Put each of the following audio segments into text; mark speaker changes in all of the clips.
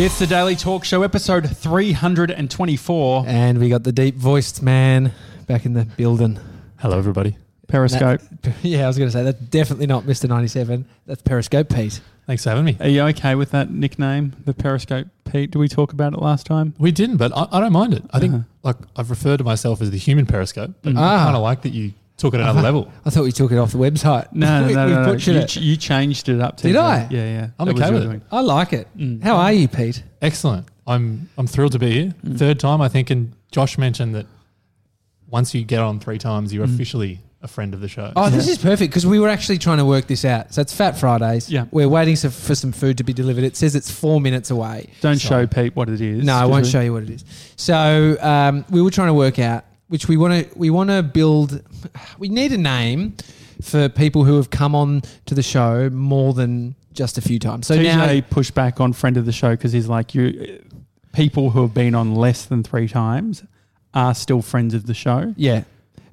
Speaker 1: It's the Daily Talk Show, episode 324.
Speaker 2: And we got the deep voiced man back in the building.
Speaker 3: Hello, everybody.
Speaker 1: Periscope.
Speaker 2: Yeah, I was going to say that's definitely not Mr. 97. That's Periscope Pete.
Speaker 3: Thanks for having me.
Speaker 1: Are you okay with that nickname, the Periscope Pete? Did we talk about it last time?
Speaker 3: We didn't, but I, I don't mind it. I think
Speaker 1: Uh-huh.
Speaker 3: like I've referred to myself as the human periscope, but I
Speaker 2: Ah.
Speaker 3: kind of like that you took it another level.
Speaker 2: I thought we took it off the website.
Speaker 1: No, no,
Speaker 2: we,
Speaker 1: no,
Speaker 2: we
Speaker 1: no, no.
Speaker 2: butchered
Speaker 1: You,
Speaker 2: it.
Speaker 1: ch- you changed it up. To
Speaker 2: Did
Speaker 1: the-
Speaker 2: I?
Speaker 1: Yeah, yeah.
Speaker 3: I'm
Speaker 1: That was
Speaker 3: okay
Speaker 1: your
Speaker 3: with it.
Speaker 1: doing.
Speaker 2: I like it.
Speaker 1: Mm.
Speaker 2: How are you, Pete?
Speaker 3: Excellent. I'm I'm thrilled to be here. Third time, I think, and Josh mentioned that once you get on three times, you're officially a friend of the show.
Speaker 2: Oh, this is perfect because we were actually trying to work this out. So it's Fat Fridays.
Speaker 1: Yeah.
Speaker 2: We're waiting so- for some food to be delivered. It says it's four minutes away.
Speaker 1: Don't
Speaker 3: So-
Speaker 1: show Pete what it is.
Speaker 2: No, I
Speaker 1: does
Speaker 2: won't
Speaker 1: it?
Speaker 2: show you what it is. So um, we were trying to work out which we want to we want to build. We need a name for people who have come on to the show more than just a few times. So
Speaker 1: TJ
Speaker 2: now,
Speaker 1: pushed back on friend of the show because he's like, you people who have been on less than three times are still friends of the show.
Speaker 2: yeah.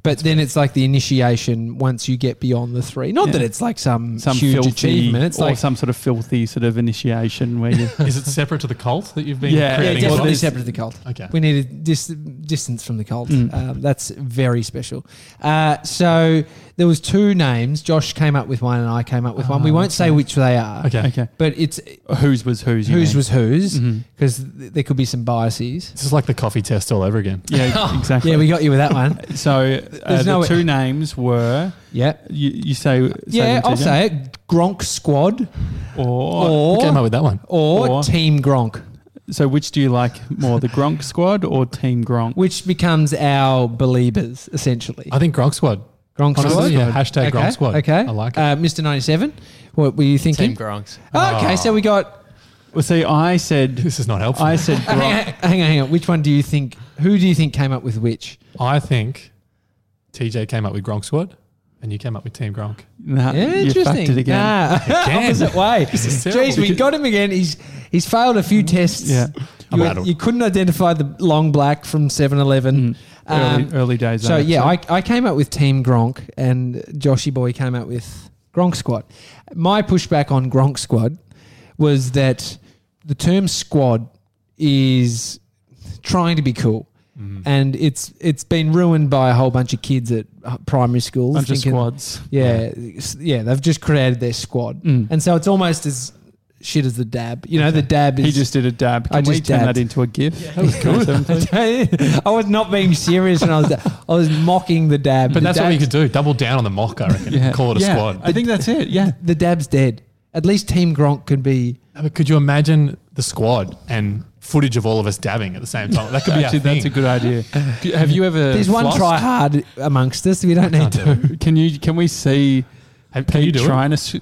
Speaker 2: But then it's like the initiation once you get beyond the three. Not
Speaker 1: Yeah.
Speaker 2: that it's like some,
Speaker 1: Some
Speaker 2: huge
Speaker 1: filthy
Speaker 2: achievement. It's
Speaker 1: or
Speaker 2: like
Speaker 1: some sort of filthy sort of initiation where you.
Speaker 3: is it separate to the cult that you've been
Speaker 1: Yeah,
Speaker 2: yeah,
Speaker 3: creating?
Speaker 1: well,
Speaker 3: as
Speaker 2: definitely
Speaker 1: there's-
Speaker 2: separate to the cult.
Speaker 3: well? Okay.
Speaker 2: We needed dis- distance from the cult.
Speaker 1: Mm.
Speaker 2: Um, that's very special. Uh, so there was two names. Josh came up with one, and I came up with one. We
Speaker 1: Ah,
Speaker 2: won't say
Speaker 1: okay.
Speaker 2: which they are,
Speaker 3: Okay.
Speaker 1: okay.
Speaker 2: but it's
Speaker 1: Whose was whose? you
Speaker 2: whose
Speaker 1: mean?
Speaker 2: was whose
Speaker 3: Mm-hmm.
Speaker 1: Mhm.
Speaker 2: because th- there could be some biases.
Speaker 3: This is like the coffee test all over again.
Speaker 1: Yeah, exactly.
Speaker 2: Yeah, we got you with that one.
Speaker 1: So uh, the
Speaker 2: no way-
Speaker 1: two names were
Speaker 2: yeah,
Speaker 1: you, you say, say
Speaker 2: yeah,
Speaker 1: them,
Speaker 2: I'll
Speaker 1: TJ?
Speaker 2: say it. Gronk Squad
Speaker 1: or,
Speaker 3: Who Oh, came
Speaker 2: or
Speaker 3: up with that one?
Speaker 2: or,
Speaker 1: Or-
Speaker 2: Team Gronk,
Speaker 1: so which do you like more the Gronk squad or Team Gronk
Speaker 2: which becomes our believers essentially.
Speaker 3: I think Gronk Squad.
Speaker 2: Gronk
Speaker 3: Uh, Honestly,
Speaker 2: Squad.
Speaker 3: yeah. Hashtag
Speaker 2: okay.
Speaker 3: Gronk Squad.
Speaker 2: Okay.
Speaker 3: I like it.
Speaker 2: Uh, Mr. 97, what were you thinking?
Speaker 4: Team Gronks.
Speaker 2: Oh, okay,
Speaker 3: Ah.
Speaker 2: so we got.
Speaker 1: well see I said
Speaker 3: this is not helpful.
Speaker 1: I said
Speaker 2: Hang on,
Speaker 1: Gronk
Speaker 2: hang on, hang on. Which one do you think? Who do you think came up with which?
Speaker 3: I think TJ came up with Gronk Squad, and you came up with Team Gronk.
Speaker 1: nah,
Speaker 2: Yeah,
Speaker 1: you
Speaker 2: interesting.
Speaker 1: fucked it again
Speaker 2: Nah.
Speaker 3: Again.
Speaker 2: opposite way.
Speaker 3: is terrible.
Speaker 2: Jeez, we got him again. He's he's failed a few tests.
Speaker 1: Mm. Yeah.
Speaker 3: I'm
Speaker 2: you,
Speaker 3: rattled.
Speaker 2: you couldn't identify the long black from
Speaker 1: Mm.
Speaker 2: 7-Eleven. Um,
Speaker 1: early, early days
Speaker 2: so
Speaker 1: I'd
Speaker 2: yeah,
Speaker 1: say.
Speaker 2: I, I came up with Team Gronk, and Joshy Boy came out with Gronk Squad. My pushback on Gronk Squad was that the term squad is trying to be cool, and it's it's been ruined by a whole bunch of kids at uh, primary school.
Speaker 1: bunch of
Speaker 2: thinking-
Speaker 1: squads
Speaker 2: yeah, s- yeah, they've just created their squad,
Speaker 1: Mm.
Speaker 2: and so it's almost as shit as the dab. You know, the dab is.
Speaker 1: he just did a dab can
Speaker 2: I
Speaker 1: we
Speaker 2: just
Speaker 1: turn that
Speaker 2: dabbed.
Speaker 1: into a gif
Speaker 2: That was good. I was not being serious when I was. I was mocking the dab.
Speaker 3: But
Speaker 2: The
Speaker 3: that's what we
Speaker 2: dab's-
Speaker 3: could do. Double down on the mock, I reckon.
Speaker 1: yeah.
Speaker 3: Call it a
Speaker 1: Yeah,
Speaker 3: squad.
Speaker 1: I think that's it yeah
Speaker 2: The dab's dead. At least Team Gronk can be.
Speaker 3: No, but could you imagine the squad and footage of all of us dabbing at the same time? That could be
Speaker 1: actually
Speaker 3: our thing.
Speaker 1: that's a good idea have you ever
Speaker 2: There's one
Speaker 1: flossed?
Speaker 2: try hard amongst us. We don't need
Speaker 3: do
Speaker 2: to.
Speaker 1: can you can we see
Speaker 3: Have- can you do
Speaker 1: trying to s-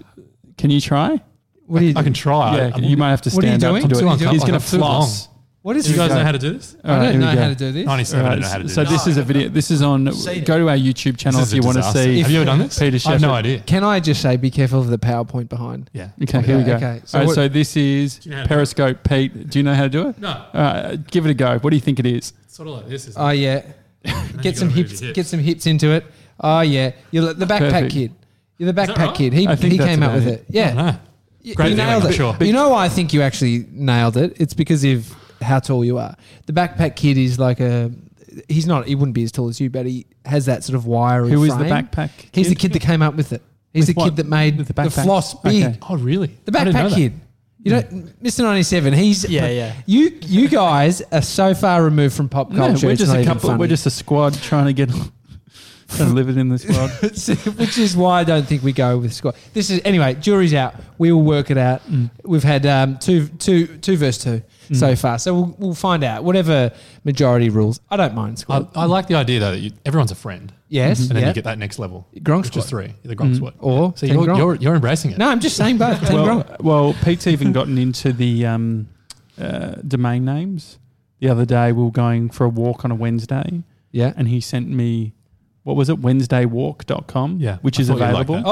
Speaker 1: can you try
Speaker 2: What do you?
Speaker 3: it? I can try.
Speaker 1: yeah
Speaker 3: I-
Speaker 1: you might have to
Speaker 2: What are you
Speaker 1: stand up
Speaker 2: doing?
Speaker 1: to do
Speaker 3: I'm
Speaker 1: it
Speaker 3: too uncom-
Speaker 1: he's
Speaker 3: like,
Speaker 1: going
Speaker 3: I'm
Speaker 1: to
Speaker 3: too long.
Speaker 1: floss
Speaker 2: what is
Speaker 3: Do you guys
Speaker 2: this?
Speaker 3: know how to do this?
Speaker 1: All right,
Speaker 2: I
Speaker 1: here
Speaker 2: don't
Speaker 1: we
Speaker 2: know
Speaker 1: go.
Speaker 2: how to do this.
Speaker 3: Ninety-seven. I
Speaker 1: Alright,
Speaker 3: don't know how to do
Speaker 1: so
Speaker 3: this.
Speaker 1: this is a video. This is on.
Speaker 4: See
Speaker 1: Go to our YouTube channel
Speaker 3: This is
Speaker 1: if you
Speaker 3: a
Speaker 1: want to
Speaker 3: disaster.
Speaker 1: see.
Speaker 3: Have you ever done this?
Speaker 1: Peter
Speaker 3: I have
Speaker 1: Sheffield.
Speaker 3: no idea.
Speaker 2: Can I just say, be careful of the PowerPoint behind?
Speaker 3: Yeah.
Speaker 1: Okay, here we go.
Speaker 2: Okay, so
Speaker 1: So,
Speaker 2: what-
Speaker 1: so this is
Speaker 3: you know how to do it?
Speaker 1: Periscope Pete. Do you know how to do it?
Speaker 3: No.
Speaker 1: Uh, give it a go. What do you think it is?
Speaker 3: Sort of like this. Is
Speaker 2: Oh
Speaker 1: Uh,
Speaker 2: yeah. get some hips, Get some hips into it. Oh yeah. You're the backpack
Speaker 1: Perfect.
Speaker 2: kid. You're the backpack
Speaker 3: right?
Speaker 2: kid. He,
Speaker 1: I think
Speaker 2: he
Speaker 1: that's
Speaker 2: came up
Speaker 1: about
Speaker 2: with
Speaker 1: it. Oh,
Speaker 2: it. Yeah. You-
Speaker 3: Great
Speaker 2: you
Speaker 3: viewing,
Speaker 2: nailed
Speaker 3: I'm
Speaker 2: it.
Speaker 3: sure.
Speaker 2: You know why I think you actually nailed it? It's because of how tall you are. The backpack kid is like a. He's not. He wouldn't be as tall as you, but he has that sort of wiry.
Speaker 1: Who is
Speaker 2: frame.
Speaker 1: the backpack?
Speaker 2: He's the kid that came up with it. He's
Speaker 1: With
Speaker 2: the
Speaker 1: what?
Speaker 2: kid that made
Speaker 1: With the
Speaker 2: the,
Speaker 1: backpack?
Speaker 2: floss big.
Speaker 1: Okay.
Speaker 3: Oh really?
Speaker 2: The
Speaker 3: I didn't know
Speaker 2: backpack
Speaker 3: that.
Speaker 2: kid. You know, Mr. 97, he's.
Speaker 4: Yeah, yeah.
Speaker 2: You you guys are so far removed from pop
Speaker 1: No,
Speaker 2: culture.
Speaker 1: we're
Speaker 2: it's
Speaker 1: just
Speaker 2: not
Speaker 1: a
Speaker 2: even
Speaker 1: couple.
Speaker 2: funny.
Speaker 1: We're just a squad trying to get trying to live it in this world.
Speaker 2: which is why I don't think we go with Scott. This is anyway. Jury's out. We will work it out.
Speaker 1: Mm.
Speaker 2: We've had um, two, two, two verse two so far, so we'll, we'll find out whatever majority rules. I don't mind Scott.
Speaker 3: I, I like the idea though that you, everyone's a friend,
Speaker 2: yes,
Speaker 1: Mm-hmm.
Speaker 3: and then
Speaker 2: yeah.
Speaker 3: you get that next level.
Speaker 2: Gronk
Speaker 3: which is
Speaker 2: squad.
Speaker 3: three. The Gronk Squad.
Speaker 2: Or
Speaker 3: So
Speaker 2: Team
Speaker 3: you're,
Speaker 2: Gronk.
Speaker 3: you're you're embracing it.
Speaker 2: no, I'm just saying both. Team
Speaker 1: well,
Speaker 2: Gronk.
Speaker 1: well, Pete's even gotten into the um, uh, domain names. The other day, we were going for a walk on a Wednesday,
Speaker 2: Yeah.
Speaker 1: and he sent me what was it? WednesdayWalk.com.
Speaker 3: Yeah,
Speaker 1: which
Speaker 3: I
Speaker 1: is
Speaker 3: thought you'd like
Speaker 1: available.
Speaker 3: that.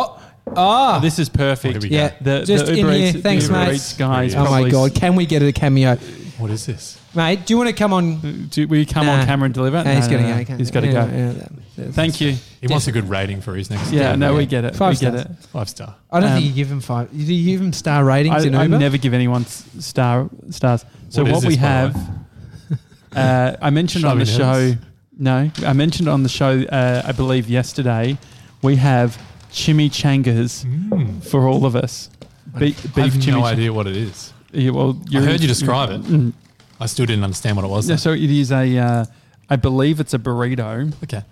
Speaker 2: Oh, ah.
Speaker 1: This is perfect.
Speaker 3: Here we go.
Speaker 2: yeah.
Speaker 1: The,
Speaker 2: just
Speaker 1: the
Speaker 2: in
Speaker 1: Uber
Speaker 2: here.
Speaker 1: Eats-
Speaker 2: Thanks,
Speaker 1: Uber
Speaker 2: mate.
Speaker 1: Eats guys.
Speaker 2: Oh my
Speaker 1: probably-
Speaker 2: god! Can we get a cameo,
Speaker 3: What is this?
Speaker 2: mate? Do you want to come on?
Speaker 1: Do we come on
Speaker 2: Nah.
Speaker 1: camera and deliver?
Speaker 2: Hey, he's
Speaker 1: No,
Speaker 2: got
Speaker 1: no,
Speaker 2: to
Speaker 1: no.
Speaker 2: go.
Speaker 1: He's got to
Speaker 2: Yeah,
Speaker 1: go.
Speaker 2: yeah, yeah.
Speaker 1: Thank you.
Speaker 3: He wants a good rating for his next.
Speaker 1: Yeah,
Speaker 3: game,
Speaker 1: no,
Speaker 3: yeah.
Speaker 1: we get it.
Speaker 2: Five
Speaker 1: we get
Speaker 2: stars.
Speaker 1: it.
Speaker 3: five star.
Speaker 2: I don't
Speaker 1: Um,
Speaker 2: think you give them five. Do you give them star ratings
Speaker 1: I,
Speaker 2: in
Speaker 1: I
Speaker 2: Uber?
Speaker 1: never give anyone s- star stars. So
Speaker 3: What
Speaker 1: what,
Speaker 3: is
Speaker 1: we
Speaker 3: this, by the
Speaker 1: have, uh, I mentioned on the
Speaker 3: Shoving
Speaker 1: show.
Speaker 3: heads.
Speaker 1: No, I mentioned on the show. Uh, I believe yesterday we have chimichangas
Speaker 3: Mm.
Speaker 1: for all of us. Be- beef
Speaker 3: I have no
Speaker 1: chimichangas.
Speaker 3: idea what it is.
Speaker 1: Yeah, well,
Speaker 3: I
Speaker 1: you're-
Speaker 3: heard you describe it.
Speaker 1: Mm.
Speaker 3: I still didn't understand what it was.
Speaker 1: Yeah, so it is a. Uh, I believe it's a burrito
Speaker 3: okay.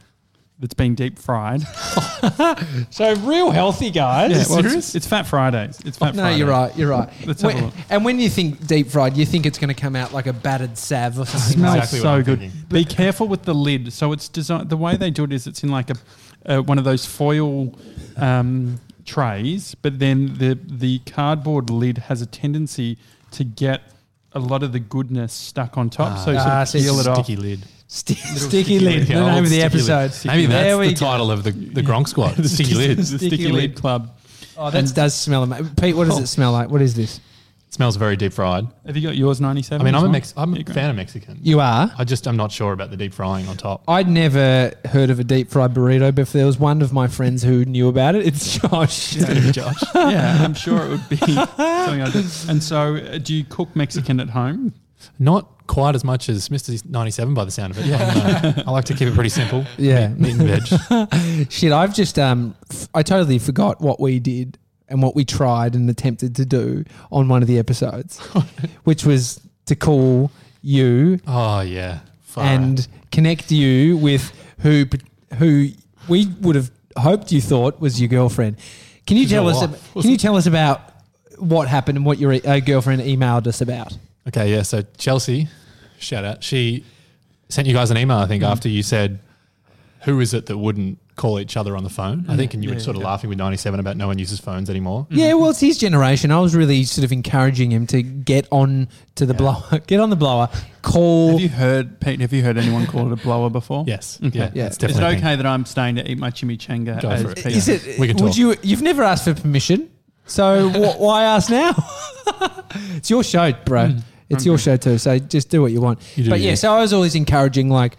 Speaker 1: that's been deep fried.
Speaker 2: so real healthy guys.
Speaker 1: Yeah, well,
Speaker 3: serious? Oh,
Speaker 1: it's, it's Fat Fridays. It's Fat
Speaker 2: no,
Speaker 1: Friday.
Speaker 2: you're right. You're right.
Speaker 1: Let's have a
Speaker 2: When-
Speaker 1: look.
Speaker 2: and when you think deep fried, you think it's going to come out like a battered salve or
Speaker 1: It
Speaker 2: something.
Speaker 1: smells
Speaker 2: like
Speaker 3: Exactly what
Speaker 1: so
Speaker 3: I'm
Speaker 1: good.
Speaker 3: thinking.
Speaker 1: Be careful with the lid. So it's designed. The way they do it is it's in like a uh, one of those foil um, trays, but then the the cardboard lid has a tendency to get a lot of the goodness stuck on top.
Speaker 3: Ah.
Speaker 1: so you sort
Speaker 2: Ah,
Speaker 1: of
Speaker 2: so it's
Speaker 1: peel it off.
Speaker 3: Sticky lid.
Speaker 2: Sti- sticky,
Speaker 3: sticky
Speaker 2: lid.
Speaker 3: lid.
Speaker 2: The
Speaker 3: Yeah,
Speaker 2: name
Speaker 3: old
Speaker 2: of the
Speaker 3: sticky lid.
Speaker 2: episode.
Speaker 3: Maybe
Speaker 2: There
Speaker 3: that's
Speaker 2: we go.
Speaker 3: the title of the, the Gronk squad. Sticky lid.
Speaker 1: the
Speaker 3: It
Speaker 1: sticky,
Speaker 2: Sticky
Speaker 1: lid
Speaker 2: lid.
Speaker 1: club.
Speaker 2: Oh, that does smell amazing. Pete, what does it smell like? What is this?
Speaker 3: smells very deep fried.
Speaker 1: Have you got yours? Ninety
Speaker 3: I
Speaker 1: seven.
Speaker 3: mean, I'm a Mex- I'm a
Speaker 1: great.
Speaker 3: fan of Mexican.
Speaker 2: You are.
Speaker 3: I just I'm not sure about the deep frying on top.
Speaker 2: I'd never heard of a deep fried burrito, but if there was one of my friends who knew about it, it's oh, Josh.
Speaker 3: Josh.
Speaker 1: yeah, I'm sure it would be something I do. And so, uh, do you cook Mexican at home?
Speaker 3: Not quite as much as Mr. 97 by the sound of it. Yeah, no. I like to keep it pretty simple.
Speaker 2: Yeah.
Speaker 3: Meat and veg.
Speaker 2: Shit, I've just um, f- I totally forgot what we did and what we tried and attempted to do on one of the episodes, which was to call you
Speaker 3: Oh, yeah. Far
Speaker 2: and connect you with who p- who we would have hoped you thought was your girlfriend. Can you
Speaker 3: She's
Speaker 2: tell
Speaker 3: your
Speaker 2: us?
Speaker 3: wife,
Speaker 2: ab- can
Speaker 3: wasn't
Speaker 2: you tell us about what happened and what your e- uh, girlfriend emailed us about?
Speaker 3: Okay, yeah. So Chelsea, shout out. She sent you guys an email, I think,
Speaker 1: Mm-hmm.
Speaker 3: after you said, "Who is it that wouldn't call each other on the phone?" I think, and you were
Speaker 1: Yeah,
Speaker 3: sort of
Speaker 1: yeah. Mm.
Speaker 3: laughing with ninety-seven about no one uses phones anymore.
Speaker 2: Yeah, well, it's his generation. I was really sort of encouraging him to get on to the blower, get on the blower, call.
Speaker 1: Have you heard, Pete? Have you heard anyone call it a blower before?
Speaker 3: Yes,
Speaker 1: Okay.
Speaker 3: yeah,
Speaker 2: Yeah.
Speaker 3: it's
Speaker 1: Is it
Speaker 3: definitely. a thing.
Speaker 1: okay that I'm staying to eat my chimichanga?
Speaker 3: Go
Speaker 1: as
Speaker 3: for it.
Speaker 1: Pete?
Speaker 2: Is it?
Speaker 3: We can
Speaker 2: would
Speaker 3: talk.
Speaker 2: you? You've never asked for permission, so wh- why ask now? it's your show, bro. It's your show too. So just do what you want.
Speaker 3: Mm. You do
Speaker 2: but yeah,
Speaker 3: you.
Speaker 2: so I was always encouraging. Like,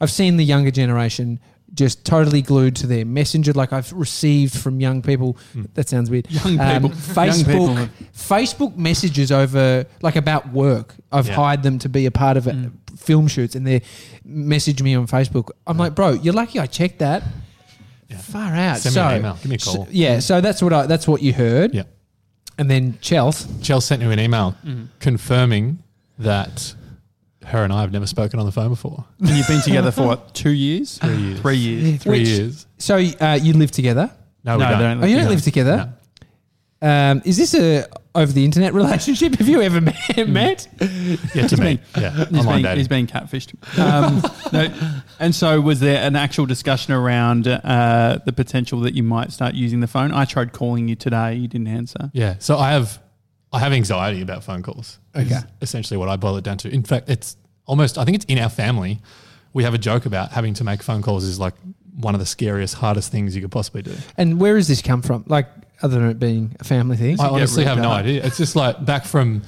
Speaker 2: I've seen the younger generation just totally glued to their messenger. Like I've received from young people.
Speaker 3: Mm.
Speaker 2: That sounds weird.
Speaker 1: Young
Speaker 2: Um,
Speaker 1: people. Young
Speaker 2: Facebook.
Speaker 1: people have-
Speaker 2: Facebook messages over like about work. I've
Speaker 3: Yeah. Mm.
Speaker 2: hired them to be a part of it, film shoots, and they message me on Facebook. I'm like, bro, you're lucky I checked that.
Speaker 3: Yeah.
Speaker 2: Far out.
Speaker 3: Send me
Speaker 2: so,
Speaker 3: an email. Give me a call.
Speaker 2: so- yeah, so that's what I that's what you heard.
Speaker 3: Yeah.
Speaker 2: And then Chelsea.
Speaker 3: Chelsea sent you an email
Speaker 1: Mm-hmm.
Speaker 3: confirming that her and I have never spoken on the phone before.
Speaker 1: And you've been together for what? Two years?
Speaker 3: Three years.
Speaker 1: Three years.
Speaker 3: Three
Speaker 2: Which-
Speaker 3: years.
Speaker 2: So uh, you live together.
Speaker 3: No, we
Speaker 1: No,
Speaker 3: don't.
Speaker 1: don't.
Speaker 2: Oh, you don't
Speaker 1: Yeah.
Speaker 2: live together. Um, is this a over the internet relationship? Have you ever met? met?
Speaker 3: Mm. Yeah, to me. Yeah,
Speaker 1: He's
Speaker 3: online
Speaker 1: being,
Speaker 3: dating.
Speaker 1: he's being catfished. Um, no, and so, was there an actual discussion around uh, the potential that you might start using the phone? I tried calling you today, you didn't answer.
Speaker 3: Yeah. So I have I have anxiety about phone calls. is
Speaker 2: Okay.
Speaker 3: Essentially what I boil it down to. In fact, it's almost I think it's in our family. We have a joke about having to make phone calls is like one of the scariest, hardest things you could possibly do.
Speaker 2: And where has this come from? Like other than it being a family thing.
Speaker 3: I
Speaker 1: get
Speaker 3: honestly
Speaker 1: really
Speaker 3: have no
Speaker 1: dark.
Speaker 3: idea. It's just like back from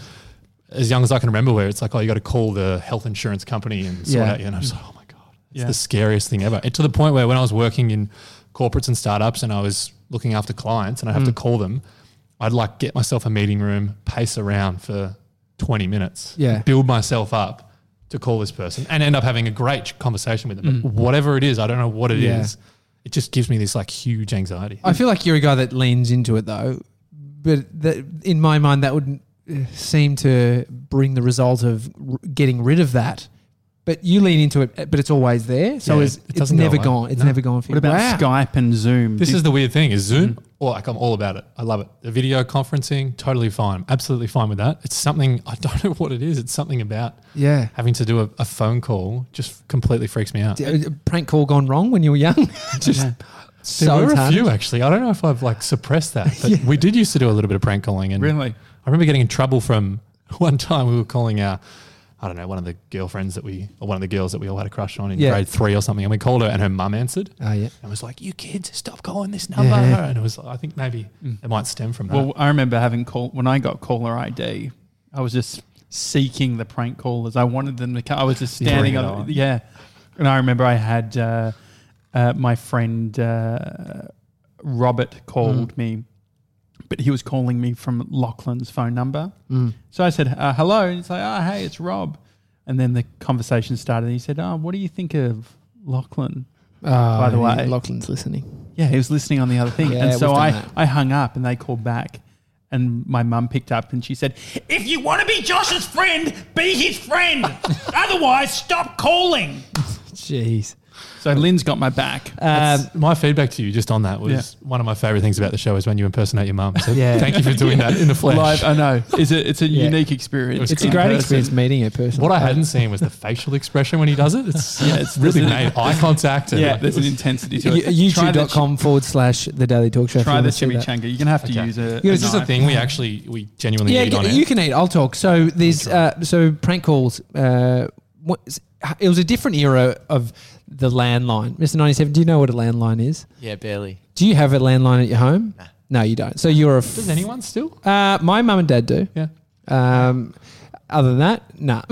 Speaker 3: as young as I can remember where it's like, oh, you got to call the health insurance company and sort
Speaker 2: Yeah.
Speaker 3: out, and I was like, oh my God, it's
Speaker 1: Yeah.
Speaker 3: the scariest thing ever. And to the point where when I was working in corporates and startups and I was looking after clients and I have
Speaker 2: Mm.
Speaker 3: to call them, I'd like get myself a meeting room, pace around for 20 minutes,
Speaker 2: Yeah.
Speaker 3: build myself up to call this person and end up having a great conversation with them. But whatever it is, I don't know what it is.
Speaker 2: Mm. Yeah.
Speaker 3: It just gives me this like huge anxiety.
Speaker 2: I feel like you're a guy that leans into it though, but that, in my mind that would uh, seem to bring the result of r- getting rid of that. But you lean into it, uh, but it's always there. So
Speaker 3: Yeah,
Speaker 2: it's,
Speaker 3: it
Speaker 2: it's
Speaker 3: doesn't go
Speaker 2: never
Speaker 3: away.
Speaker 2: gone. It's
Speaker 3: No.
Speaker 2: never gone for you.
Speaker 1: What about Skype and Zoom?
Speaker 3: This
Speaker 1: Did-
Speaker 3: is the weird thing is Zoom, or like I'm all about it. I love it. The video conferencing, totally fine. Absolutely fine with that. It's something, I don't know what it is. It's something about
Speaker 2: Yeah.
Speaker 3: having to do a, a phone call just completely freaks me out.
Speaker 2: D- Uh, A a prank call gone wrong when you were young. Just
Speaker 1: Yeah.
Speaker 2: so
Speaker 3: there were a
Speaker 2: hard.
Speaker 3: few actually. I don't know if I've like suppressed that, but we did used to do a little bit of prank calling. And
Speaker 1: really?
Speaker 3: I remember getting in trouble from one time we were calling our, I don't know, one of the girlfriends that we, or one of the girls that we all had a crush on in
Speaker 2: Yeah.
Speaker 3: grade three or something. And we called her and her mum answered.
Speaker 2: Oh yeah.
Speaker 3: And was like, you kids, stop calling this number.
Speaker 2: Yeah.
Speaker 3: And it was, I think maybe it might stem from that.
Speaker 1: Well, I remember having call when I got caller ID. I was just seeking the prank callers. I wanted them to. Come. I was just
Speaker 3: You bring
Speaker 1: standing
Speaker 3: it
Speaker 1: on,
Speaker 3: on.
Speaker 1: yeah. And I remember I had uh, uh, uh, my friend uh, Robert called
Speaker 3: Mm.
Speaker 1: me, but he was calling me from Lachlan's phone number.
Speaker 3: Mm.
Speaker 1: So I said, uh, hello. And he's like, oh, hey, it's Rob. And then the conversation started. And he said, oh, what do you think of Lachlan?
Speaker 3: Oh,
Speaker 2: By
Speaker 1: the way-
Speaker 2: Lachlan's listening.
Speaker 1: Yeah, he was listening on the other thing.
Speaker 2: Yeah,
Speaker 1: and so
Speaker 2: we've done
Speaker 1: I,
Speaker 2: that.
Speaker 1: I hung up and they called back. And my mum picked up and she said, If you want to be Josh's friend, be his friend. Otherwise, stop calling.
Speaker 2: Jeez.
Speaker 1: So Lynn's got my back.
Speaker 2: Um,
Speaker 3: my feedback to you just on that was one of my favorite things about the show is when you impersonate your mum. So
Speaker 2: Yeah.
Speaker 3: thank you for doing that in the flesh.
Speaker 1: Live, I know. It's a, it's a
Speaker 2: Yeah.
Speaker 1: unique experience.
Speaker 2: it's a
Speaker 1: in
Speaker 2: great
Speaker 1: person.
Speaker 2: experience meeting a person.
Speaker 3: What I hadn't seen was the facial expression when he does it. It's,
Speaker 1: Yeah,
Speaker 3: yeah,
Speaker 1: it's-
Speaker 3: it's really
Speaker 1: there's an-
Speaker 3: made eye contact. And
Speaker 1: Yeah, there's an intensity to it. Try the chi-
Speaker 2: YouTube.com forward slash The Daily Talk Show. if you
Speaker 1: Try
Speaker 2: wanna
Speaker 1: the
Speaker 2: see that.
Speaker 1: chimichanga. You're going to have to
Speaker 3: Okay.
Speaker 1: use a.
Speaker 2: Yeah,
Speaker 1: a
Speaker 2: it's
Speaker 3: This is the
Speaker 1: knife.
Speaker 3: thing we actually we genuinely
Speaker 2: Yeah,
Speaker 3: eat on
Speaker 2: you,
Speaker 3: it.
Speaker 2: you can eat. I'll talk. So there's uh, so prank calls. Uh, what, it was a different era of the landline. Mister ninety seven, do you know what a landline is?
Speaker 4: Yeah, barely.
Speaker 2: Do you have a landline at your home? No, you don't. So you're a. F-
Speaker 3: Does anyone still?
Speaker 2: uh, my mum and dad do.
Speaker 3: Yeah.
Speaker 2: Um, other than that, nah.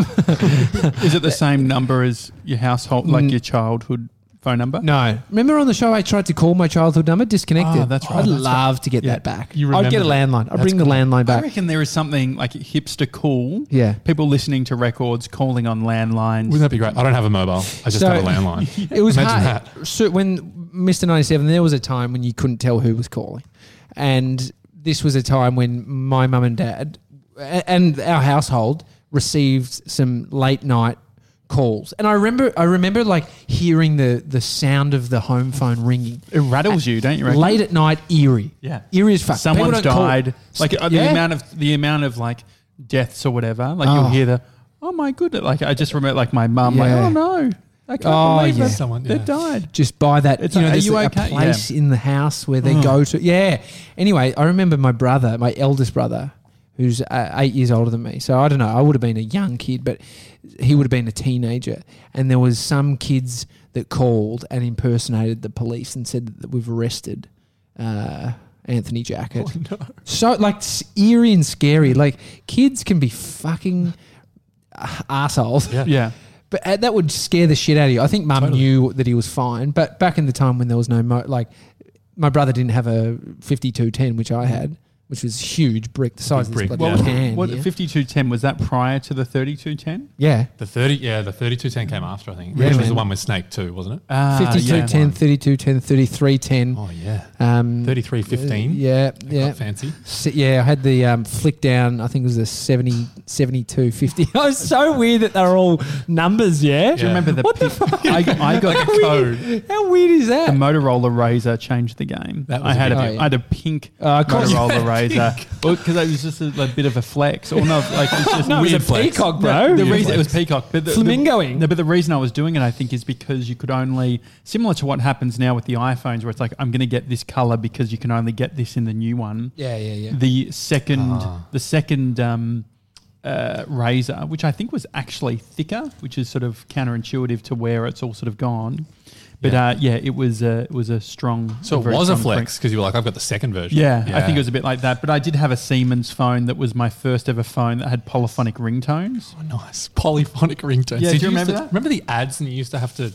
Speaker 1: Is it the same number as your household, like
Speaker 2: Mm.
Speaker 1: your childhood phone number?
Speaker 2: no. Remember on the show, I tried to call my childhood number, disconnected.
Speaker 1: Ah, that's right,
Speaker 2: I'd
Speaker 1: that's
Speaker 2: love to get
Speaker 1: Yeah.
Speaker 2: that back.
Speaker 3: You
Speaker 2: I'd
Speaker 3: remember
Speaker 2: get a
Speaker 3: that.
Speaker 2: landline. I'd
Speaker 3: That's
Speaker 2: bring the
Speaker 3: cool.
Speaker 2: landline
Speaker 1: I
Speaker 2: back.
Speaker 1: reckon there is something like hipster cool.
Speaker 2: Yeah.
Speaker 1: People listening to records, calling on landlines.
Speaker 3: Wouldn't that be great? I don't have a mobile. I just
Speaker 2: So-
Speaker 3: have a landline.
Speaker 2: It was
Speaker 3: Imagine
Speaker 2: hard. So when Mr. 97, there was a time when you couldn't tell who was calling. And this was a time when my mum and dad a- and our household received some late night calls. And I remember I remember like hearing the the sound of the home phone ringing.
Speaker 1: It rattles you, don't you? Reckon?
Speaker 2: Late at night, eerie.
Speaker 1: Yeah.
Speaker 2: Eerie as fuck. People
Speaker 1: Someone's
Speaker 2: don't call-
Speaker 1: died. Like uh, the
Speaker 2: Yeah.
Speaker 1: amount of the amount of like deaths or whatever. Like
Speaker 2: Oh.
Speaker 1: you'll hear the oh my goodness. Like I just remember like my mum like
Speaker 2: Yeah.
Speaker 1: oh no I can't
Speaker 2: Oh,
Speaker 1: believe
Speaker 2: yeah.
Speaker 1: it.
Speaker 3: Someone,
Speaker 1: they
Speaker 3: yeah.
Speaker 1: died.
Speaker 2: just by that
Speaker 1: It's
Speaker 2: you know
Speaker 1: like, are
Speaker 2: there's
Speaker 1: you
Speaker 2: a
Speaker 1: okay?
Speaker 2: place in the house where they
Speaker 1: Mm.
Speaker 2: go to yeah anyway i remember my brother my eldest brother who's uh, eight years older than me so i don't know i would have been a young kid but he would have been a teenager and there was some kids that called and impersonated the police and said that we've arrested uh, anthony jacket
Speaker 1: Oh,
Speaker 2: so like s- eerie and scary like kids can be fucking uh, assholes
Speaker 3: Yeah.
Speaker 1: Yeah.
Speaker 2: but uh, that would scare the shit out of you. I think mum
Speaker 3: Totally.
Speaker 2: knew that he was fine, but back in the time when there was no mo- like, my brother didn't have a fifty-two ten, which I had, which was huge brick, the size of this
Speaker 3: brick,
Speaker 2: bloody
Speaker 3: yeah.
Speaker 1: What,
Speaker 2: can.
Speaker 1: what
Speaker 2: yeah.
Speaker 1: fifty two ten was that prior to the thirty two ten?
Speaker 2: yeah.
Speaker 3: The thirty, yeah, the thirty-two ten came after. I think,
Speaker 2: Yeah,
Speaker 3: which was
Speaker 2: man.
Speaker 3: the one with Snake too, wasn't it?
Speaker 1: Ah,
Speaker 2: 52
Speaker 1: yeah.
Speaker 2: 10, 32 10, 33 10.
Speaker 3: Oh yeah,
Speaker 2: Um,
Speaker 3: thirty-three fifteen.
Speaker 2: Yeah,
Speaker 3: That
Speaker 2: Mm. yeah.
Speaker 3: got fancy.
Speaker 2: S- yeah, I had the um, flick down, I think it was the 70, 72 50. I was so weird that they're all numbers, yeah?
Speaker 1: Do you remember the?
Speaker 2: What the Oh,
Speaker 1: pic- I, I got
Speaker 2: How weird- How weird is
Speaker 1: The
Speaker 2: that?
Speaker 1: Motorola Razor changed the game.
Speaker 3: That
Speaker 1: I
Speaker 3: was a Oh,
Speaker 1: had a,
Speaker 3: big
Speaker 2: deal.
Speaker 1: I had a pink
Speaker 2: Uh, of course you
Speaker 1: Motorola Razor because it was just a, like, bit of a flex. Or no, like it's just
Speaker 2: no, it was
Speaker 1: weird
Speaker 2: a
Speaker 1: flex.
Speaker 2: peacock,
Speaker 1: No,
Speaker 2: bro.
Speaker 1: the reason it was peacock, but the,
Speaker 2: Flamingoing.
Speaker 1: The, no, but the reason I was doing it, I think, is because you could only similar to what happens now with the iPhones, where it's like I'm going to get this color because you can only get this in the new one.
Speaker 2: yeah, yeah, yeah.
Speaker 1: The second,
Speaker 3: Ah.
Speaker 1: the second um, uh, razor, which I think was actually thicker, which is sort of counterintuitive to where it's all sort of gone. But yeah,
Speaker 3: Yeah.
Speaker 1: uh, yeah it was a, it was a strong.
Speaker 3: So it
Speaker 1: very
Speaker 3: was a
Speaker 1: strong print.
Speaker 3: flex because you were like, I've got the second version.
Speaker 1: Yeah, I think it was a bit like that. But I did have a Siemens phone that was my first ever phone that had polyphonic ringtones.
Speaker 3: Oh, nice polyphonic ringtone.
Speaker 1: Yeah, do you
Speaker 3: Did
Speaker 1: remember
Speaker 3: used to-
Speaker 1: that?
Speaker 3: Remember the ads, and you used to have to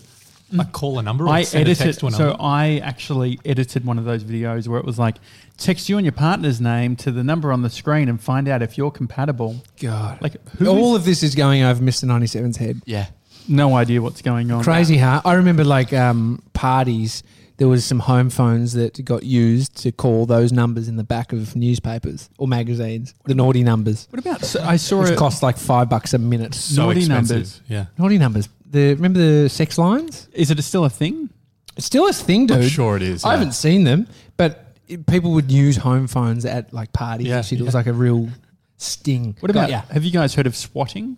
Speaker 3: like call a number or
Speaker 1: I
Speaker 3: send a
Speaker 1: edited,
Speaker 3: text to a
Speaker 1: so
Speaker 3: number.
Speaker 1: I actually edited one of those videos where it was like, text you and your partner's name to the number on the screen and find out if you're compatible.
Speaker 2: God.
Speaker 1: Like, who
Speaker 2: All of this is going over Mr. 97's head.
Speaker 4: Yeah.
Speaker 1: no idea what's going on.
Speaker 2: Crazy, huh? I remember like um, parties. There was some home phones that got used to call those numbers in the back of newspapers or magazines. The naughty numbers,
Speaker 1: What about? So I saw
Speaker 2: which
Speaker 1: it.
Speaker 2: cost like five bucks a minute.
Speaker 3: so
Speaker 1: naughty
Speaker 3: expensive.
Speaker 1: numbers.
Speaker 3: Yeah.
Speaker 2: Naughty numbers. The remember the sex lines?
Speaker 1: Is it still a thing?
Speaker 2: It's still a thing, dude.
Speaker 3: I'm sure it is.
Speaker 2: I
Speaker 3: yeah.
Speaker 2: haven't seen them, but it, people would use home phones at like parties
Speaker 3: Yeah,
Speaker 2: and shit. It
Speaker 3: yeah.
Speaker 2: was like a real sting.
Speaker 1: What about?
Speaker 2: yeah?
Speaker 1: Have you guys heard of swatting?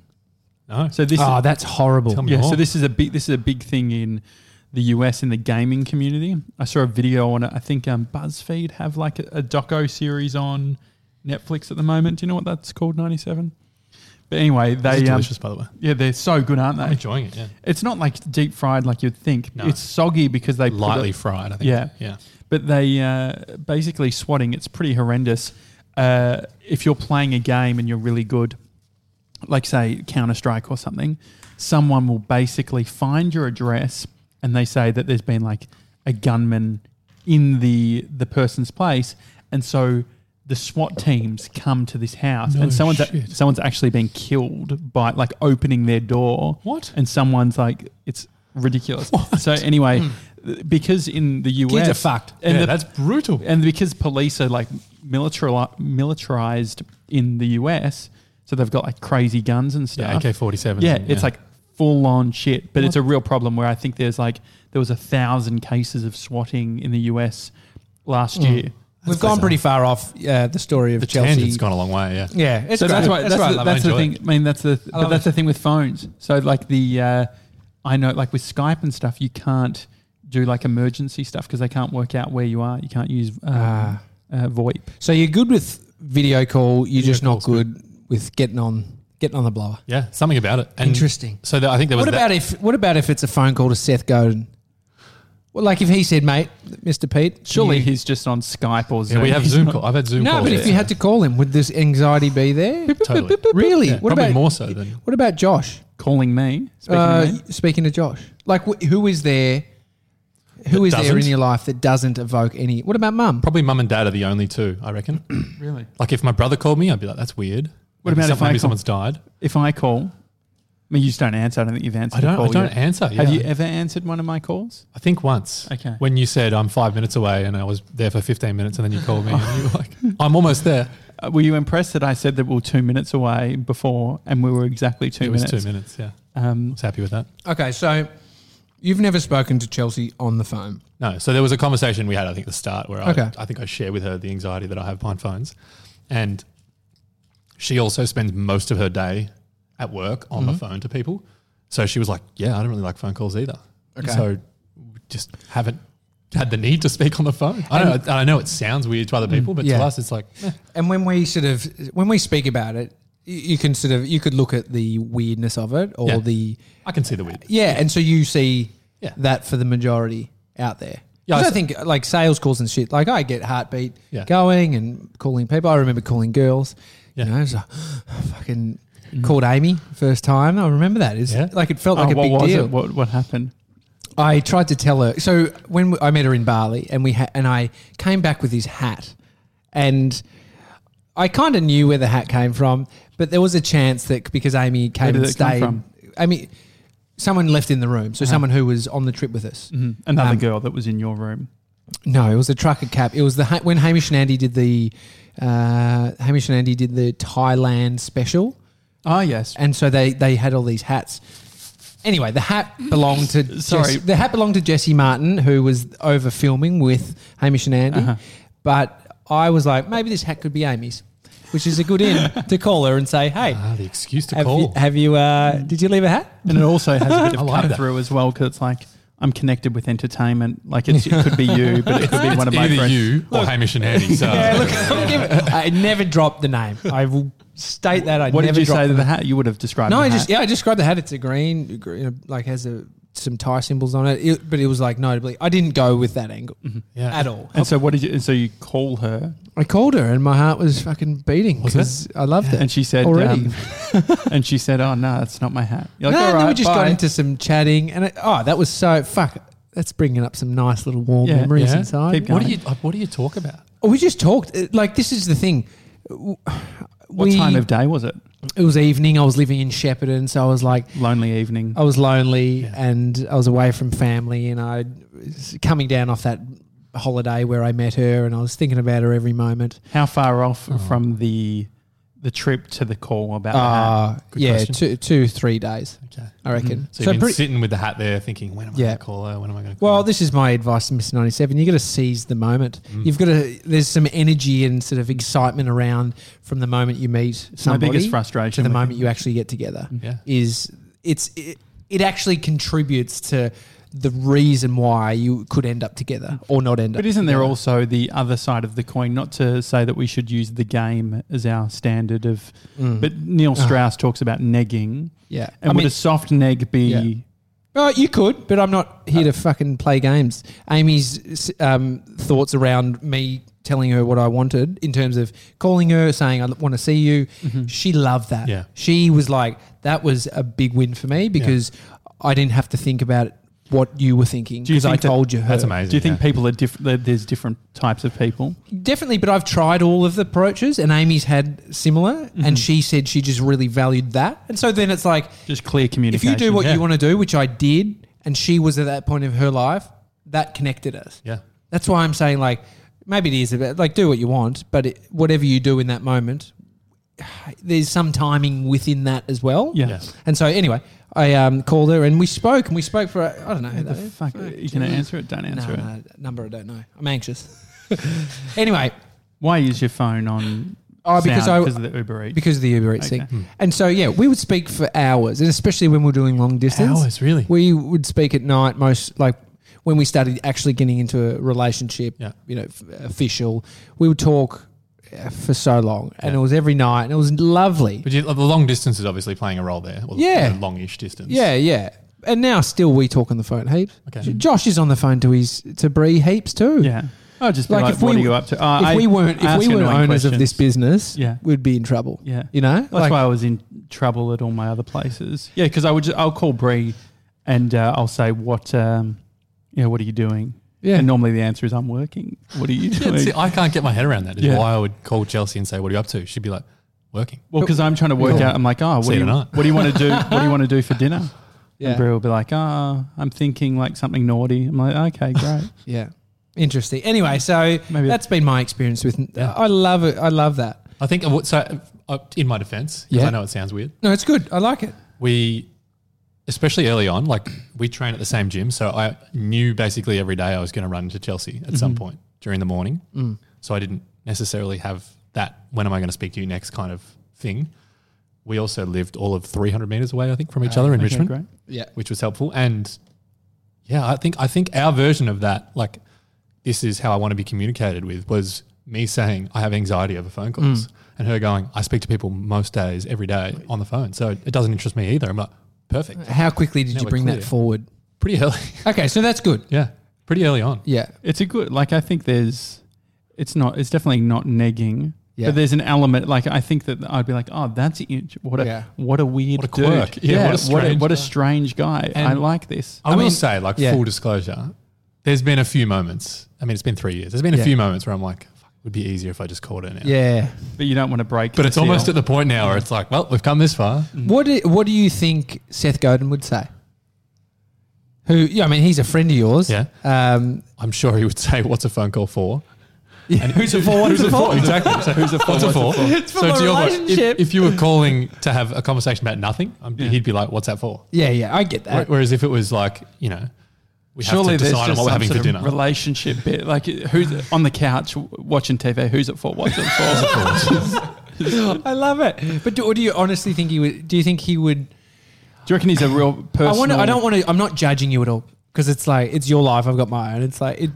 Speaker 3: No. Ah,
Speaker 1: So this.
Speaker 2: Oh, that's horrible.
Speaker 3: Tell me
Speaker 1: yeah.
Speaker 3: more.
Speaker 1: So this is a big. This is a big thing in the US in the gaming community. I saw a video on it. I think um, BuzzFeed have like a, a doco series on Netflix at the moment. Do you know what that's called? Ninety seven. But anyway,
Speaker 3: This is
Speaker 1: they um,
Speaker 3: delicious, by the way.
Speaker 1: yeah, they're so good, aren't
Speaker 3: I'm
Speaker 1: they?
Speaker 3: enjoying it. Yeah.
Speaker 1: It's not like deep fried like you'd think.
Speaker 3: No.
Speaker 1: It's soggy because they put
Speaker 3: Lightly
Speaker 1: it-
Speaker 3: fried. I think.
Speaker 1: Yeah.
Speaker 3: Yeah.
Speaker 1: but they uh, basically swatting. It's pretty horrendous. Uh, if you're playing a game and you're really good, like say Counter Strike or something, someone will basically find your address and they say that there's been like a gunman in the the person's place, and so the SWAT teams come to this house,
Speaker 3: No
Speaker 1: and someone's a-
Speaker 3: shit.
Speaker 1: someone's actually been killed by like opening their door.
Speaker 3: What?
Speaker 1: And someone's like, it's ridiculous. So anyway,
Speaker 3: Hmm.
Speaker 1: because in the US,
Speaker 2: Kids are fucked.
Speaker 1: and
Speaker 3: yeah,
Speaker 1: the-
Speaker 3: that's brutal.
Speaker 1: and because police are like militari- militarized in the US, so they've got like crazy guns and
Speaker 3: Yeah,
Speaker 1: stuff.
Speaker 3: AK forty seven.
Speaker 1: Yeah, it's like full on shit, but it's a real problem where I think there's like there was a thousand cases of swatting in the US last year.
Speaker 2: We've gone pretty far off uh, the story of
Speaker 3: the
Speaker 2: Chelsea.
Speaker 3: tangent's gone a long way. Yeah,
Speaker 2: Yeah, it's
Speaker 1: so
Speaker 2: great.
Speaker 1: that's why that's,
Speaker 2: right.
Speaker 1: the,
Speaker 3: I
Speaker 1: that's the
Speaker 3: enjoy
Speaker 1: thing. I mean, that's the but
Speaker 2: love
Speaker 1: that's the thing with phones. So like the uh, I know like with Skype and stuff, you can't do like emergency stuff because they can't work out where you are. You can't use um,
Speaker 2: Ah.
Speaker 1: uh, VoIP.
Speaker 2: So you're good with video call. You're
Speaker 3: Video
Speaker 2: just not
Speaker 3: call's good.
Speaker 2: good with getting on getting on the blower.
Speaker 3: yeah, something about it. And
Speaker 2: Interesting.
Speaker 3: So that, I think there was
Speaker 2: What
Speaker 3: that-
Speaker 2: about if What about if it's a phone call to Seth Godin? Well, like if he said, "Mate, Mr. Pete,
Speaker 1: Surely
Speaker 2: you-
Speaker 1: he's just on Skype or Zoom.
Speaker 3: Yeah, we have
Speaker 1: He's
Speaker 3: Zoom
Speaker 1: not-
Speaker 3: call. I've had Zoom
Speaker 2: no."
Speaker 3: calls.
Speaker 2: But if
Speaker 3: yeah.
Speaker 2: you had to call him, would this anxiety be there?
Speaker 3: totally,
Speaker 2: really?
Speaker 3: Yeah,
Speaker 2: what
Speaker 3: probably
Speaker 2: about
Speaker 3: more so than
Speaker 2: What about Josh?
Speaker 1: calling me. Speaking
Speaker 2: Uh,
Speaker 1: to me.
Speaker 2: speaking to Josh, like wh- who is there? Who
Speaker 3: That
Speaker 2: is there in
Speaker 3: doesn't?
Speaker 2: your life that doesn't evoke any? What about mum?
Speaker 3: probably mum and dad are the only two. I reckon.
Speaker 1: Really?
Speaker 3: like if my brother called me, I'd be like, that's weird.
Speaker 1: What
Speaker 3: Maybe
Speaker 1: about
Speaker 3: some-
Speaker 1: if I
Speaker 3: maybe
Speaker 1: call-
Speaker 3: someone's died?
Speaker 1: If I call, I mean, you just don't answer. I don't think you've answered.
Speaker 3: I don't.
Speaker 1: A call
Speaker 3: I don't
Speaker 1: yet.
Speaker 3: answer. Yeah.
Speaker 1: Have you ever answered one of my calls?
Speaker 3: I think once.
Speaker 1: Okay.
Speaker 3: When you said I'm five minutes away, and I was there for 15 minutes, and then you called me, and you were like, I'm almost there.
Speaker 1: Uh, were you impressed that I said that we were two minutes away before, and we were exactly two
Speaker 3: it was
Speaker 1: minutes?
Speaker 3: two minutes. Yeah. I
Speaker 1: Um,
Speaker 3: was happy with that.
Speaker 2: Okay, so you've never spoken to Chelsea on the phone.
Speaker 3: No. So there was a conversation we had, I think, at the start where
Speaker 2: Okay.
Speaker 3: I, I think I shared with her the anxiety that I have behind phones. And she also spends most of her day at work on
Speaker 2: Mm-hmm.
Speaker 3: the phone to people. So she was like, Yeah, I don't really like phone calls either.
Speaker 2: Okay.
Speaker 3: So we just haven't had the need to speak on the phone. I, don't, I know it sounds weird to other people, but
Speaker 2: yeah.
Speaker 3: to us, it's like, eh,
Speaker 2: And when we sort of when we speak about it, you, you can sort of you could look at the weirdness of it or
Speaker 3: Yeah.
Speaker 2: the
Speaker 3: I can see the weird.
Speaker 2: yeah, and so you see
Speaker 3: Yeah.
Speaker 2: that for the majority out there.
Speaker 3: Yeah,
Speaker 2: 'Cause I,
Speaker 3: I s-
Speaker 2: think like sales calls and shit. Like I get heartbeat
Speaker 3: Yeah.
Speaker 2: going and calling people. I remember calling girls.
Speaker 3: Yeah.
Speaker 2: You know, so fucking called Amy first time. I remember that. It's
Speaker 3: Yeah.
Speaker 2: like it felt
Speaker 1: oh,
Speaker 2: like a
Speaker 1: what
Speaker 2: big
Speaker 1: was
Speaker 2: deal.
Speaker 1: it? What what happened?
Speaker 2: I tried to tell her. So when we- I met her in Bali, and we ha- and I came back with his hat, and I kind of knew where the hat came from, but there was a chance that because Amy came
Speaker 1: did
Speaker 2: and
Speaker 1: it come
Speaker 2: stayed,
Speaker 1: from? Uh-huh.
Speaker 2: Amy, someone left in the room, so someone who was on the trip with us.
Speaker 1: Mhm. Another
Speaker 2: Um,
Speaker 1: girl that was in your room.
Speaker 2: No, it was a trucker cap. It was the ha- when Hamish and Andy did the uh, Hamish and Andy did the Thailand special,
Speaker 1: Ah, yes.
Speaker 2: and so they they had all these hats. Anyway, the hat belonged to
Speaker 1: Sorry.
Speaker 2: Jesse, the hat belonged to Jesse Martin, who was over filming with Hamish and Andy.
Speaker 1: Uh-huh.
Speaker 2: But I was like, maybe this hat could be Amy's, which is a good in to call her and say, hey,
Speaker 1: Uh,
Speaker 3: Ah, the excuse to
Speaker 2: have
Speaker 3: call.
Speaker 2: you, have you uh, did you leave a hat?
Speaker 1: And it also has a bit
Speaker 3: I
Speaker 1: of
Speaker 3: like
Speaker 1: cut
Speaker 3: that.
Speaker 1: through as well because it's like I'm connected with entertainment. Like it's, it could be you, but it could be one of my
Speaker 3: Either
Speaker 1: friends.
Speaker 3: you or Hamish and Andy. So
Speaker 2: Yeah, look, I'll give it- I never dropped the name. I will state that I
Speaker 1: What
Speaker 2: never
Speaker 1: did you
Speaker 2: dropped
Speaker 1: say to
Speaker 2: the
Speaker 1: the hat? You would have described.
Speaker 2: No,
Speaker 1: the
Speaker 2: I
Speaker 1: hat.
Speaker 2: just yeah, I described the hat. It's a green, green you know, like has a some tie symbols on it. it. But it was like notably, I didn't go with that angle
Speaker 3: Yeah.
Speaker 2: at all.
Speaker 1: Mm-hmm. And so what did you? And so you call her,
Speaker 2: I called her, and my heart was fucking beating
Speaker 3: Was it?
Speaker 2: because I loved it.
Speaker 1: and she said,
Speaker 2: Already.
Speaker 1: um, and she said, "Oh no, that's not my hat." You're
Speaker 2: no,
Speaker 1: like,
Speaker 2: and
Speaker 1: "All
Speaker 2: then we
Speaker 1: right,
Speaker 2: just
Speaker 1: bye."
Speaker 2: got into some chatting, and it, oh, that was so fuck. That's bringing up some nice little warm
Speaker 1: Yeah,
Speaker 2: memories
Speaker 3: yeah.
Speaker 2: inside.
Speaker 1: Keep
Speaker 3: What do
Speaker 1: going.
Speaker 3: you? uh, What do you talk about?
Speaker 2: Oh, we just talked. uh, Like this is the thing.
Speaker 1: What time of day was it?
Speaker 2: it was evening. I was living in Shepparton, so I was like
Speaker 1: Lonely evening.
Speaker 2: I was lonely
Speaker 3: Yeah.
Speaker 2: and I was away from family, and I was coming down off that holiday where I met her, and I was thinking about her every moment.
Speaker 1: How far off
Speaker 2: Oh.
Speaker 1: from the the trip to the call about the hat?
Speaker 2: Uh,
Speaker 3: Good
Speaker 2: yeah,
Speaker 3: question.
Speaker 2: two, two, three days, I
Speaker 3: Okay.
Speaker 1: Mm-hmm.
Speaker 2: reckon.
Speaker 3: So, you've been
Speaker 2: pretty-
Speaker 3: sitting with the hat there, thinking, when am I
Speaker 2: Yeah.
Speaker 3: going to call her? When am I going to? call
Speaker 2: well,
Speaker 3: her?
Speaker 2: this is my advice to Mr. 97. You've got to seize the moment.
Speaker 1: Mm.
Speaker 2: You've got to, there's some energy and sort of excitement around from the moment you meet
Speaker 1: My
Speaker 2: somebody
Speaker 1: biggest
Speaker 2: to
Speaker 1: frustration.
Speaker 2: the
Speaker 1: with- Mm.
Speaker 2: moment you actually get together.
Speaker 3: yeah.
Speaker 2: is it's it, it actually contributes to the reason why you could end up together or not end up.
Speaker 1: But isn't there
Speaker 2: together.
Speaker 1: also the other side of the coin? Not to say that we should use the game as our standard of,
Speaker 2: Mm.
Speaker 1: but Neil
Speaker 2: Uh-huh.
Speaker 1: Strauss talks about negging.
Speaker 2: yeah,
Speaker 1: And
Speaker 2: I
Speaker 1: would
Speaker 2: mean,
Speaker 1: a soft neg be?
Speaker 2: Yeah. oh, you could, but I'm not here
Speaker 1: Uh.
Speaker 2: to fucking play games. Amy's um, thoughts around me telling her what I wanted in terms of calling her, saying I want to see you.
Speaker 1: Mm-hmm.
Speaker 2: She loved that.
Speaker 3: Yeah.
Speaker 2: she was like, that was a big win for me because I didn't have to think about what you were thinking
Speaker 1: Do you
Speaker 2: because I
Speaker 1: think that-
Speaker 2: told you her.
Speaker 3: That's amazing.
Speaker 1: Do you think
Speaker 3: yeah.
Speaker 1: people are different? That there's different types of people.
Speaker 2: Definitely, but I've tried all of the approaches, and Amy's had similar,
Speaker 1: Mm-hmm.
Speaker 2: and she said she just really valued that. And so then it's like,
Speaker 1: Just clear
Speaker 2: if
Speaker 1: communication.
Speaker 2: you do what
Speaker 1: yeah.
Speaker 2: you want to do, which I did, and she was at that point of her life, that connected us.
Speaker 3: Yeah.
Speaker 2: That's why I'm saying like maybe it is about like do what you want, but it, whatever you do in that moment, there's some timing within that as well.
Speaker 1: Yeah.
Speaker 3: Yeah.
Speaker 2: And so anyway, I um, called her and we spoke and we spoke for I don't know who
Speaker 1: What
Speaker 2: that
Speaker 1: the
Speaker 2: is.
Speaker 1: fuck? Mm. Are you gonna answer it? Don't
Speaker 2: No,
Speaker 1: answer it.
Speaker 2: no, number I don't know. I'm anxious. anyway,
Speaker 1: Why is your phone on?
Speaker 2: Oh, because
Speaker 1: sound?
Speaker 2: I-
Speaker 1: of the Uber Eats.
Speaker 2: because of the Uber Eats
Speaker 1: Okay. Hmm.
Speaker 2: thing, and so yeah, we would speak for hours, and especially when we're doing long distance.
Speaker 3: Hours, really?
Speaker 2: We would speak at night most like when we started actually getting into a relationship,
Speaker 3: Yeah.
Speaker 2: you know, f- official. We would talk uh, for so long and
Speaker 3: Yeah.
Speaker 2: it was every night and it was lovely.
Speaker 3: But you, the long distance is obviously playing a role there. Well,
Speaker 2: Yeah.
Speaker 3: the longish distance.
Speaker 2: Yeah, yeah. And now still we talk on the phone heaps.
Speaker 3: Okay.
Speaker 2: J- Josh is on the phone to his to Bree heaps too.
Speaker 1: yeah. I'll just be
Speaker 2: Like,
Speaker 1: like,
Speaker 2: if
Speaker 1: what
Speaker 2: we-
Speaker 1: are you up to? Oh,
Speaker 2: If
Speaker 1: I-
Speaker 2: we
Speaker 1: I
Speaker 2: weren't if we
Speaker 1: ask
Speaker 2: weren't
Speaker 1: annoying
Speaker 2: owners of this
Speaker 1: questions.
Speaker 2: business,
Speaker 1: Yeah.
Speaker 2: we'd be in trouble.
Speaker 1: Yeah.
Speaker 2: You know?
Speaker 1: That's why I was in trouble at all my other places. Yeah, because I would just, I'll call Bree and uh, I'll say what um, you know, what are you doing?
Speaker 2: Yeah.
Speaker 1: And normally the answer is I'm working. What are you
Speaker 3: Yeah,
Speaker 1: doing?
Speaker 3: see, I can't get my head around that. Is
Speaker 1: Yeah.
Speaker 3: why I would call Chelsea and say, "What are you up to?" She'd be like, "Working."
Speaker 1: well, because I'm trying to work
Speaker 2: Yeah.
Speaker 1: out. I'm like, oh, what
Speaker 3: See
Speaker 1: do,
Speaker 3: you
Speaker 1: you,
Speaker 3: tonight.
Speaker 1: what do you want to do? What do you want to do for dinner? And Bree
Speaker 2: yeah.
Speaker 1: will be like, oh, I'm thinking like something naughty. I'm like, okay, great.
Speaker 2: yeah. Interesting. Anyway, so
Speaker 1: Maybe-
Speaker 2: that's been my experience with
Speaker 3: Yeah.
Speaker 2: I love it. I love that.
Speaker 3: I think I would- so. Uh, in my defense, because
Speaker 2: Yeah.
Speaker 3: I know it sounds weird.
Speaker 2: No, it's good. I like it.
Speaker 3: We, especially early on, like we train at the same gym, so I knew basically every day I was going to run into Chelsea at
Speaker 1: Mm-hmm.
Speaker 3: some point during the morning.
Speaker 1: Mm.
Speaker 3: So I didn't necessarily have that. When am I going to speak to you next? Kind of thing. We also lived all of 300 meters away, I think, from each other in
Speaker 1: Oh, Okay,
Speaker 3: Richmond.
Speaker 1: great.
Speaker 2: Yeah.
Speaker 3: which was helpful. And yeah, I think I think our version of that, like this is how I want to be communicated with, was me saying I have anxiety over phone
Speaker 2: Mm.
Speaker 3: calls, and her going, I speak to people most days, every day on the phone, so it doesn't interest me either. I'm like, perfect,
Speaker 2: How quickly did
Speaker 3: Now
Speaker 2: you
Speaker 3: we're
Speaker 2: bring that
Speaker 3: clear.
Speaker 2: forward?
Speaker 3: pretty early,
Speaker 2: Okay, so that's good.
Speaker 3: yeah, pretty early on.
Speaker 2: Yeah.
Speaker 1: It's a good like I think there's it's not it's definitely not negging.
Speaker 2: Yeah.
Speaker 1: But there's an element like I think that I'd be like, oh, that's it. what a
Speaker 2: Yeah.
Speaker 1: what a weird
Speaker 3: What a quirk.
Speaker 1: dude.
Speaker 3: Yeah, what a
Speaker 1: what a,
Speaker 3: strange
Speaker 1: what a
Speaker 3: guy.
Speaker 1: strange guy. I
Speaker 3: And-
Speaker 1: like this.
Speaker 3: I,
Speaker 2: I
Speaker 3: will
Speaker 2: mean-
Speaker 3: say, like
Speaker 2: yeah.
Speaker 3: full disclosure, there's been a few moments. I mean, it's been three years. There's been a
Speaker 2: Yeah.
Speaker 3: few moments where I'm like, Fuck, it would be easier if I just called her now.
Speaker 2: Yeah.
Speaker 1: But you don't want to break.
Speaker 3: But
Speaker 1: the
Speaker 3: it's almost at
Speaker 1: seal.
Speaker 3: the point now where it's like, well, we've come this far.
Speaker 2: What do, What do you think Seth Godin would say? Who? Yeah, I mean, he's a friend of yours.
Speaker 3: Yeah.
Speaker 2: Um,
Speaker 3: I'm sure he would say, "What's a phone call for?"
Speaker 2: Yeah, who's it for, what's
Speaker 3: Who's
Speaker 2: it
Speaker 3: it
Speaker 2: for?
Speaker 3: for? Exactly. So who's it for? What's it for?
Speaker 2: It's for my
Speaker 3: to your point, if-
Speaker 2: relationship.
Speaker 3: If, you were calling to have a conversation about nothing, um, he'd be like, "What's that for?"
Speaker 2: yeah, yeah, I get
Speaker 3: Where-
Speaker 2: that.
Speaker 3: Whereas if it was like, you know, we
Speaker 1: Surely
Speaker 3: have to
Speaker 1: there's
Speaker 3: decide on
Speaker 1: just
Speaker 3: what we're
Speaker 1: some
Speaker 3: having
Speaker 1: sort
Speaker 3: for
Speaker 1: of
Speaker 3: dinner.
Speaker 1: relationship bit. Like who's on the couch w- watching TV? Who's it for? What's it for?
Speaker 2: I love it. But do, or do you honestly think he would? Do you think he would?
Speaker 1: Do you reckon he's a real person?
Speaker 2: I want. I don't want to. I'm not judging you at all because it's like it's your life. I've got my own. It's like it.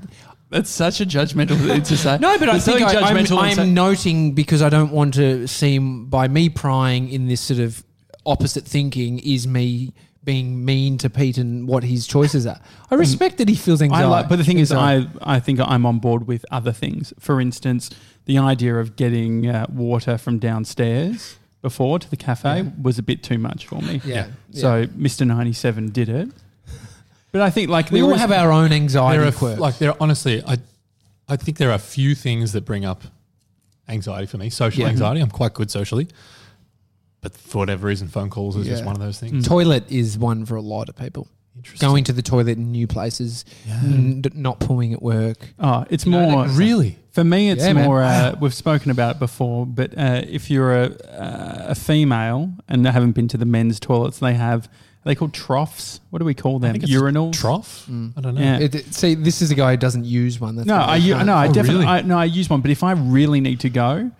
Speaker 1: That's such a judgmental thing to say.
Speaker 2: No, but I
Speaker 1: There's
Speaker 2: think
Speaker 1: something
Speaker 2: I,
Speaker 1: judgmental
Speaker 2: am
Speaker 1: in saying-
Speaker 2: noting because I don't want to seem by me prying in this sort of opposite thinking is me being mean to Pete and what his choices are. Mm. I respect that he feels
Speaker 1: I
Speaker 2: anxiety.
Speaker 1: like, but the thing is,
Speaker 2: Anxiety.
Speaker 1: I, I think I'm on board with other things. For instance, the idea of getting uh, water from downstairs before to the cafe was a bit too much for me.
Speaker 2: yeah.
Speaker 1: So Mr. 97 did it. But I think like
Speaker 2: We
Speaker 1: there
Speaker 2: all
Speaker 1: is-
Speaker 2: have our own
Speaker 3: There
Speaker 2: anxiety
Speaker 3: are f-
Speaker 2: quirks.
Speaker 3: like there are, honestly, I, I think there are few things that bring up anxiety for me. Social
Speaker 2: Yeah.
Speaker 3: anxiety. I'm quite good socially, but for whatever reason, phone calls is just
Speaker 2: Yeah. Hmm.
Speaker 3: one of those
Speaker 2: Mm.
Speaker 3: things.
Speaker 2: toilet is one for a lot of people.
Speaker 3: Interesting.
Speaker 2: Going to the toilet in new places, n- d- not pooing at work.
Speaker 1: Oh, it's
Speaker 2: know, that
Speaker 1: more
Speaker 2: kind of
Speaker 3: really?
Speaker 1: For me, it's
Speaker 2: Yeah, man.
Speaker 1: more. Uh, we've spoken about it before, but uh, if you're a, uh, a female and they haven't been to the men's toilets, they have are they called troughs. What do we call them?
Speaker 3: I think it's
Speaker 1: Urinals.
Speaker 3: Trough?
Speaker 2: Hmm.
Speaker 3: I don't know.
Speaker 1: Yeah.
Speaker 2: It- it- see, this is a guy who doesn't use one. That's
Speaker 1: No,
Speaker 2: why
Speaker 1: I
Speaker 2: he
Speaker 1: u-
Speaker 2: can't.
Speaker 1: no, I
Speaker 3: Oh,
Speaker 1: definitely
Speaker 3: really?
Speaker 1: I, no, I use one. But if I really need to go,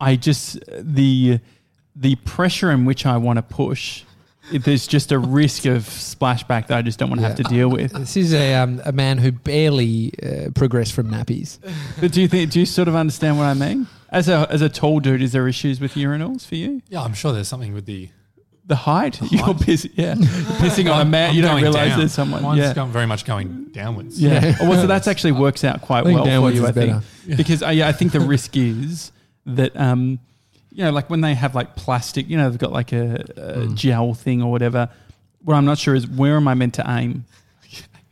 Speaker 1: I just the the pressure in which I want to push. If there's just a risk of splashback that I just don't want to have to
Speaker 2: Yeah.
Speaker 1: deal with.
Speaker 2: This is a, um, a man who barely uh, progressed from nappies.
Speaker 1: But do you think? Do you sort of understand what I mean? As a as a tall dude, is there issues with urinals for you?
Speaker 3: Yeah, I'm sure there's something with the
Speaker 1: The height, you're pissing, yeah, pissing on a man.
Speaker 3: I'm
Speaker 1: you don't
Speaker 3: going
Speaker 1: realize
Speaker 3: down.
Speaker 1: there's someone.
Speaker 3: Mine's
Speaker 1: yeah.
Speaker 3: going- very much going downwards.
Speaker 1: Yeah. well, so that's actually works out quite
Speaker 2: I think
Speaker 1: well for
Speaker 2: downwards
Speaker 1: you,
Speaker 2: is
Speaker 1: I think.
Speaker 2: better.
Speaker 1: Because I, yeah, I think the risk is that, um, you know, like when they have like plastic, you know, they've got
Speaker 2: Hmm.
Speaker 1: like a, a gel thing or whatever. What I'm not sure is where am I meant to aim?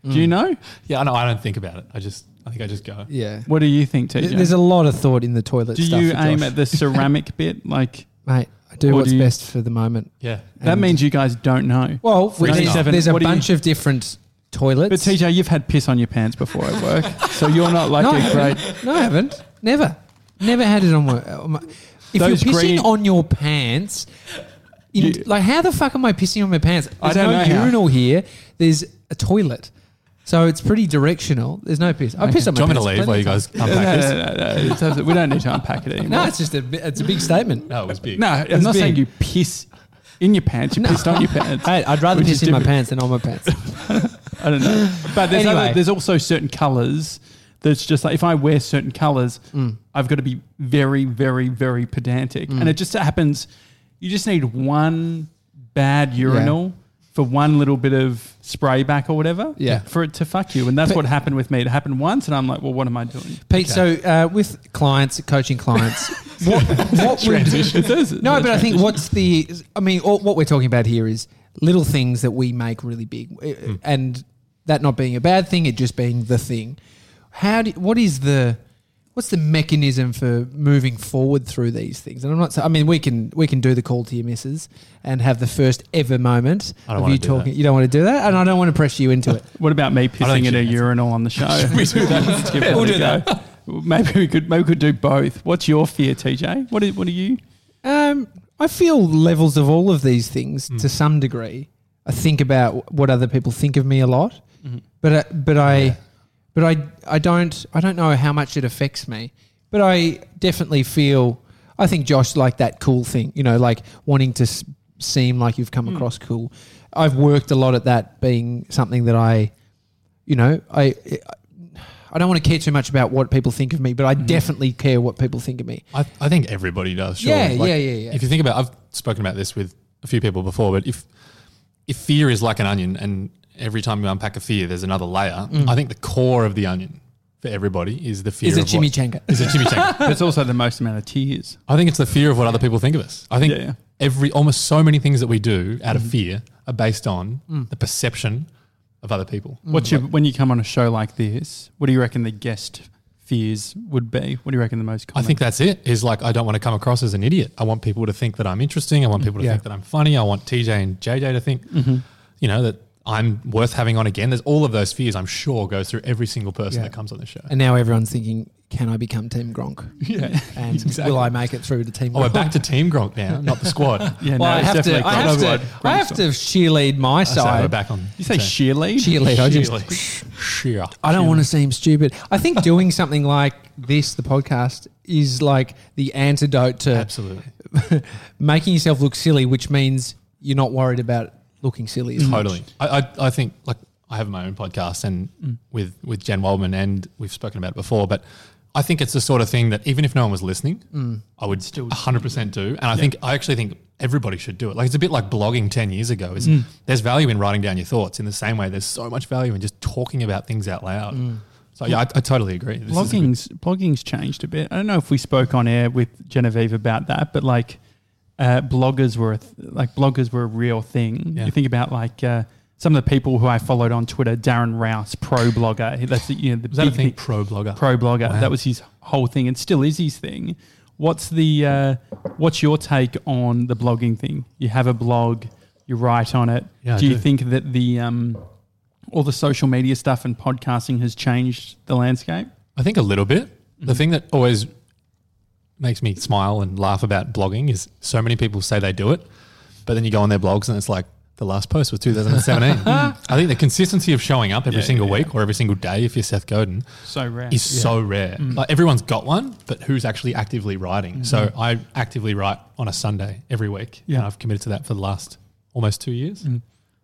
Speaker 2: Hmm.
Speaker 1: Do you know?
Speaker 3: Yeah, I know. I don't think about it. I just, I think I just go.
Speaker 2: Yeah.
Speaker 1: What do you think, TJ?
Speaker 2: Th- There's a lot of thought in the toilet
Speaker 1: do
Speaker 2: stuff.
Speaker 1: you
Speaker 2: for
Speaker 1: aim
Speaker 2: Josh.
Speaker 1: at the ceramic bit? Like
Speaker 2: Mate, I do
Speaker 1: Or
Speaker 2: what's
Speaker 1: do you-
Speaker 2: best for the moment.
Speaker 3: Yeah.
Speaker 1: that
Speaker 2: And-
Speaker 1: means you guys don't know.
Speaker 2: Well, we
Speaker 1: Ninety
Speaker 2: need-
Speaker 1: seven,
Speaker 2: there's a
Speaker 1: what do you-
Speaker 2: bunch of different
Speaker 1: But
Speaker 2: toilets.
Speaker 1: TJ, you've had piss on your pants before at work, so you're not like
Speaker 2: no, I
Speaker 1: a
Speaker 2: haven't.
Speaker 1: great.
Speaker 2: No, I haven't. Never. Never had it on my. On my if
Speaker 1: Those
Speaker 2: you're pissing
Speaker 1: green-
Speaker 2: on your pants, in,
Speaker 1: You-
Speaker 2: like how the fuck am I pissing on my pants? There's
Speaker 1: I don't
Speaker 2: no
Speaker 1: know how.
Speaker 2: urinal here. There's a toilet, so it's pretty directional. There's no piss. I pissed on
Speaker 3: Do
Speaker 2: my
Speaker 3: you want me
Speaker 2: pants.
Speaker 3: to
Speaker 2: plenty
Speaker 3: leave while
Speaker 2: of
Speaker 3: you
Speaker 2: times.
Speaker 3: guys unpack
Speaker 1: No,
Speaker 3: this?
Speaker 1: no, no, no, it doesn't- we don't need to unpack it anymore.
Speaker 2: No, it's just a. bi- It's a big statement.
Speaker 3: No, it was big.
Speaker 1: No, I'm
Speaker 2: It's
Speaker 1: not
Speaker 2: big.
Speaker 1: saying you piss in your pants. You pissed on your pants.
Speaker 2: Hey, I'd rather
Speaker 1: Which
Speaker 2: piss
Speaker 1: is
Speaker 2: in my
Speaker 1: different.
Speaker 2: pants than on my pants.
Speaker 1: I don't know. But there's,
Speaker 2: Anyway.
Speaker 1: other, there's also certain colours that's just like if I wear certain colours, I've got to be very, very, very pedantic. And it just happens. You just need one bad urinal for one little bit of spray back or whatever
Speaker 2: Yeah.
Speaker 1: for it to fuck you. And that's
Speaker 2: But-
Speaker 1: what happened with me. It happened once, and I'm like, well, what am I doing?
Speaker 2: Pete, so uh, with clients, coaching clients, what, what
Speaker 1: Transition. It is.
Speaker 2: No, but I think what's the? I mean, all, what we're talking about here is little things that we make really big, Uh, and that not being a bad thing, it just being the thing. How do? What is the? What's the mechanism for moving forward through these things? And I'm not. sa- I mean, we can we can do the call to your missus and have the first ever moment
Speaker 3: I don't
Speaker 2: of
Speaker 3: wanna
Speaker 2: you
Speaker 3: do
Speaker 2: talking.
Speaker 3: that.
Speaker 2: You don't want to do that, and I don't want to pressure you into it.
Speaker 1: What about me
Speaker 3: think
Speaker 1: pissing in
Speaker 3: she
Speaker 1: a
Speaker 3: has it.
Speaker 1: urinal on the show?
Speaker 3: we do that?
Speaker 1: Let's give that
Speaker 2: We'll
Speaker 1: a
Speaker 2: do
Speaker 1: go.
Speaker 2: that.
Speaker 1: Maybe we could maybe we could do both. What's your fear, TJ? What are, what are you?
Speaker 2: Um, I feel levels of all of these things to some degree. I think about what other people think of me a lot, but uh, but I but I I don't I don't know how much it affects me, but I definitely feel I think Josh like that cool thing, you know, like wanting to s- seem like you've come across cool. I've worked a lot at that being something that I, you know, I. I don't want to care too much about what people think of me, but I definitely care what people think of me.
Speaker 3: I, I think everybody does. Sure.
Speaker 2: Yeah, yeah, yeah, yeah.
Speaker 3: If you think about, I've spoken about this with a few people before, but if if fear is like an onion, and every time you unpack a fear, there's another layer. I think the core of the onion for everybody is the fear.
Speaker 2: Is it
Speaker 3: of what-
Speaker 2: chimichanga?
Speaker 3: Is it chimichanga?
Speaker 1: It's also the most amount of tears. Mm.
Speaker 3: I think it's the fear of what other people think of us. I think
Speaker 1: Yeah.
Speaker 3: every almost so many things that we do out of fear are based on the perception of other people.
Speaker 1: What's your when you come on a show like this? What do you reckon the guest fears would be? What do you reckon the most
Speaker 3: I
Speaker 1: common?
Speaker 3: think that's it. Is like I don't want to come across as an idiot. I want people to think that I'm interesting. I want people to
Speaker 2: Yeah.
Speaker 3: think that I'm funny. I want TJ and JJ to think, you know, that I'm worth having on again. There's all of those fears. I'm sure go through every single person
Speaker 2: Yeah.
Speaker 3: that comes on the show.
Speaker 2: And now everyone's thinking, can I become Team Gronk?
Speaker 3: yeah.
Speaker 2: And will I make it through to Team
Speaker 3: Oh, we're
Speaker 2: Gronk?
Speaker 3: back to Team Gronk now, not the squad.
Speaker 1: yeah,
Speaker 2: Well,
Speaker 1: no,
Speaker 2: I,
Speaker 1: it's
Speaker 2: have
Speaker 1: definitely
Speaker 2: to, I, have to, I have to cheerlead my
Speaker 3: So we're
Speaker 2: side.
Speaker 3: back on.
Speaker 1: You say sheer lead?
Speaker 2: Cheerlead. I, just,
Speaker 3: Sheer.
Speaker 2: I don't want to seem stupid. I think doing something like this, the podcast, is like the antidote to
Speaker 3: Absolutely.
Speaker 2: making yourself look silly, which means you're not worried about looking silly. as much.
Speaker 3: Totally. Mm. I, I, I think like I have my own podcast and with, with Jen Waldman and we've spoken about it before, but I think it's the sort of thing that even if no one was listening, I would still 100% do. And I think, I actually think everybody should do it. Like it's a bit like blogging 10 years ago is there's value in writing down your thoughts in the same way. There's so much value in just talking about things out loud. So yeah, I, I totally agree. This is a good-
Speaker 1: blogging's blogging's changed a bit. I don't know if we spoke on air with Genevieve about that, but like uh, bloggers were a th- like bloggers were a real thing.
Speaker 3: Yeah.
Speaker 1: You think about like uh, some of the people who I followed on Twitter, Darren Rouse, pro blogger. That's the, you know the
Speaker 3: was that a
Speaker 1: big
Speaker 3: thing?
Speaker 1: thing-
Speaker 3: Pro blogger.
Speaker 1: pro blogger.
Speaker 3: Wow.
Speaker 1: That was his whole thing, and still is his thing. What's the uh, what's your take on the blogging thing? You have a blog, you write on it.
Speaker 3: Yeah, I
Speaker 1: do you
Speaker 3: do.
Speaker 1: think that the um, all the social media stuff and podcasting has changed the landscape?
Speaker 3: I think a little bit. The
Speaker 1: Mm-hmm.
Speaker 3: thing that always makes me smile and laugh about blogging is so many people say they do it, but then you go on their blogs and it's like the last post was 2017. I think the consistency of showing up every
Speaker 1: Yeah,
Speaker 3: single
Speaker 1: yeah,
Speaker 3: week or every single day, if you're Seth Godin,
Speaker 1: So rare. Mm.
Speaker 3: is so rare. Like everyone's got one, but who's actually actively writing?
Speaker 1: Mm-hmm.
Speaker 3: So I actively write on a Sunday every week.
Speaker 1: Yeah. Mm.
Speaker 3: And I've committed to that for the last almost two years.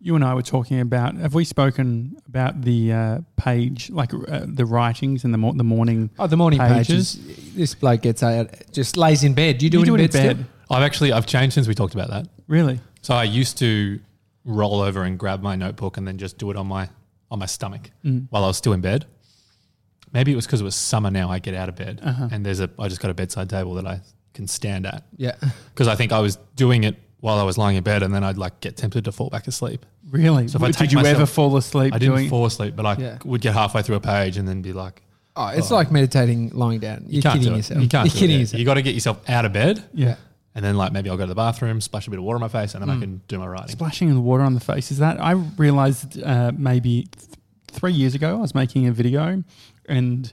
Speaker 1: you and I were talking about. Have we spoken about the uh, page, like uh, the writings and the mor- the morning?
Speaker 2: Oh, the morning
Speaker 1: Pages.
Speaker 2: pages. This bloke gets out, just lays in bed. You do, it, in bed still?
Speaker 3: I've actually, I've changed since we talked about that.
Speaker 1: really?
Speaker 3: So I used to roll over and grab my notebook and then just do it on my on my stomach
Speaker 2: Mm.
Speaker 3: while I was still in bed. Maybe it was because it was summer now. I get out of bed
Speaker 2: Uh-huh.
Speaker 3: and there's a I just got a bedside table that I can stand at
Speaker 2: Yeah.
Speaker 3: because I think I was doing it while I was lying in bed and then I'd like get tempted to fall back asleep.
Speaker 1: Really?
Speaker 3: So if I
Speaker 1: Did
Speaker 3: take
Speaker 1: you ever
Speaker 3: myself-
Speaker 1: fall asleep
Speaker 3: I didn't
Speaker 1: doing?
Speaker 3: fall asleep, but I
Speaker 2: Yeah.
Speaker 3: would get halfway through a page and then be like,
Speaker 2: Oh, it's like meditating lying down. You're
Speaker 3: you can't
Speaker 2: kidding
Speaker 3: do it.
Speaker 2: yourself.
Speaker 3: You can't.
Speaker 2: You're
Speaker 3: do it
Speaker 2: kidding
Speaker 3: yet.
Speaker 2: yourself.
Speaker 3: You got to get yourself out of bed,
Speaker 1: yeah.
Speaker 3: and then like maybe I'll go to the bathroom, splash a bit of water on my face, and
Speaker 2: Mm.
Speaker 3: then I can do my writing.
Speaker 1: Splashing in the water on the face is that I realized uh, maybe th- three years ago I was making a video and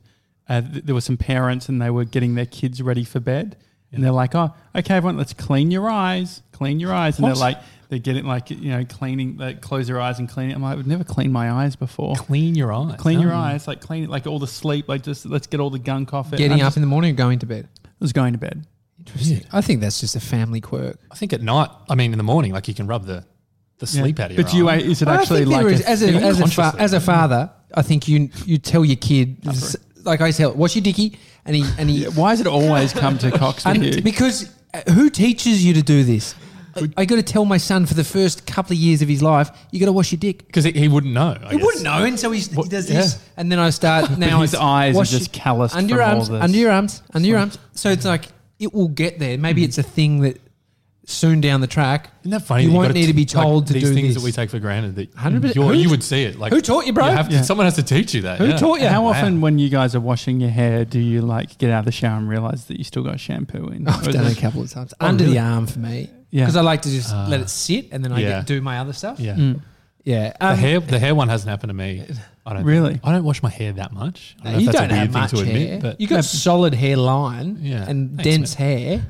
Speaker 1: uh, th- there were some parents and they were getting their kids ready for bed and they're like, oh, okay, everyone, let's clean your eyes, clean your eyes, and
Speaker 3: What?
Speaker 1: they're like, they're getting like you know cleaning, like close your eyes and clean it. I'm like, I've never cleaned my eyes before.
Speaker 3: Clean your eyes.
Speaker 1: Clean your
Speaker 3: No.
Speaker 1: eyes, like clean it, like all the sleep, like just let's get all the gunk off it.
Speaker 2: Getting
Speaker 1: I'm
Speaker 2: up in the morning and going to bed.
Speaker 1: just- was going to bed.
Speaker 2: Interesting. I think that's just a family quirk.
Speaker 3: I think at night, I mean in the morning, like you can rub the, the sleep
Speaker 1: Yeah.
Speaker 3: out of your
Speaker 1: But you,
Speaker 3: eye.
Speaker 1: uh, is it
Speaker 2: I don't
Speaker 1: actually
Speaker 2: think there
Speaker 1: like
Speaker 2: is-
Speaker 1: a
Speaker 2: as a
Speaker 1: thing?
Speaker 2: as a, fa-
Speaker 3: consciously.
Speaker 2: as a father, I think you you tell your kid this is- like I tell, "What's your dicky?" and he and he
Speaker 1: Why does it always come to cocks with
Speaker 2: and
Speaker 1: you?
Speaker 2: because uh, who teaches you to do this? I, got to tell my son for the first couple of years of his life, you got to wash your dick.
Speaker 3: Because he, he wouldn't know. I
Speaker 2: He
Speaker 3: guess.
Speaker 2: wouldn't know, and so he's, he
Speaker 3: What-
Speaker 2: does this, and then I start now.
Speaker 1: his
Speaker 2: it's
Speaker 1: eyes are
Speaker 2: wash
Speaker 1: just
Speaker 2: your-
Speaker 1: calloused
Speaker 2: under your
Speaker 1: from all
Speaker 2: arms,
Speaker 1: this.
Speaker 2: under your arms, under your arms. So it's like it will get there. Maybe it's a thing that soon down the track.
Speaker 3: Hmm. Isn't that funny?
Speaker 2: You
Speaker 3: that
Speaker 2: won't
Speaker 3: gotta
Speaker 2: need to be
Speaker 3: t- like,
Speaker 2: told to
Speaker 3: these
Speaker 2: do
Speaker 3: things
Speaker 2: this.
Speaker 3: that we take for granted. That
Speaker 2: 100%.
Speaker 3: you're-
Speaker 2: Who
Speaker 3: you
Speaker 2: t-
Speaker 3: would see it. Like
Speaker 2: who taught you, bro?
Speaker 3: have to-
Speaker 1: Yeah.
Speaker 3: Someone has to teach you that.
Speaker 2: Who taught you?
Speaker 1: How
Speaker 3: Wow.
Speaker 1: often, when you guys are washing your hair, do you like get out of the shower and realize that you still got shampoo in? Or
Speaker 2: I've
Speaker 1: is
Speaker 2: done it
Speaker 1: it-
Speaker 2: a couple of times under
Speaker 3: Oh,
Speaker 1: really?
Speaker 2: the arm for me.
Speaker 1: Yeah.
Speaker 2: because I like to just let it sit, and then I
Speaker 3: Ah. Yeah.
Speaker 2: get do my other stuff.
Speaker 1: Mm.
Speaker 3: Yeah.
Speaker 2: yeah.
Speaker 3: The
Speaker 2: Mm. Um,
Speaker 3: hair, the hair one hasn't happened to me. I don't
Speaker 1: Really?
Speaker 3: Think, I don't wash my hair that much.
Speaker 2: No,
Speaker 3: I don't know if
Speaker 2: you
Speaker 3: that's
Speaker 2: don't
Speaker 3: a
Speaker 2: have
Speaker 3: weird thing
Speaker 2: much
Speaker 3: to admit,
Speaker 2: hair.
Speaker 3: but
Speaker 2: you got solid hairline
Speaker 3: Yeah.
Speaker 2: and
Speaker 3: Thanks,
Speaker 2: dense hair.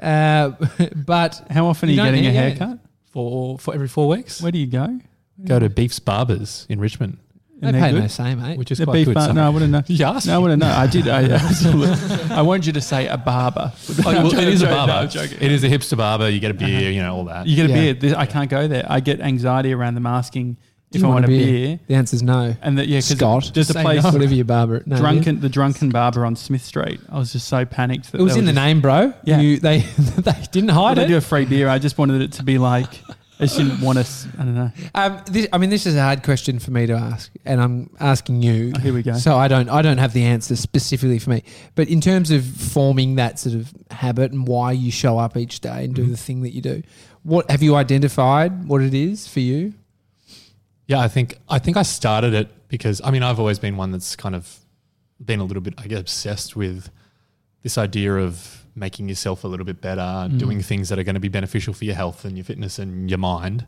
Speaker 2: Uh, but
Speaker 1: How often are
Speaker 2: You
Speaker 1: you
Speaker 2: don't
Speaker 1: getting a
Speaker 2: need- yeah.
Speaker 1: haircut?
Speaker 3: for for every four weeks,
Speaker 1: Where do you go? And
Speaker 3: go to Beef's Barbers in Richmond,
Speaker 2: they
Speaker 1: they're
Speaker 2: pay
Speaker 1: good?
Speaker 2: no say, mate.
Speaker 3: which is
Speaker 1: The
Speaker 3: quite
Speaker 1: beef
Speaker 3: good.
Speaker 1: bar?
Speaker 3: so-
Speaker 1: No, I wouldn't know.
Speaker 3: You asked
Speaker 1: No, I
Speaker 3: me.
Speaker 1: wouldn't know. I did. I absolutely. I wanted you to say a barber.
Speaker 3: Oh, well, it is a
Speaker 1: No, I'm
Speaker 3: barber.
Speaker 1: joking.
Speaker 3: it is a hipster barber. You get a beer, you know all that.
Speaker 1: You get a
Speaker 2: Yeah.
Speaker 1: beard. This- I can't go there. I get anxiety around them asking
Speaker 2: Do
Speaker 1: if
Speaker 2: you
Speaker 1: I want a beer.
Speaker 2: The answer's no.
Speaker 1: And that yeah,
Speaker 2: Scott,
Speaker 1: because there's a
Speaker 3: Say
Speaker 1: place
Speaker 3: no.
Speaker 2: Whatever you barber. No, beer.
Speaker 1: drunken the drunken barber on Smith Street. I was just so panicked that
Speaker 2: It was
Speaker 1: they
Speaker 2: in
Speaker 1: were
Speaker 2: the
Speaker 1: just-
Speaker 2: name, bro.
Speaker 1: Yeah.
Speaker 2: You, they they didn't
Speaker 1: I
Speaker 2: hide
Speaker 1: don't
Speaker 2: it.
Speaker 1: do a free beer. I just wanted it to be like. I just didn't want us. I don't know.
Speaker 2: Um, this, I mean, this is a hard question for me to ask, and I'm asking you.
Speaker 1: Oh, here we go.
Speaker 2: So I don't, I don't have the answer specifically for me. But in terms of forming that sort of habit and why you show up each day and do the thing that you do, what have you identified? What it is for you?
Speaker 3: Yeah, I think I think I started it because I mean I've always been one that's kind of been a little bit I guess obsessed with this idea of making yourself a little bit better,
Speaker 2: Mm.
Speaker 3: doing things that are going to be beneficial for your health and your fitness and your mind.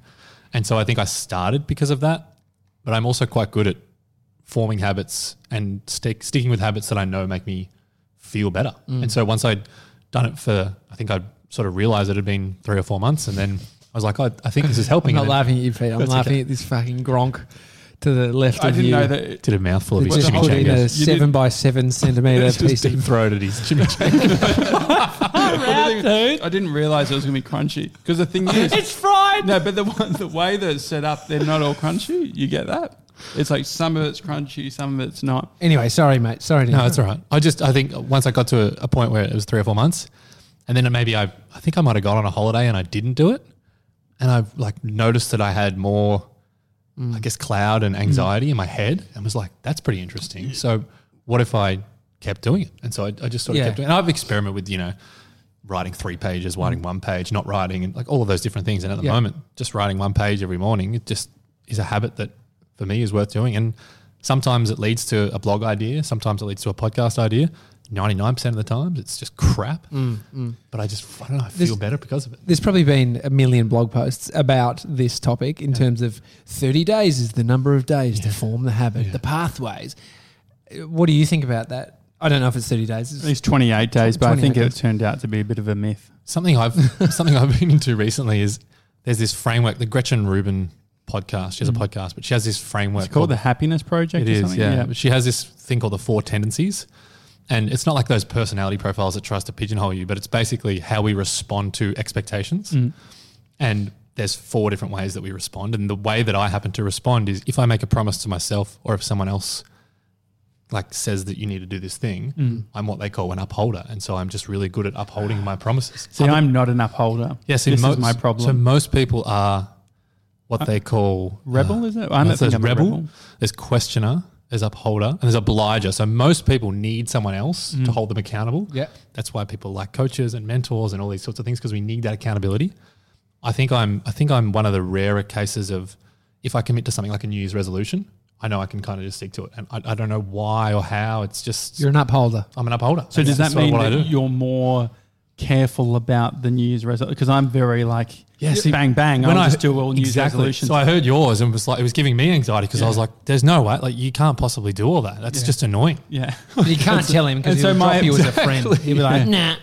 Speaker 3: And so I think I started because of that, but I'm also quite good at forming habits and stick, sticking with habits that I know make me feel better.
Speaker 2: Mm.
Speaker 3: And so once I'd done it for, I think I sort of realized it had been three or four months, and then I was like, oh, I think this is
Speaker 2: I'm
Speaker 3: helping.
Speaker 2: not
Speaker 3: And then
Speaker 2: laughing at you, Pete. I'm
Speaker 3: That's
Speaker 2: laughing
Speaker 3: okay.
Speaker 2: at this fucking gronk to the left
Speaker 1: I
Speaker 2: of
Speaker 1: didn't
Speaker 2: you.
Speaker 1: know that.
Speaker 3: did a mouthful of
Speaker 2: That
Speaker 3: his
Speaker 2: just put in
Speaker 3: chimichangas.
Speaker 2: a
Speaker 1: You did-
Speaker 2: seven by seven centimeter piece of
Speaker 3: throated his chimichanga.
Speaker 1: I didn't, even- I didn't realize it was going to be crunchy because the thing is, it's fried. No, but the one, the way that it's set up, they're not all crunchy. You get that? It's like some of it's crunchy, some of it's not.
Speaker 2: Anyway, sorry, mate. Sorry. to
Speaker 3: no,
Speaker 2: interrupt.
Speaker 3: that's all right. I just, I think once I got to a, a point where it was three or four months, and then maybe I, I think I might have gone on a holiday and I didn't do it, and I've like noticed that I had more,
Speaker 2: Mm.
Speaker 3: I guess, cloud and anxiety in my head, and was like, that's pretty interesting. So, what if I kept doing it? And so I, I just sort of
Speaker 2: Yeah. Mm.
Speaker 3: kept doing. it. And I've experimented with you know, writing three pages, writing one page, not writing, and like all of those different things. And at the
Speaker 2: Yeah.
Speaker 3: moment, just writing one page every morning, it just is a habit that for me is worth doing. And sometimes it leads to a blog idea, sometimes it leads to a podcast idea. 99% of the times, it's just crap. But I just, I don't know, I feel
Speaker 2: Mm, This-
Speaker 3: better because of it.
Speaker 2: There's probably been a million blog posts about this topic in terms of 30 days is the number of days to form the habit, the pathways. Uh, What do you think about that? I don't know if it's 30 days.
Speaker 1: At
Speaker 2: It's-
Speaker 1: least twenty eight days, but I think
Speaker 2: 28
Speaker 1: it turned out to be a bit of a myth.
Speaker 3: Something I've something I've been into recently is there's this framework, the Gretchen Rubin podcast. She has a podcast, but she has this framework
Speaker 1: Mm. It's called the Happiness Project.
Speaker 3: It
Speaker 1: or
Speaker 3: is,
Speaker 1: something?
Speaker 3: yeah. But She has this thing called the four tendencies. And it's not like those personality profiles that tries to pigeonhole you, but it's basically how we respond to expectations.
Speaker 1: Mm.
Speaker 3: And there's four different ways that we respond. And the way that I happen to respond is if I make a promise to myself or if someone else like says that you need to do this thing,
Speaker 1: Mm.
Speaker 3: I'm what they call an upholder. And so I'm just really good at upholding my promises.
Speaker 1: See, I'm not an upholder.
Speaker 3: Yes,
Speaker 1: this
Speaker 3: most,
Speaker 1: is my
Speaker 3: So
Speaker 1: problem.
Speaker 3: most people are what they call uh,
Speaker 1: rebel, is it? I don't
Speaker 3: so
Speaker 1: think
Speaker 3: there's
Speaker 1: I'm a
Speaker 3: rebel,
Speaker 1: rebel.
Speaker 3: there's questioner, there's upholder, and there's obliger. So most people need someone else
Speaker 1: Mm.
Speaker 3: to hold them accountable.
Speaker 2: Yeah.
Speaker 3: that's why people like coaches and mentors and all these sorts of things because we need that accountability. I think I'm I think I'm one of the rarer cases of if I commit to something like a New Year's resolution, I know I can kind of just stick to it. And I, I don't know why or how. It's just
Speaker 2: You're an upholder.
Speaker 3: I'm an upholder.
Speaker 1: So does that
Speaker 3: That's
Speaker 1: mean
Speaker 3: what I
Speaker 1: that
Speaker 3: do.
Speaker 1: you're more careful about the New Year's resolution? Because I'm very like,
Speaker 3: Yeah,
Speaker 1: yes,
Speaker 3: see,
Speaker 1: bang, bang. I'll just do all New Year's
Speaker 3: exactly.
Speaker 1: resolutions.
Speaker 3: So I heard yours and was like, it was giving me anxiety because I was like, there's no way, like you can't possibly do all that. That's just annoying.
Speaker 1: yeah.
Speaker 2: But you can't tell him because
Speaker 1: and
Speaker 2: he'll
Speaker 1: so
Speaker 2: drop
Speaker 1: my-
Speaker 2: you as a friend. He'll be like, nah.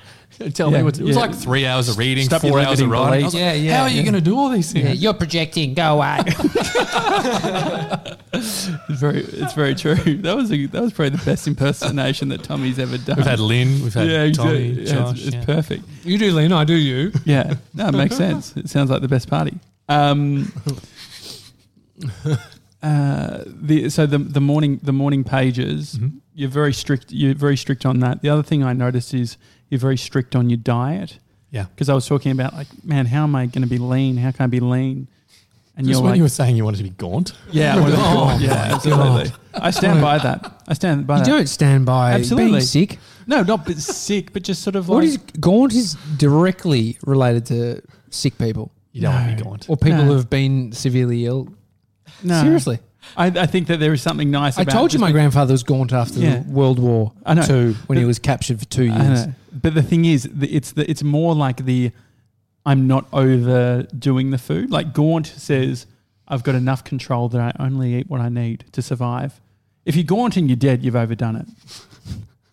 Speaker 3: Tell
Speaker 1: Yeah,
Speaker 3: me what to, it was
Speaker 1: yeah.
Speaker 3: like three hours of reading,
Speaker 1: Stop your
Speaker 3: four hours
Speaker 1: limiting
Speaker 3: of writing. I
Speaker 2: beliefs.
Speaker 3: was like,
Speaker 2: Yeah, yeah,
Speaker 3: How are
Speaker 2: yeah.
Speaker 3: you going to do all these things?
Speaker 2: You're projecting. Go away.
Speaker 1: It's very, it's very true. That was a, that was probably the best impersonation that Tommy's ever done.
Speaker 3: We've had Lynn, we've had
Speaker 1: yeah, exactly.
Speaker 3: Tommy,
Speaker 1: Yeah, it's-
Speaker 3: Josh.
Speaker 1: it's,
Speaker 3: yeah.
Speaker 1: perfect.
Speaker 2: you do, Lynn. I do you.
Speaker 1: Yeah, no, it makes sense. It sounds like the best party. Um, uh, the, so the the morning the morning pages,
Speaker 3: Mm-hmm.
Speaker 1: you're very strict. You're very strict on that. The other thing I noticed is you're very strict on your diet
Speaker 3: yeah.
Speaker 1: because I was talking about like, man, how am I going to be lean? How can I be lean? And
Speaker 3: Just
Speaker 1: you're
Speaker 3: when
Speaker 1: like,
Speaker 3: you were saying you wanted to be gaunt.
Speaker 1: yeah, I wanna be
Speaker 2: Oh,
Speaker 1: cool. yeah, absolutely. I stand by that. I stand by
Speaker 2: You
Speaker 1: that.
Speaker 2: don't stand by
Speaker 1: uh, Absolutely.
Speaker 2: being sick.
Speaker 1: No, not but sick, but just sort of like
Speaker 2: What is gaunt is directly related to sick people
Speaker 3: You don't want to
Speaker 1: No.
Speaker 3: be gaunt.
Speaker 2: or people
Speaker 1: No.
Speaker 2: who've been severely ill.
Speaker 1: no.
Speaker 2: Seriously,
Speaker 1: I, I think that there is something nice.
Speaker 2: I
Speaker 1: about
Speaker 2: told you
Speaker 1: just
Speaker 2: my grandfather was gaunt after
Speaker 1: Yeah.
Speaker 2: the World War
Speaker 1: I know.
Speaker 2: Two when he
Speaker 1: But-
Speaker 2: was captured for two
Speaker 1: I
Speaker 2: years.
Speaker 1: know. But the thing is, the- it's the, it's more like the I'm not overdoing the food. Like Gaunt says, I've got enough control that I only eat what I need to survive. If you're gaunt and you're dead, you've overdone it.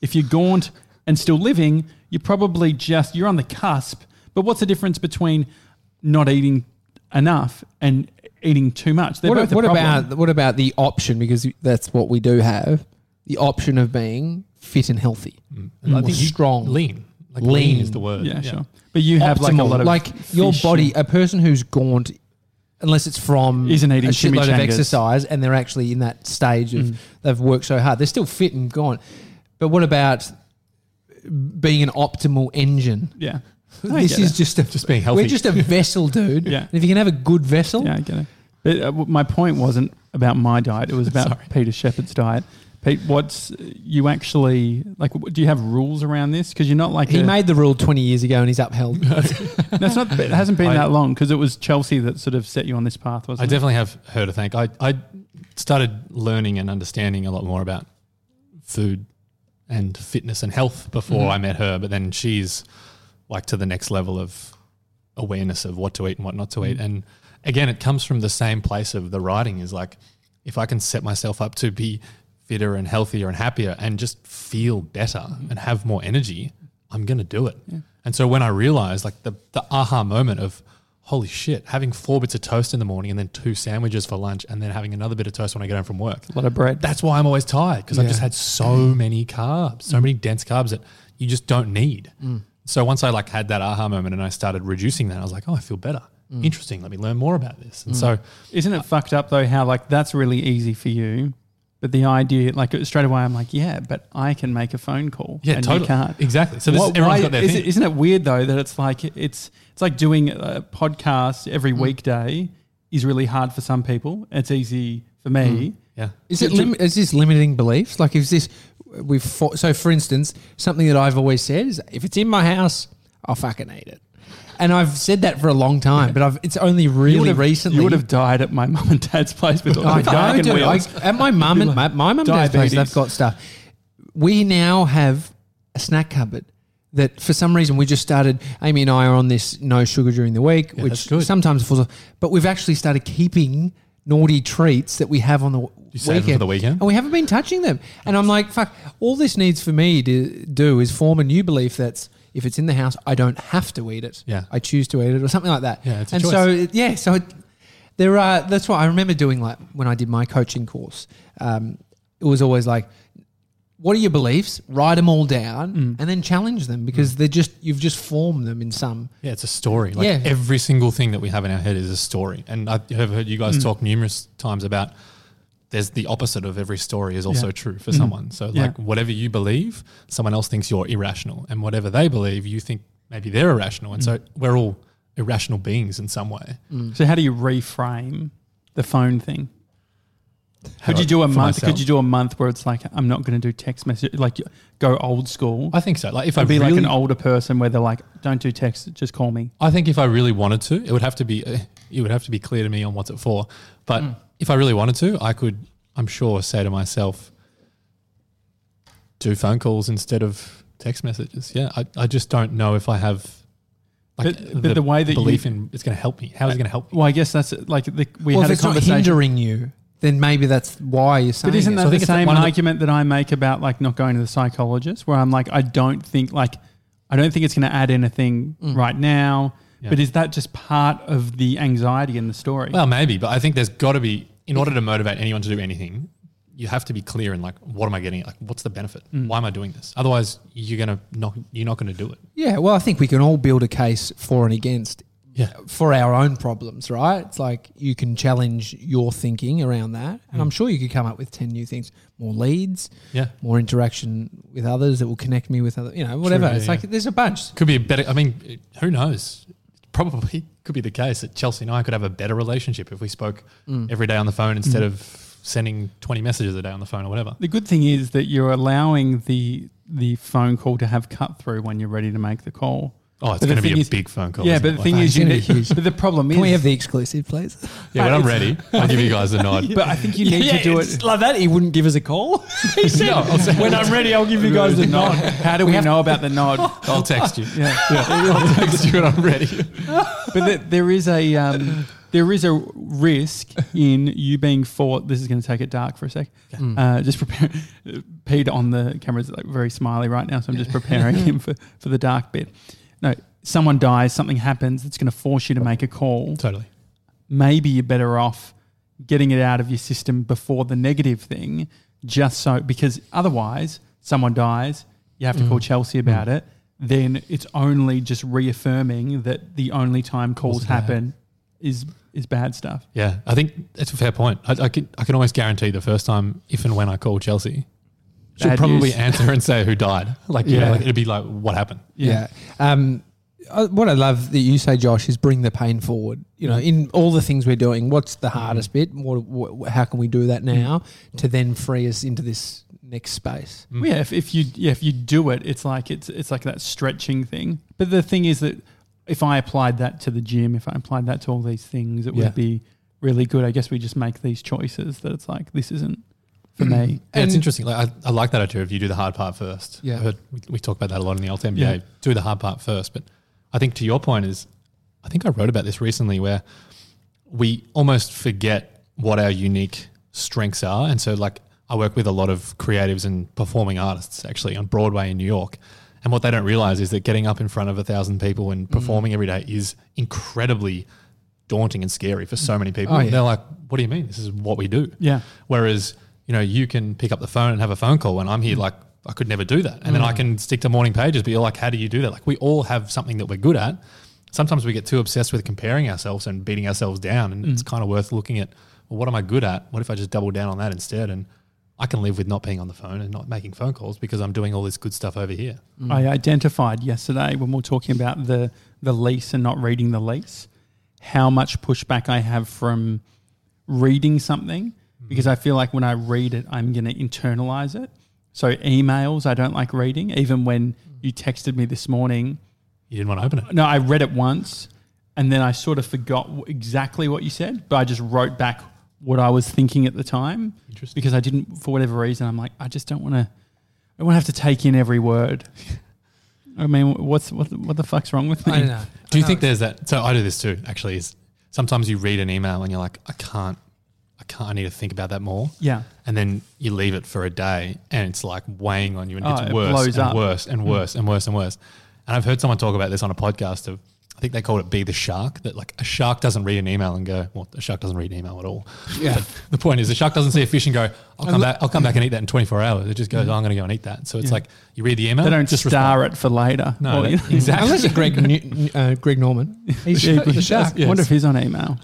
Speaker 1: if you're gaunt and still living, you're probably just you're on the cusp. But what's the difference between not eating enough and eating too much? They're
Speaker 2: What,
Speaker 1: both a
Speaker 2: what
Speaker 1: problem.
Speaker 2: about what about the option? Because that's what we do have the option of being fit and healthy.
Speaker 1: Mm.
Speaker 3: I
Speaker 2: Or
Speaker 3: think you-
Speaker 2: strong.
Speaker 3: Lean. Like lean.
Speaker 2: Lean.
Speaker 3: is the word.
Speaker 1: yeah, sure. But you have like a
Speaker 2: Optimal.
Speaker 1: lot of
Speaker 2: Like your
Speaker 1: fish
Speaker 2: body,
Speaker 1: and-
Speaker 2: a person who's gaunt, unless it's from
Speaker 1: Isn't eating
Speaker 2: a shitload of
Speaker 1: chimichangas.
Speaker 2: exercise, and they're actually in that stage
Speaker 1: Mm.
Speaker 2: of they've worked so hard, they're still fit and gaunt. But what about being an optimal engine?
Speaker 1: yeah. No, I
Speaker 2: This
Speaker 1: get
Speaker 2: is
Speaker 1: it.
Speaker 2: just a
Speaker 3: Just being healthy.
Speaker 2: we're just a vessel, dude.
Speaker 1: Yeah.
Speaker 2: And if you can have a good vessel,
Speaker 1: Yeah, I get it. But uh, w- my point wasn't about my diet. It was about
Speaker 3: Sorry.
Speaker 1: Peter Shepherd's diet. Pete, what's uh, you actually like? w- Do you have rules around this? Because you're not like
Speaker 2: he
Speaker 1: a-
Speaker 2: made the rule twenty years ago and he's upheld.
Speaker 1: That's not. It hasn't been
Speaker 3: I-
Speaker 1: that long because it was Chelsea that sort of set you on this path,
Speaker 3: I
Speaker 1: wasn't it?
Speaker 3: definitely have her to thank. I, I started learning and understanding a lot more about food and fitness and health
Speaker 1: Mm-hmm.
Speaker 3: before I met her, but then she's like to the next level of awareness of what to eat and what not to eat. And again, it comes from the same place of the writing is like if I can set myself up to be fitter and healthier and happier and just feel better and have more energy, I'm going to do it. And so when I realized like the, the aha moment of, holy shit, having four bits of toast in the morning and then two sandwiches for lunch and then having another bit of toast when I get home from work,
Speaker 1: A lot of bread.
Speaker 3: that's why I'm always tired because
Speaker 2: Yeah.
Speaker 3: I've just had so many carbs,
Speaker 1: Mm.
Speaker 3: so many dense carbs that you just don't need. So once I like had that aha moment and I started reducing that, I was like, oh, I feel better.
Speaker 1: Mm.
Speaker 3: Interesting. Let me learn more about this. And so
Speaker 1: Isn't it fucked up though? How like that's really easy for you, but the idea like straight away I'm like, yeah, but I can make a phone call.
Speaker 3: yeah,
Speaker 1: and
Speaker 3: totally.
Speaker 1: You can't.
Speaker 3: Exactly. So this
Speaker 1: Why-
Speaker 3: is, everyone's
Speaker 1: why-
Speaker 3: got their
Speaker 1: is
Speaker 3: thing.
Speaker 1: It, isn't it weird though that it's like it's it's like doing a podcast every weekday is really hard for some people. It's easy for me.
Speaker 3: yeah.
Speaker 2: Is it lim- is this limiting beliefs? Like, is this we've fo- so for instance something that I've always said is if it's in my house, I'll fucking eat it, and I've said that for a long time, but I've it's only
Speaker 1: You
Speaker 2: really
Speaker 1: would've-
Speaker 2: recently.
Speaker 1: You would have died at my mum and dad's place with all
Speaker 2: I
Speaker 1: the fucking
Speaker 2: don't do. I,
Speaker 1: wheels.
Speaker 2: at my mum and my, my mum and dad's place,
Speaker 1: Diabetes.
Speaker 2: they've got stuff. We now have a snack cupboard that, for some reason, we just started. Amy and I are on this no sugar during the week,
Speaker 3: that's
Speaker 2: which
Speaker 3: good.
Speaker 2: sometimes falls off, but we've actually started keeping naughty treats that we have on the. w-
Speaker 3: You save them for the weekend?
Speaker 2: and we haven't been touching them. And I'm like, fuck. All this needs for me to do is form a new belief that's if it's in the house, I don't have to eat it.
Speaker 3: Yeah.
Speaker 2: I choose to eat it, or something like that.
Speaker 3: Yeah, it's a
Speaker 2: and
Speaker 3: choice.
Speaker 2: so so it- yeah, so it, there are. That's what I remember doing. Like when I did my coaching course, um, it was always like, "What are your beliefs? Write them all down,
Speaker 1: Mm.
Speaker 2: and then challenge them because they're just you've just formed them in some."
Speaker 3: Yeah, it's a story. Like
Speaker 2: Yeah.
Speaker 3: every single thing that we have in our head is a story. And I have heard you guys talk numerous times about there's the opposite of every story is also
Speaker 1: Yeah.
Speaker 3: true for someone. So
Speaker 1: Yeah.
Speaker 3: like whatever you believe, someone else thinks you're irrational. And whatever they believe, you think maybe they're irrational. And so we're all irrational beings in some way.
Speaker 1: So how do you reframe the phone thing?
Speaker 3: How
Speaker 1: Could you
Speaker 3: I-
Speaker 1: do a
Speaker 3: for
Speaker 1: month?
Speaker 3: myself.
Speaker 1: Could you do a month where it's like I'm not going to do text message, like go old school,
Speaker 3: I think so. Like if I
Speaker 1: be
Speaker 3: really,
Speaker 1: like an older person where they're like, don't do text, just call me.
Speaker 3: I think if I really wanted to, it would have to be uh, it would have to be clear to me on what's it for. But
Speaker 1: Hmm.
Speaker 3: if I really wanted to, I could, I'm sure, say to myself, do phone calls instead of text messages. Yeah, I, I just don't know if I have like
Speaker 1: But- but the way that you- Uh,
Speaker 3: belief in it's going to help me. How is it going to help me?
Speaker 1: Well, I guess that's like the, we
Speaker 2: well, if
Speaker 1: had a
Speaker 2: it's not
Speaker 1: conversation.
Speaker 2: hindering you, then maybe that's why you're saying.
Speaker 1: But isn't
Speaker 2: it.
Speaker 1: that
Speaker 3: I
Speaker 1: the
Speaker 3: think it's
Speaker 1: same
Speaker 3: one of the-
Speaker 1: argument that I make about like not going to the psychologist, where I'm like, I don't think like, I don't think it's going to add anything right now.
Speaker 3: Mm. Yeah.
Speaker 1: But is that just part of the anxiety in the story?
Speaker 3: Well, maybe, but I think there's got to be in order to motivate anyone to do anything, you have to be clear in like what am I getting? Like what's the benefit?
Speaker 1: Hmm.
Speaker 3: Why am I doing this? Otherwise, you're gonna not you're not going to do it.
Speaker 2: Yeah, well, I think we can all build a case for and against
Speaker 3: Yeah.
Speaker 2: for our own problems, right? It's like you can challenge your thinking around that. And
Speaker 1: Mm.
Speaker 2: I'm sure you could come up with 10 new things more leads,
Speaker 3: Yeah.
Speaker 2: more interaction with others that will connect me with other, you know, whatever.
Speaker 3: yeah,
Speaker 2: it's like
Speaker 3: yeah.
Speaker 2: there's a bunch.
Speaker 3: Could be a better. I mean, it- who knows? Probably could be the case that Chelsea and I could have a better relationship if we spoke
Speaker 1: Mm.
Speaker 3: every day on the phone instead of sending 20 messages a day on the phone or whatever.
Speaker 1: the good thing is that you're allowing the the phone call to have cut through when you're ready to make the call.
Speaker 3: Oh,
Speaker 1: But
Speaker 3: it's
Speaker 1: the
Speaker 3: going to be
Speaker 1: thing
Speaker 3: a
Speaker 1: is-
Speaker 3: big phone call.
Speaker 1: yeah,
Speaker 3: isn't
Speaker 1: but
Speaker 3: it?
Speaker 1: the
Speaker 3: Like,
Speaker 1: thing
Speaker 2: that.
Speaker 1: is,
Speaker 2: It's
Speaker 1: you
Speaker 2: gonna be
Speaker 1: need,
Speaker 2: huge.
Speaker 1: but the problem
Speaker 2: Can
Speaker 1: is,
Speaker 2: we have the exclusive, please?
Speaker 3: yeah, when I'm ready, I'll give you guys a nod.
Speaker 1: but I think you need to do it.
Speaker 2: like that. He wouldn't give us a call. he said,
Speaker 3: No, I'll say-
Speaker 2: "When I'm ready, I'll give you guys the nod."
Speaker 1: How do we, know about the nod?
Speaker 3: I'll text you.
Speaker 1: Yeah.
Speaker 3: I'll text you when I'm ready.
Speaker 1: but th- there is a um, there is a risk in you being forced. This is going to take it dark for a sec. Uh, just prepare. Pete on the camera's like very smiley right now, so I'm just preparing him for, for the dark bit. No, someone dies, something happens. It's going to force you to make a call.
Speaker 3: Totally.
Speaker 1: Maybe you're better off getting it out of your system before the negative thing, just so because otherwise someone dies, you have to call Chelsea about it. Then it's only just reaffirming that the only time calls
Speaker 3: Wasn't bad.
Speaker 1: happen is is bad stuff.
Speaker 3: Yeah, I think that's a fair point. I, I can I can almost guarantee the first time, if and when I call Chelsea, she'll
Speaker 1: Bad
Speaker 3: probably
Speaker 1: news.
Speaker 3: answer and say who died. Like, yeah,
Speaker 1: Yeah.
Speaker 3: like it'd be like, what happened?
Speaker 2: Yeah. Um, I- what I love that you say, Josh, is bring the pain forward. You know, in all the things we're doing, what's the hardest bit? What, what, how can we do that now to then free us into this next space?
Speaker 1: Well, yeah, if, if you yeah, if you do it, it's like it's it's like that stretching thing. But the thing is that if I applied that to the gym, if I applied that to all these things, it
Speaker 2: Yeah.
Speaker 1: would be really good. I guess we just make these choices that it's like this isn't for me.
Speaker 3: Yeah, it's
Speaker 2: And-
Speaker 3: interesting. Like, I, I like that idea of you do the hard part first.
Speaker 2: Yeah.
Speaker 3: I heard, we, we talk about that a lot in the old NBA.
Speaker 1: Yeah.
Speaker 3: Do the hard part first. But I think to your point is, I think I wrote about this recently where we almost forget what our unique strengths are. And so, like, I work with a lot of creatives and performing artists actually on Broadway in New York. And what they don't realize is that getting up in front of a thousand people and
Speaker 2: Mm.
Speaker 3: performing every day is incredibly daunting and scary for so many people.
Speaker 2: Oh, yeah.
Speaker 3: They're like, what do you mean? This is what we do.
Speaker 1: Yeah.
Speaker 3: Whereas, you know, you can pick up the phone and have a phone call and I'm here like I could never do that. And then I can stick to morning pages, but you're like, how do you do that? Like we all have something that we're good at. Sometimes we get too obsessed with comparing ourselves and beating ourselves down. And it's kind of worth looking at, well, what am I good at? What if I just double down on that instead? And I can live with not being on the phone and not making phone calls because I'm doing all this good stuff over here.
Speaker 1: I identified yesterday when we were talking about the the lease and not reading the lease, how much pushback I have from reading something because I feel like when I read it, I'm going to internalize it. So emails, I don't like reading. Even when you texted me this morning,
Speaker 3: You didn't want to open it.
Speaker 1: no, I read it once, and then I sort of forgot wh- exactly what you said, but I just wrote back what I was thinking at the time.
Speaker 3: Interesting.
Speaker 1: Because I didn't, for whatever reason, I'm like, I just don't want to. I want to have to take in every word. I mean, what's what? the- What the fuck's wrong with me?
Speaker 2: I don't know.
Speaker 3: Do you
Speaker 2: I
Speaker 3: think
Speaker 2: know.
Speaker 3: there's that? So I do this too, actually. Is sometimes you read an email and you're like, I can't, I can't. I need to think about that more.
Speaker 1: Yeah.
Speaker 3: And then you leave it for a day, and it's like weighing on you, and
Speaker 1: Oh,
Speaker 3: it's
Speaker 1: it
Speaker 3: worse
Speaker 1: blows
Speaker 3: and
Speaker 1: up. Mm.
Speaker 3: worse and worse and worse and worse. And I've heard someone talk about this on a podcast of, I think they called it "Be the Shark." That like a shark doesn't read an email and go, well, a shark doesn't read an email at all.
Speaker 2: Yeah.
Speaker 3: But the point is, the shark doesn't see a fish and go, I'll come back, I'll come back and eat that in 24 hours. It just goes, oh, I'm going to go and eat that. So it's like you read the email,
Speaker 1: Mm. They don't
Speaker 3: just
Speaker 1: star
Speaker 3: respond.
Speaker 1: it for later.
Speaker 3: No,
Speaker 1: Or-
Speaker 3: that- exactly.
Speaker 2: Unless it's Greg, New- uh, Greg Norman. He's
Speaker 1: Yeah,
Speaker 2: the
Speaker 1: but-
Speaker 2: shark.
Speaker 1: I wonder if he's on email.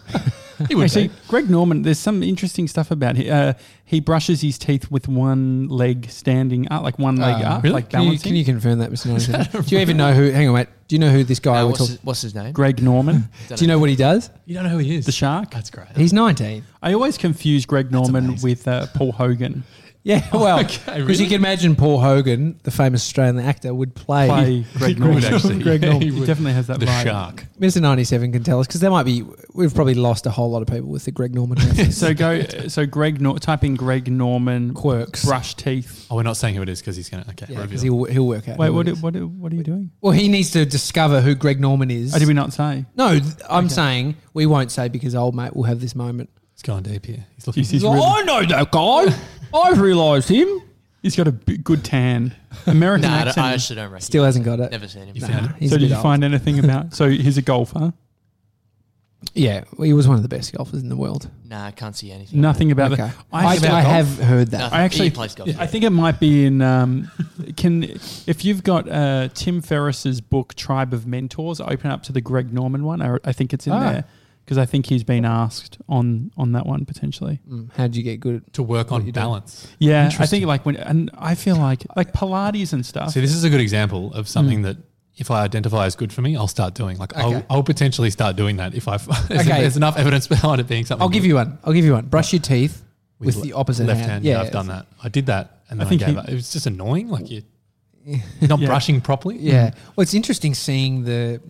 Speaker 3: It would
Speaker 1: Actually,
Speaker 3: be.
Speaker 1: Greg Norman, there's some interesting stuff about him. Uh, he brushes his teeth with one leg standing up, like one leg
Speaker 2: Uh,
Speaker 1: up,
Speaker 3: really?
Speaker 1: like
Speaker 2: Can you,
Speaker 1: balancing.
Speaker 2: can you confirm that, Mr. Norman? do you even know who? Hang on, mate. Do you know who this guy
Speaker 4: Uh,
Speaker 2: we're
Speaker 4: what's,
Speaker 2: talking?
Speaker 4: his, what's his name?
Speaker 1: Greg Norman,
Speaker 2: Do you know what he does?
Speaker 3: You don't know who he is.
Speaker 1: the shark.
Speaker 3: That's great.
Speaker 2: He's 19.
Speaker 1: I always confuse Greg Norman
Speaker 3: amazing.
Speaker 1: with uh, Paul Hogan.
Speaker 2: Yeah, well, because
Speaker 3: Okay,
Speaker 2: you
Speaker 3: really?
Speaker 2: can imagine Paul Hogan, the famous Australian actor, would play.
Speaker 1: Play Greg
Speaker 3: He would
Speaker 1: Norman.
Speaker 3: actually.
Speaker 1: Greg
Speaker 3: He
Speaker 1: Norman. He
Speaker 3: would.
Speaker 1: definitely has that
Speaker 3: the
Speaker 1: vibe.
Speaker 3: shark.
Speaker 2: Mr. 97 can tell us because there might be, we've probably lost a whole lot of people with the Greg Norman reference.
Speaker 1: So go. So Greg. Nor- type in Greg Norman
Speaker 2: quirks.
Speaker 1: brush teeth.
Speaker 3: Oh, we're not saying who it is because he's going to. Okay,
Speaker 2: Yeah,
Speaker 3: reveal.
Speaker 2: because he'll, he'll work out.
Speaker 1: Wait,
Speaker 2: who
Speaker 1: what?
Speaker 2: it is.
Speaker 1: What? What are you doing?
Speaker 2: Well, he needs to discover who Greg Norman is.
Speaker 1: Oh, did we not say?
Speaker 2: no, th- I'm
Speaker 1: Okay.
Speaker 2: saying we won't say because old mate will have this moment.
Speaker 3: It's gone deep here. He's looking.
Speaker 1: He's- he's-
Speaker 2: Like,
Speaker 1: really-
Speaker 2: I know that guy. I've realised him.
Speaker 1: He's got a b- good tan.
Speaker 4: Nah,
Speaker 1: American
Speaker 4: I, don't,
Speaker 1: accent.
Speaker 4: I actually don't reckon.
Speaker 2: Still hasn't got it.
Speaker 4: Never seen him.
Speaker 3: You
Speaker 2: Nah,
Speaker 3: found it.
Speaker 2: he's
Speaker 1: so
Speaker 2: a
Speaker 1: did
Speaker 2: bit
Speaker 1: you
Speaker 2: old.
Speaker 1: find anything about? So he's a golfer.
Speaker 2: Yeah, well, he was one of the best golfers in the world.
Speaker 4: Nah, I can't see anything.
Speaker 1: Nothing about
Speaker 2: Okay,
Speaker 1: that.
Speaker 2: I,
Speaker 1: about
Speaker 2: I
Speaker 1: golf?
Speaker 2: have heard that.
Speaker 4: Nothing.
Speaker 1: I actually-
Speaker 4: He plays golf.
Speaker 1: I think it might be in. Um, can if you've got uh, Tim Ferriss's book Tribe of Mentors, open up to the Greg Norman one. I, I think it's in
Speaker 2: Ah.
Speaker 1: there because I think he's been asked on on that one potentially.
Speaker 2: Mm, How'd you get good? at
Speaker 3: to work
Speaker 2: What
Speaker 3: on
Speaker 2: you doing?
Speaker 3: balance.
Speaker 1: Yeah, I
Speaker 3: Interesting.
Speaker 1: think like when and I feel like like Pilates and stuff.
Speaker 3: See, this is a good example of something that if I identify as good for me, I'll start doing. Like
Speaker 2: Okay.
Speaker 3: I'll, I'll potentially start doing that if I there's,
Speaker 2: Okay.
Speaker 3: there's enough evidence behind it being something.
Speaker 2: I'll give you one. I'll give you one. Brush your teeth with,
Speaker 3: With
Speaker 2: the opposite
Speaker 3: left
Speaker 2: hand.
Speaker 3: hand. Yeah, I've done that. I did that, and
Speaker 1: I
Speaker 3: then I,
Speaker 1: think
Speaker 3: gave
Speaker 1: he-
Speaker 3: up. It was just annoying. Like you, you're not
Speaker 1: Yeah.
Speaker 3: brushing properly.
Speaker 2: Yeah. Well, it's interesting seeing the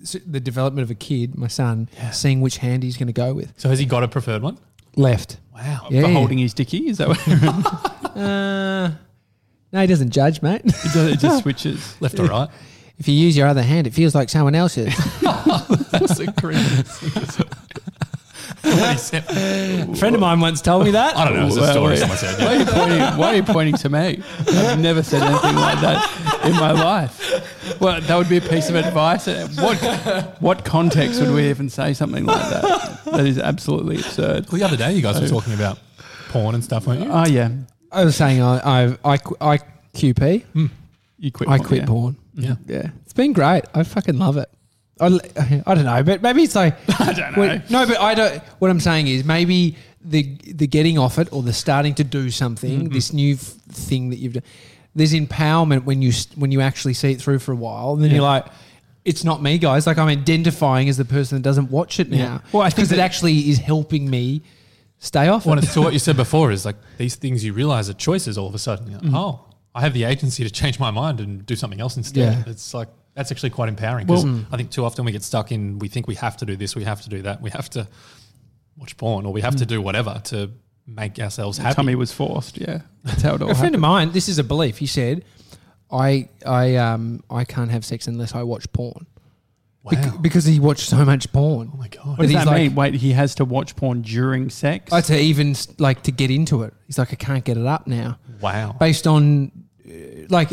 Speaker 2: s- the development of a kid, my son, seeing which hand he's going to go with.
Speaker 3: So has he got a preferred one?
Speaker 2: Left.
Speaker 3: Wow.
Speaker 2: Yeah.
Speaker 1: for holding his dicky, is that what it
Speaker 2: Uh, no, he doesn't judge, mate.
Speaker 1: does? It just switches.
Speaker 3: Left or right?
Speaker 2: if you use your other hand, it feels like someone else's.
Speaker 3: That's a great. I
Speaker 2: a friend of mine once told me that.
Speaker 3: don't know. It's a
Speaker 1: Well,
Speaker 3: story
Speaker 1: wait.
Speaker 3: someone said.
Speaker 1: Why are, you pointing, why are you pointing to me? I've never said anything like that in my life. Well, that would be a piece of advice. What what context would we even say something like that? That is absolutely absurd.
Speaker 3: Well, the other day you guys were talking about porn and stuff, weren't you?
Speaker 1: Oh yeah,
Speaker 2: I was saying I I I, qu- I QP.
Speaker 1: you quit.
Speaker 2: I
Speaker 1: porn,
Speaker 2: quit
Speaker 1: yeah.
Speaker 2: porn.
Speaker 3: yeah.
Speaker 2: Yeah, it's been great. I fucking love it. I, l- I don't know, but maybe it's like I
Speaker 1: don't know.
Speaker 2: no, but I don't. What I'm saying is maybe the the getting off it or the starting to do something,
Speaker 1: Mm-hmm.
Speaker 2: this new f- thing that you've done. There's empowerment when you s- when you actually see it through for a while, and then you're like, it's not me, guys. Like I'm identifying as the person that doesn't watch it now.
Speaker 1: Well, I think
Speaker 2: because it
Speaker 1: that-
Speaker 2: actually is helping me stay off.
Speaker 3: Well,
Speaker 2: it.
Speaker 3: it's to what you said before is like these things you realize are choices all of a sudden.
Speaker 2: Mm.
Speaker 3: You're like, Oh, I have the agency to change my mind and do something else instead.
Speaker 2: Yeah. mm.
Speaker 3: It's like that's actually quite empowering because I think too often we get stuck in we think we have to do this, we have to do that, we have to watch porn or we have
Speaker 2: Mm.
Speaker 3: to do whatever to make ourselves happy.
Speaker 1: Tummy was forced. Yeah, that's how it all
Speaker 2: A friend
Speaker 1: happened.
Speaker 2: of mine, this is a belief. He said, "I, I, um, I can't have sex unless I watch porn
Speaker 3: wow.
Speaker 2: Bec- because he watched so much porn.
Speaker 3: oh my god.
Speaker 1: What does
Speaker 2: he's
Speaker 1: that
Speaker 2: like-
Speaker 1: mean? Wait, he has to watch porn during sex.
Speaker 2: I to even s- like to get into it. He's like, I can't get it up now,
Speaker 3: Wow.
Speaker 2: based on uh, like."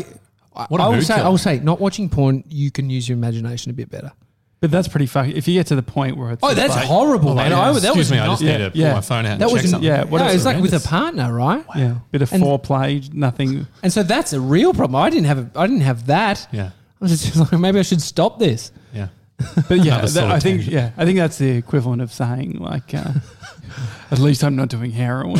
Speaker 2: I-
Speaker 3: What a
Speaker 2: I will
Speaker 3: mood
Speaker 2: say, I
Speaker 3: killer.
Speaker 2: will say, not watching porn, you can use your imagination a bit better.
Speaker 1: but that's pretty fucking. If you get to the point where it's
Speaker 2: Oh,
Speaker 1: just
Speaker 2: that's
Speaker 1: like-
Speaker 2: horrible,
Speaker 3: Oh,
Speaker 2: man!
Speaker 3: yeah,
Speaker 2: I, that
Speaker 3: excuse
Speaker 2: was
Speaker 3: me,
Speaker 2: not,
Speaker 3: I just
Speaker 1: Yeah,
Speaker 3: need to
Speaker 1: yeah.
Speaker 3: pull my phone out and
Speaker 2: that
Speaker 3: check
Speaker 2: was
Speaker 3: something.
Speaker 1: yeah, what
Speaker 2: no,
Speaker 1: else
Speaker 2: it's like with a
Speaker 3: horrendous.
Speaker 2: partner, right?
Speaker 1: yeah, bit of
Speaker 2: And-
Speaker 1: foreplay, nothing.
Speaker 2: And so that's a real problem. I didn't have, a, I didn't have that.
Speaker 3: Yeah.
Speaker 2: I was just like, maybe I should stop this.
Speaker 3: Yeah.
Speaker 1: But yeah,
Speaker 3: Another
Speaker 1: that-
Speaker 3: solid
Speaker 1: I think
Speaker 3: tangent.
Speaker 1: yeah, I think that's the equivalent of saying like, uh, at least I'm not doing heroin.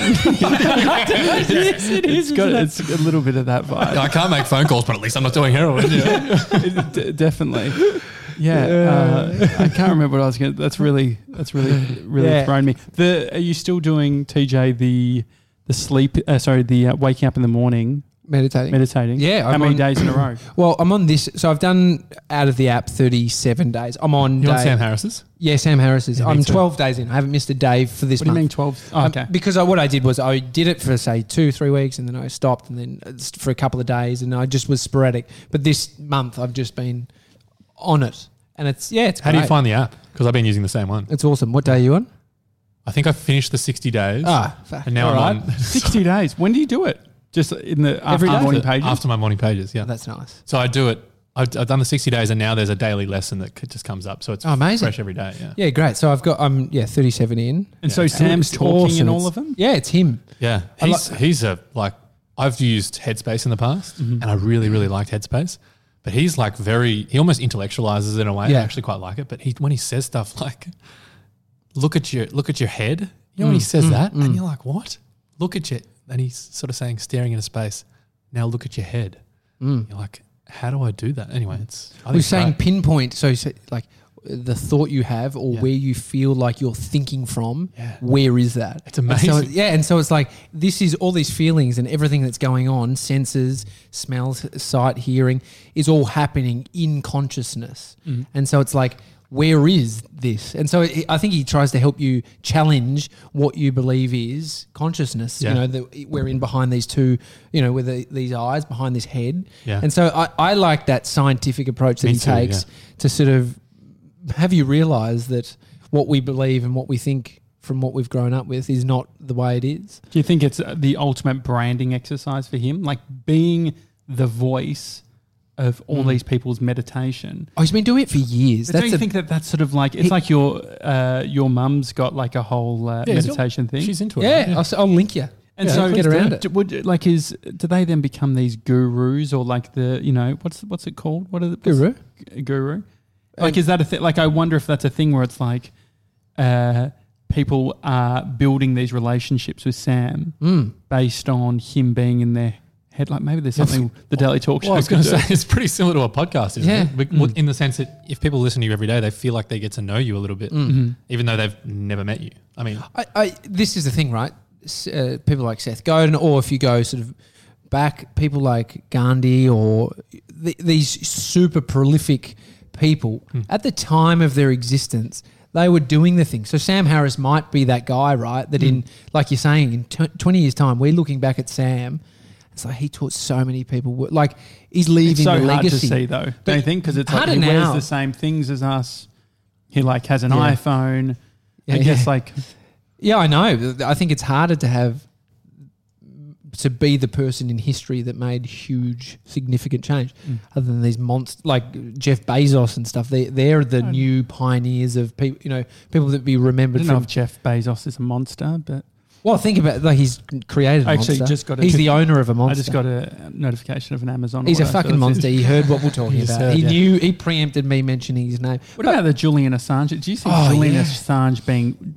Speaker 2: Yes, it
Speaker 1: it's got it's a little bit of that
Speaker 3: Yeah,
Speaker 1: vibe,
Speaker 3: I can't make phone calls, but at least I'm not doing heroin. Yeah.
Speaker 1: It- d- definitely. Yeah, uh, I can't remember what I was going. to... That's really that's really really
Speaker 2: Yeah.
Speaker 1: thrown me. The are you still doing TJ the the sleep? Uh, sorry, the uh, waking up in the morning
Speaker 2: Meditating.
Speaker 1: meditating.
Speaker 2: Yeah,
Speaker 1: how
Speaker 2: I'm
Speaker 1: many
Speaker 2: on-
Speaker 1: days in a row?
Speaker 2: Well, I'm on this. So I've done out of the app 37 days. I'm on.
Speaker 3: You
Speaker 2: day,
Speaker 3: on Sam Harris's?
Speaker 2: yeah, Sam Harris's.
Speaker 3: Yeah, me
Speaker 2: I'm
Speaker 3: too.
Speaker 2: 12 days in. I haven't missed a day for this
Speaker 1: What do you
Speaker 2: month.
Speaker 1: mean twelve? Oh,
Speaker 2: Um,
Speaker 1: okay,
Speaker 2: Because I, what I did was I did it for say two, three weeks, and then I stopped, and then uh, st- for a couple of days, and I just was sporadic. But this month, I've just been on it, and it's yeah, it's
Speaker 3: How do you
Speaker 2: great.
Speaker 3: find the app? Because I've been using the same one.
Speaker 2: It's awesome. What day are you on?
Speaker 3: I think I finished the 60 days.
Speaker 2: Ah, fuck.
Speaker 3: And now
Speaker 2: All
Speaker 3: I'm
Speaker 2: right.
Speaker 3: on
Speaker 1: sixty days. When do you do it? Just in the after
Speaker 2: Every day.
Speaker 1: morning pages.
Speaker 3: after my morning pages. Yeah.
Speaker 2: That's nice.
Speaker 3: so I do it. I've, I've done the 60 days and now there's a daily lesson that c- just comes up. So it's
Speaker 2: Oh, amazing.
Speaker 3: fresh every day. Yeah.
Speaker 2: Yeah, great. So I've got I'm yeah 37 in.
Speaker 1: and so
Speaker 2: So
Speaker 1: Sam's
Speaker 2: it's
Speaker 1: talking
Speaker 2: awesome.
Speaker 1: in all
Speaker 2: It's-
Speaker 1: of them.
Speaker 2: Yeah, it's him.
Speaker 3: Yeah.
Speaker 2: I
Speaker 3: He's, he's a, like, I've used Headspace in the past
Speaker 2: Mm-hmm.
Speaker 3: and I really, really liked Headspace. But he's like very, he almost intellectualizes it in a way.
Speaker 2: Yeah.
Speaker 3: I actually quite like it. But he, when he says stuff like, look at your, look at your head, you know,
Speaker 2: Mm.
Speaker 3: when he says that and you're like, what? Look at your, and he's sort of saying, staring into space, now look at your head. You're like, how do I do that? Anyway, it's, I think
Speaker 2: Mm. We're
Speaker 3: it's
Speaker 2: saying
Speaker 3: great.
Speaker 2: pinpoint. So you say, like the thought you have or
Speaker 3: Yeah.
Speaker 2: where you feel like you're thinking from,
Speaker 3: Yeah.
Speaker 2: where is that?
Speaker 3: It's
Speaker 2: And so-
Speaker 3: amazing.
Speaker 2: yeah, and so it's like this is all these feelings and everything that's going on, senses, smells, sight, hearing, is all happening in consciousness.
Speaker 3: Mm-hmm.
Speaker 2: And so it's like, where is this? And so it, I think he tries to help you challenge what you believe is consciousness.
Speaker 3: Yeah.
Speaker 2: You know, the, we're in behind these two, you know, with the, these eyes, behind this head.
Speaker 3: Yeah.
Speaker 2: And so I, I like that scientific approach that
Speaker 3: Me
Speaker 2: he
Speaker 3: too,
Speaker 2: takes to sort of have you realize that what we believe and what we think from what we've grown up with is not the way it is.
Speaker 1: Do you think it's uh, the ultimate branding exercise for him? Like being the voice of all these people's meditation.
Speaker 2: Oh, he's been doing it for years.
Speaker 1: But don't
Speaker 2: Hmm. That's
Speaker 1: you
Speaker 2: a,
Speaker 1: think that that's sort of like it's
Speaker 2: He-
Speaker 1: like your uh, your mum's got like a whole uh,
Speaker 3: Yeah, he's got-
Speaker 1: meditation thing.
Speaker 3: She's into it.
Speaker 2: yeah. I'll, s will link you.
Speaker 1: And
Speaker 2: Yeah,
Speaker 1: so
Speaker 2: get around it.
Speaker 1: do- Would like is do they then become these gurus or like the you know what's what's it called? What are the what's-
Speaker 2: Guru. Uh,
Speaker 1: g- guru? Like is that a thing? Like I wonder if that's a thing where it's like uh, people are building these relationships with Sam
Speaker 2: Mm.
Speaker 1: based on him being in their head. Like maybe there's something the Daily Talk Show.
Speaker 3: Well, I was
Speaker 1: could
Speaker 3: going to
Speaker 1: do.
Speaker 3: say it's pretty similar to a podcast, isn't
Speaker 2: Yeah.
Speaker 3: it? Bec- well, In the sense that if people listen to you every day, they feel like they get to know you a little bit, even though they've never met you. I mean,
Speaker 2: I, I, this is the thing, right? S- Uh, people like Seth Godin, or if you go sort of back, people like Gandhi, or th- these super prolific people
Speaker 1: Hmm.
Speaker 2: at the time of their existence, they were doing the thing. So Sam Harris might be that guy, right?
Speaker 1: Hmm.
Speaker 2: That in, like you're saying, in tw- 20 years' time, we're looking back at Sam. It's like he taught so many people. wo- Like he's
Speaker 1: It's
Speaker 2: leaving
Speaker 1: so
Speaker 2: a
Speaker 1: hard
Speaker 2: legacy.
Speaker 1: to see though, don't you think? Because it's like
Speaker 2: harder
Speaker 1: he
Speaker 2: now.
Speaker 1: wears the same things as us. He like has an
Speaker 2: Yeah.
Speaker 1: iPhone.
Speaker 2: Yeah,
Speaker 1: I guess
Speaker 2: yeah.
Speaker 1: like
Speaker 2: Yeah, I know. I think it's harder to have to be the person in history that made huge, significant change.
Speaker 1: Mm.
Speaker 2: Other than these monsters like Jeff Bezos and stuff, they they're the
Speaker 1: I-
Speaker 2: new pioneers of people. You know, people that be
Speaker 1: I
Speaker 2: remembered
Speaker 1: don't know
Speaker 2: from.
Speaker 1: if Jeff Bezos is a monster, but
Speaker 2: Well, think about it, like he's created. A
Speaker 1: I actually
Speaker 2: monster.
Speaker 1: just got a-
Speaker 2: He's the owner of a monster.
Speaker 1: I just got a notification of an Amazon.
Speaker 2: He's a
Speaker 1: order, so
Speaker 2: fucking
Speaker 1: that's it.
Speaker 2: monster. He heard what we're talking
Speaker 3: He just
Speaker 2: about.
Speaker 3: heard,
Speaker 2: he
Speaker 3: yeah.
Speaker 2: knew. He preempted me mentioning his name.
Speaker 1: What about the Julian Assange? Do you see
Speaker 2: Oh,
Speaker 1: Julian
Speaker 2: yeah.
Speaker 1: Assange being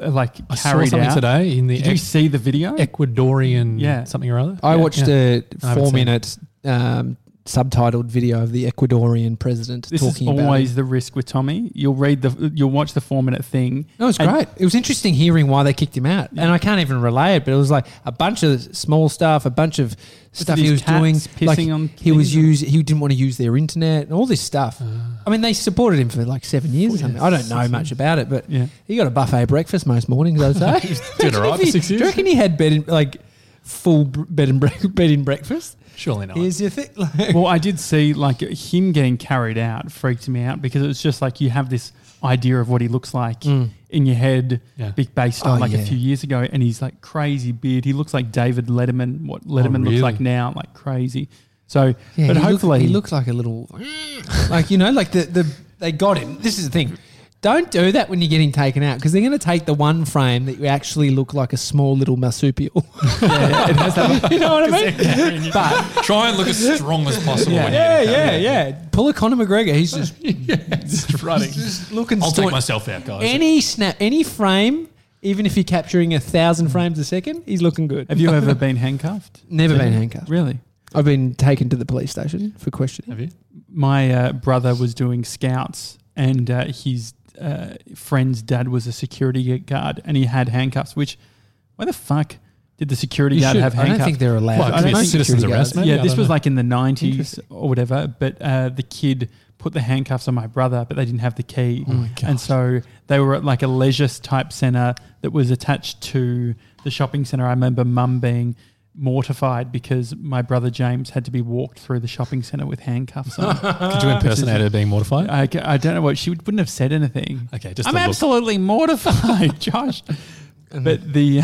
Speaker 1: uh, like
Speaker 3: I saw
Speaker 1: carried
Speaker 3: something
Speaker 1: out?
Speaker 3: today in the
Speaker 1: Did you
Speaker 3: Ex-
Speaker 1: see the video?
Speaker 3: Ecuadorian
Speaker 1: Yeah.
Speaker 3: something or other.
Speaker 2: I
Speaker 3: Yeah.
Speaker 2: watched
Speaker 3: Yeah.
Speaker 2: a
Speaker 3: I haven't seen
Speaker 2: four-minute um, subtitled video of the Ecuadorian president
Speaker 1: This is
Speaker 2: talking about. it.
Speaker 1: always the risk with Tommy. You'll read the, you'll watch the four minute thing.
Speaker 2: No, it was
Speaker 1: And-
Speaker 2: great. It was interesting hearing why they kicked him out, and I can't even relay it. But it was like a bunch of small stuff, a bunch of stuff
Speaker 1: these
Speaker 2: he was
Speaker 1: cats
Speaker 2: doing,
Speaker 1: pissing
Speaker 2: like
Speaker 1: on
Speaker 2: he was
Speaker 1: things?
Speaker 2: use he didn't want to use their internet and all this stuff. I mean, they supported him for like seven years or something. I don't know much about it, but
Speaker 1: Yeah.
Speaker 2: he got a buffet breakfast most mornings. I'd say.
Speaker 3: doing all right
Speaker 2: If
Speaker 3: for
Speaker 2: he-
Speaker 3: six
Speaker 2: do you
Speaker 3: years.
Speaker 2: reckon he had bed in, like full br- bed and bre- bed and breakfast?
Speaker 3: Surely not.
Speaker 2: Here's your thing. Like,
Speaker 1: well, I did see like him getting carried out freaked me out because it was just like you have this idea of what he looks like in your head,
Speaker 3: Mm. Yeah.
Speaker 1: be- based on
Speaker 2: Oh,
Speaker 1: like
Speaker 2: yeah.
Speaker 1: a few years ago, and he's like crazy beard. He looks like David Letterman, what Letterman
Speaker 3: really?
Speaker 1: looks like now, like crazy. So,
Speaker 2: Yeah,
Speaker 1: but
Speaker 2: he look-
Speaker 1: hopefully
Speaker 2: he looks like a little, like you know, like the, the they got him. This is the thing. Don't do that when you're getting taken out because they're going to take the one frame that you actually look like a small little marsupial. you know what I mean? But
Speaker 3: Try and look as strong as possible.
Speaker 1: Yeah.
Speaker 3: when
Speaker 2: yeah,
Speaker 3: you're
Speaker 2: yeah, yeah. Pull a Conor McGregor. He's just,
Speaker 3: just running.
Speaker 2: just looking.
Speaker 3: I'll take
Speaker 2: staunch.
Speaker 3: myself out, guys.
Speaker 2: any snap, any frame, even if you're capturing a thousand frames a second, he's looking good.
Speaker 1: have you ever been handcuffed?
Speaker 2: Never been handcuffed.
Speaker 1: Really?
Speaker 2: I've been taken to the police station for questioning.
Speaker 3: Have you?
Speaker 1: my uh, brother was doing scouts and uh, his uh, friend's dad was a security guard and he had handcuffs which why the fuck did the security guard have
Speaker 2: I
Speaker 1: handcuffs
Speaker 2: don't think they're allowed.
Speaker 3: Well, it
Speaker 2: I
Speaker 3: could
Speaker 2: don't
Speaker 3: be a
Speaker 2: think
Speaker 3: citizen's
Speaker 2: security guards-
Speaker 3: arrest, maybe?
Speaker 1: yeah,
Speaker 3: I
Speaker 1: this
Speaker 3: don't
Speaker 1: was
Speaker 3: know.
Speaker 1: like in the 90s
Speaker 2: Interesting.
Speaker 1: or whatever but uh, the kid put the handcuffs on my brother but they didn't have the key
Speaker 3: Oh my
Speaker 1: and so they were at like a leisure type centre that was attached to the shopping centre i remember mum being mortified because my brother james had to be walked through the shopping centre with handcuffs on
Speaker 3: Could you impersonate her being mortified?
Speaker 1: I, I don't know what she would, wouldn't have said anything.
Speaker 3: Okay, just
Speaker 1: I'm
Speaker 3: the look.
Speaker 1: absolutely mortified, Josh. But the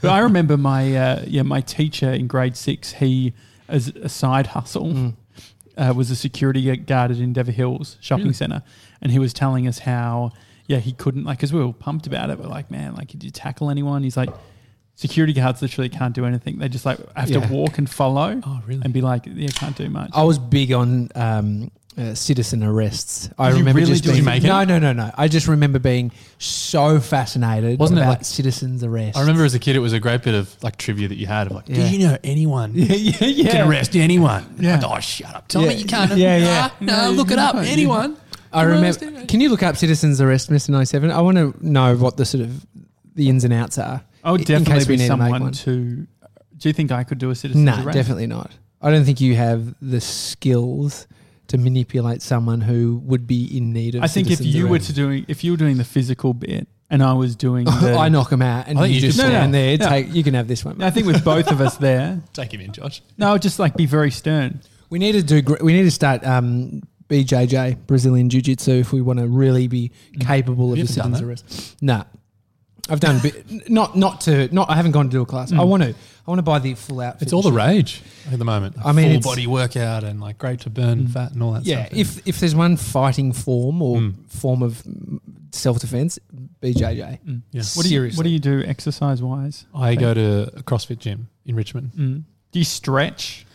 Speaker 1: but I remember my uh, yeah my teacher in grade six. He as a side hustle
Speaker 3: Mm.
Speaker 1: uh, was a security guard at Endeavour Hills shopping
Speaker 3: Really?
Speaker 1: centre, and he was telling us how yeah he couldn't like because we were pumped about it. We're like, man, like did you tackle anyone? He's like. Security guards literally can't do anything. They just like have
Speaker 3: Yeah.
Speaker 1: to walk and follow,
Speaker 3: Oh, really? Oh,
Speaker 1: and be like, "Yeah, can't do much."
Speaker 2: I was big on um, uh, citizen arrests. I
Speaker 1: Did you
Speaker 2: remember
Speaker 1: really
Speaker 2: just
Speaker 1: do it?
Speaker 2: being
Speaker 1: Did you make it?
Speaker 2: no, no, no, no. I just remember being so fascinated.
Speaker 3: Wasn't it
Speaker 2: about
Speaker 3: like-
Speaker 2: citizens arrest?
Speaker 3: I remember as a kid, it was a great bit of like trivia that you had. Of like,
Speaker 2: Yeah.
Speaker 3: did you know anyone
Speaker 2: Yeah, yeah, yeah.
Speaker 3: can arrest anyone?
Speaker 1: Yeah.
Speaker 3: Like, oh, shut up! Tell
Speaker 2: Yeah.
Speaker 3: me you can't.
Speaker 2: Yeah, yeah.
Speaker 3: Nah, nah,
Speaker 1: No,
Speaker 3: look it
Speaker 1: no,
Speaker 3: up.
Speaker 1: you-
Speaker 3: Anyone?
Speaker 2: I
Speaker 3: Well,
Speaker 2: remember.
Speaker 3: it's-
Speaker 2: Can you look up Citizens Arrest, Mister Ninety Seven? I want to know what the sort of the ins and outs are.
Speaker 1: I would
Speaker 2: in case
Speaker 1: definitely
Speaker 2: we need
Speaker 1: be
Speaker 2: to make
Speaker 1: someone
Speaker 2: one.
Speaker 1: to. Do you think I could do a citizen's
Speaker 2: No,
Speaker 1: arrest?
Speaker 2: definitely not. I don't think you have the skills to manipulate someone who would be in need of.
Speaker 1: I think if
Speaker 2: citizens
Speaker 1: you were
Speaker 2: arrest.
Speaker 1: to doing, if you were doing the physical bit, and I was doing, the,
Speaker 2: I knock them out, and
Speaker 3: I
Speaker 2: you,
Speaker 3: think you
Speaker 2: just
Speaker 3: should- No,
Speaker 2: stand
Speaker 1: no,
Speaker 2: there.
Speaker 1: no.
Speaker 2: Take you can have this one.
Speaker 1: I think with both of us there,
Speaker 3: Take him in, Josh.
Speaker 1: no, just like be very stern.
Speaker 2: We need to do. gr- We need to start um, BJJ Brazilian Jiu Jitsu if we want to really be capable of
Speaker 3: you
Speaker 2: a
Speaker 3: ever Mm. done
Speaker 2: citizen's
Speaker 3: that?
Speaker 2: arrest. Nah, I've done bi- not not to not. I haven't gone to do a class. I want to. I want to buy the full outfit.
Speaker 3: Mm. It's all the rage at the moment.
Speaker 2: I mean,
Speaker 3: full
Speaker 2: it's-
Speaker 3: body workout and like great to burn fat and all that
Speaker 2: yeah.
Speaker 3: stuff.
Speaker 2: If if there's one fighting form or
Speaker 3: Mm.
Speaker 2: form of self defense, BJJ.
Speaker 1: Mm. What
Speaker 3: Yeah.
Speaker 1: do you
Speaker 2: Seriously.
Speaker 1: What do you do exercise wise?
Speaker 3: I go to a CrossFit gym in Richmond.
Speaker 1: Mm. Do you stretch?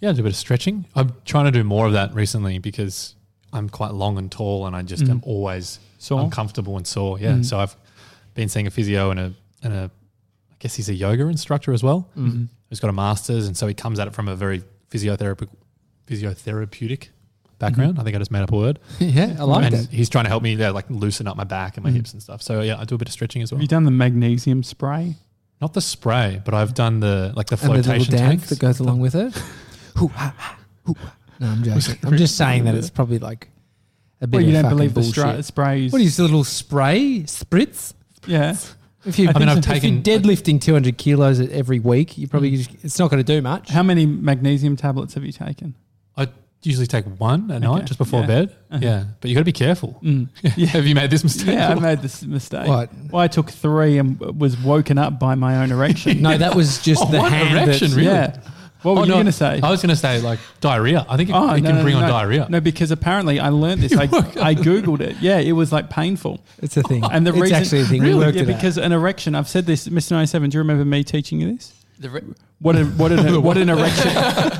Speaker 3: Yeah, I do a bit of stretching. I'm trying to do more of that recently because I'm quite long and tall, and I just
Speaker 1: Mm.
Speaker 3: am always
Speaker 1: Sore?
Speaker 3: uncomfortable and sore. Yeah,
Speaker 1: Mm.
Speaker 3: so I've been seeing a physio and a and a I guess he's a yoga instructor as well.
Speaker 1: Mhm.
Speaker 3: Who's got a master's, and so he comes at it from a very physiotherapeutic physiotherapeutic background. I think I just made up a word.
Speaker 2: yeah, I like
Speaker 3: and
Speaker 2: that.
Speaker 3: he's trying to help me yeah, like loosen up my back and my
Speaker 1: Mm.
Speaker 3: hips and stuff. So yeah, I do a bit of stretching as well.
Speaker 1: Have
Speaker 2: Mm.
Speaker 1: you done the magnesium spray?
Speaker 3: Not the spray, but I've done the like the
Speaker 2: And the little
Speaker 3: flotation
Speaker 2: dance
Speaker 3: tanks.
Speaker 2: that goes along with it. Hoo, ha, ha, hoo, ha. no, I'm joking. I'm just saying that it's probably like a bit.
Speaker 1: Well, you
Speaker 2: of
Speaker 1: don't
Speaker 2: fucking
Speaker 1: believe
Speaker 2: bullshit.
Speaker 1: the stra- sprays.
Speaker 2: What is a little spray spritz?
Speaker 1: Yeah.
Speaker 2: If you,
Speaker 1: I
Speaker 2: I
Speaker 1: mean,
Speaker 2: mean,
Speaker 1: I've Mm.
Speaker 2: if
Speaker 3: taken-
Speaker 2: you're deadlifting 200 kilos every week, you probably just, it's not going to do much.
Speaker 1: How many magnesium tablets have you taken?
Speaker 3: I usually take one at night
Speaker 1: Okay.
Speaker 3: just before
Speaker 1: Yeah.
Speaker 3: bed.
Speaker 1: Uh-huh.
Speaker 3: Yeah, but you got to be careful.
Speaker 1: Mm. Yeah.
Speaker 3: Have you made this mistake?
Speaker 1: yeah, I made this mistake.
Speaker 2: What?
Speaker 1: Well, I took three and was woken up by my own erection.
Speaker 2: No, that was just
Speaker 3: Oh,
Speaker 2: the
Speaker 3: what
Speaker 2: hand.
Speaker 3: erection,
Speaker 2: that's-
Speaker 3: really?
Speaker 1: Yeah. What were
Speaker 3: Oh,
Speaker 1: you
Speaker 3: no,
Speaker 1: going to say? Oh,
Speaker 3: I was going to say like diarrhea. I think it, it
Speaker 1: no,
Speaker 3: can
Speaker 1: no,
Speaker 3: bring
Speaker 1: no,
Speaker 3: on
Speaker 1: no.
Speaker 3: diarrhea.
Speaker 1: No, because apparently I learned
Speaker 2: Oh
Speaker 1: this. I, I googled it. Yeah, it was like painful.
Speaker 2: It's a thing.
Speaker 1: And the
Speaker 2: Oh, it's
Speaker 1: reason,
Speaker 2: actually a thing.
Speaker 1: Really?
Speaker 2: We worked
Speaker 1: yeah,
Speaker 2: it out.
Speaker 1: because an erection. I've said this, Mr. 97. Do you remember me teaching you this?
Speaker 4: The, re-
Speaker 1: What a, what an what an erection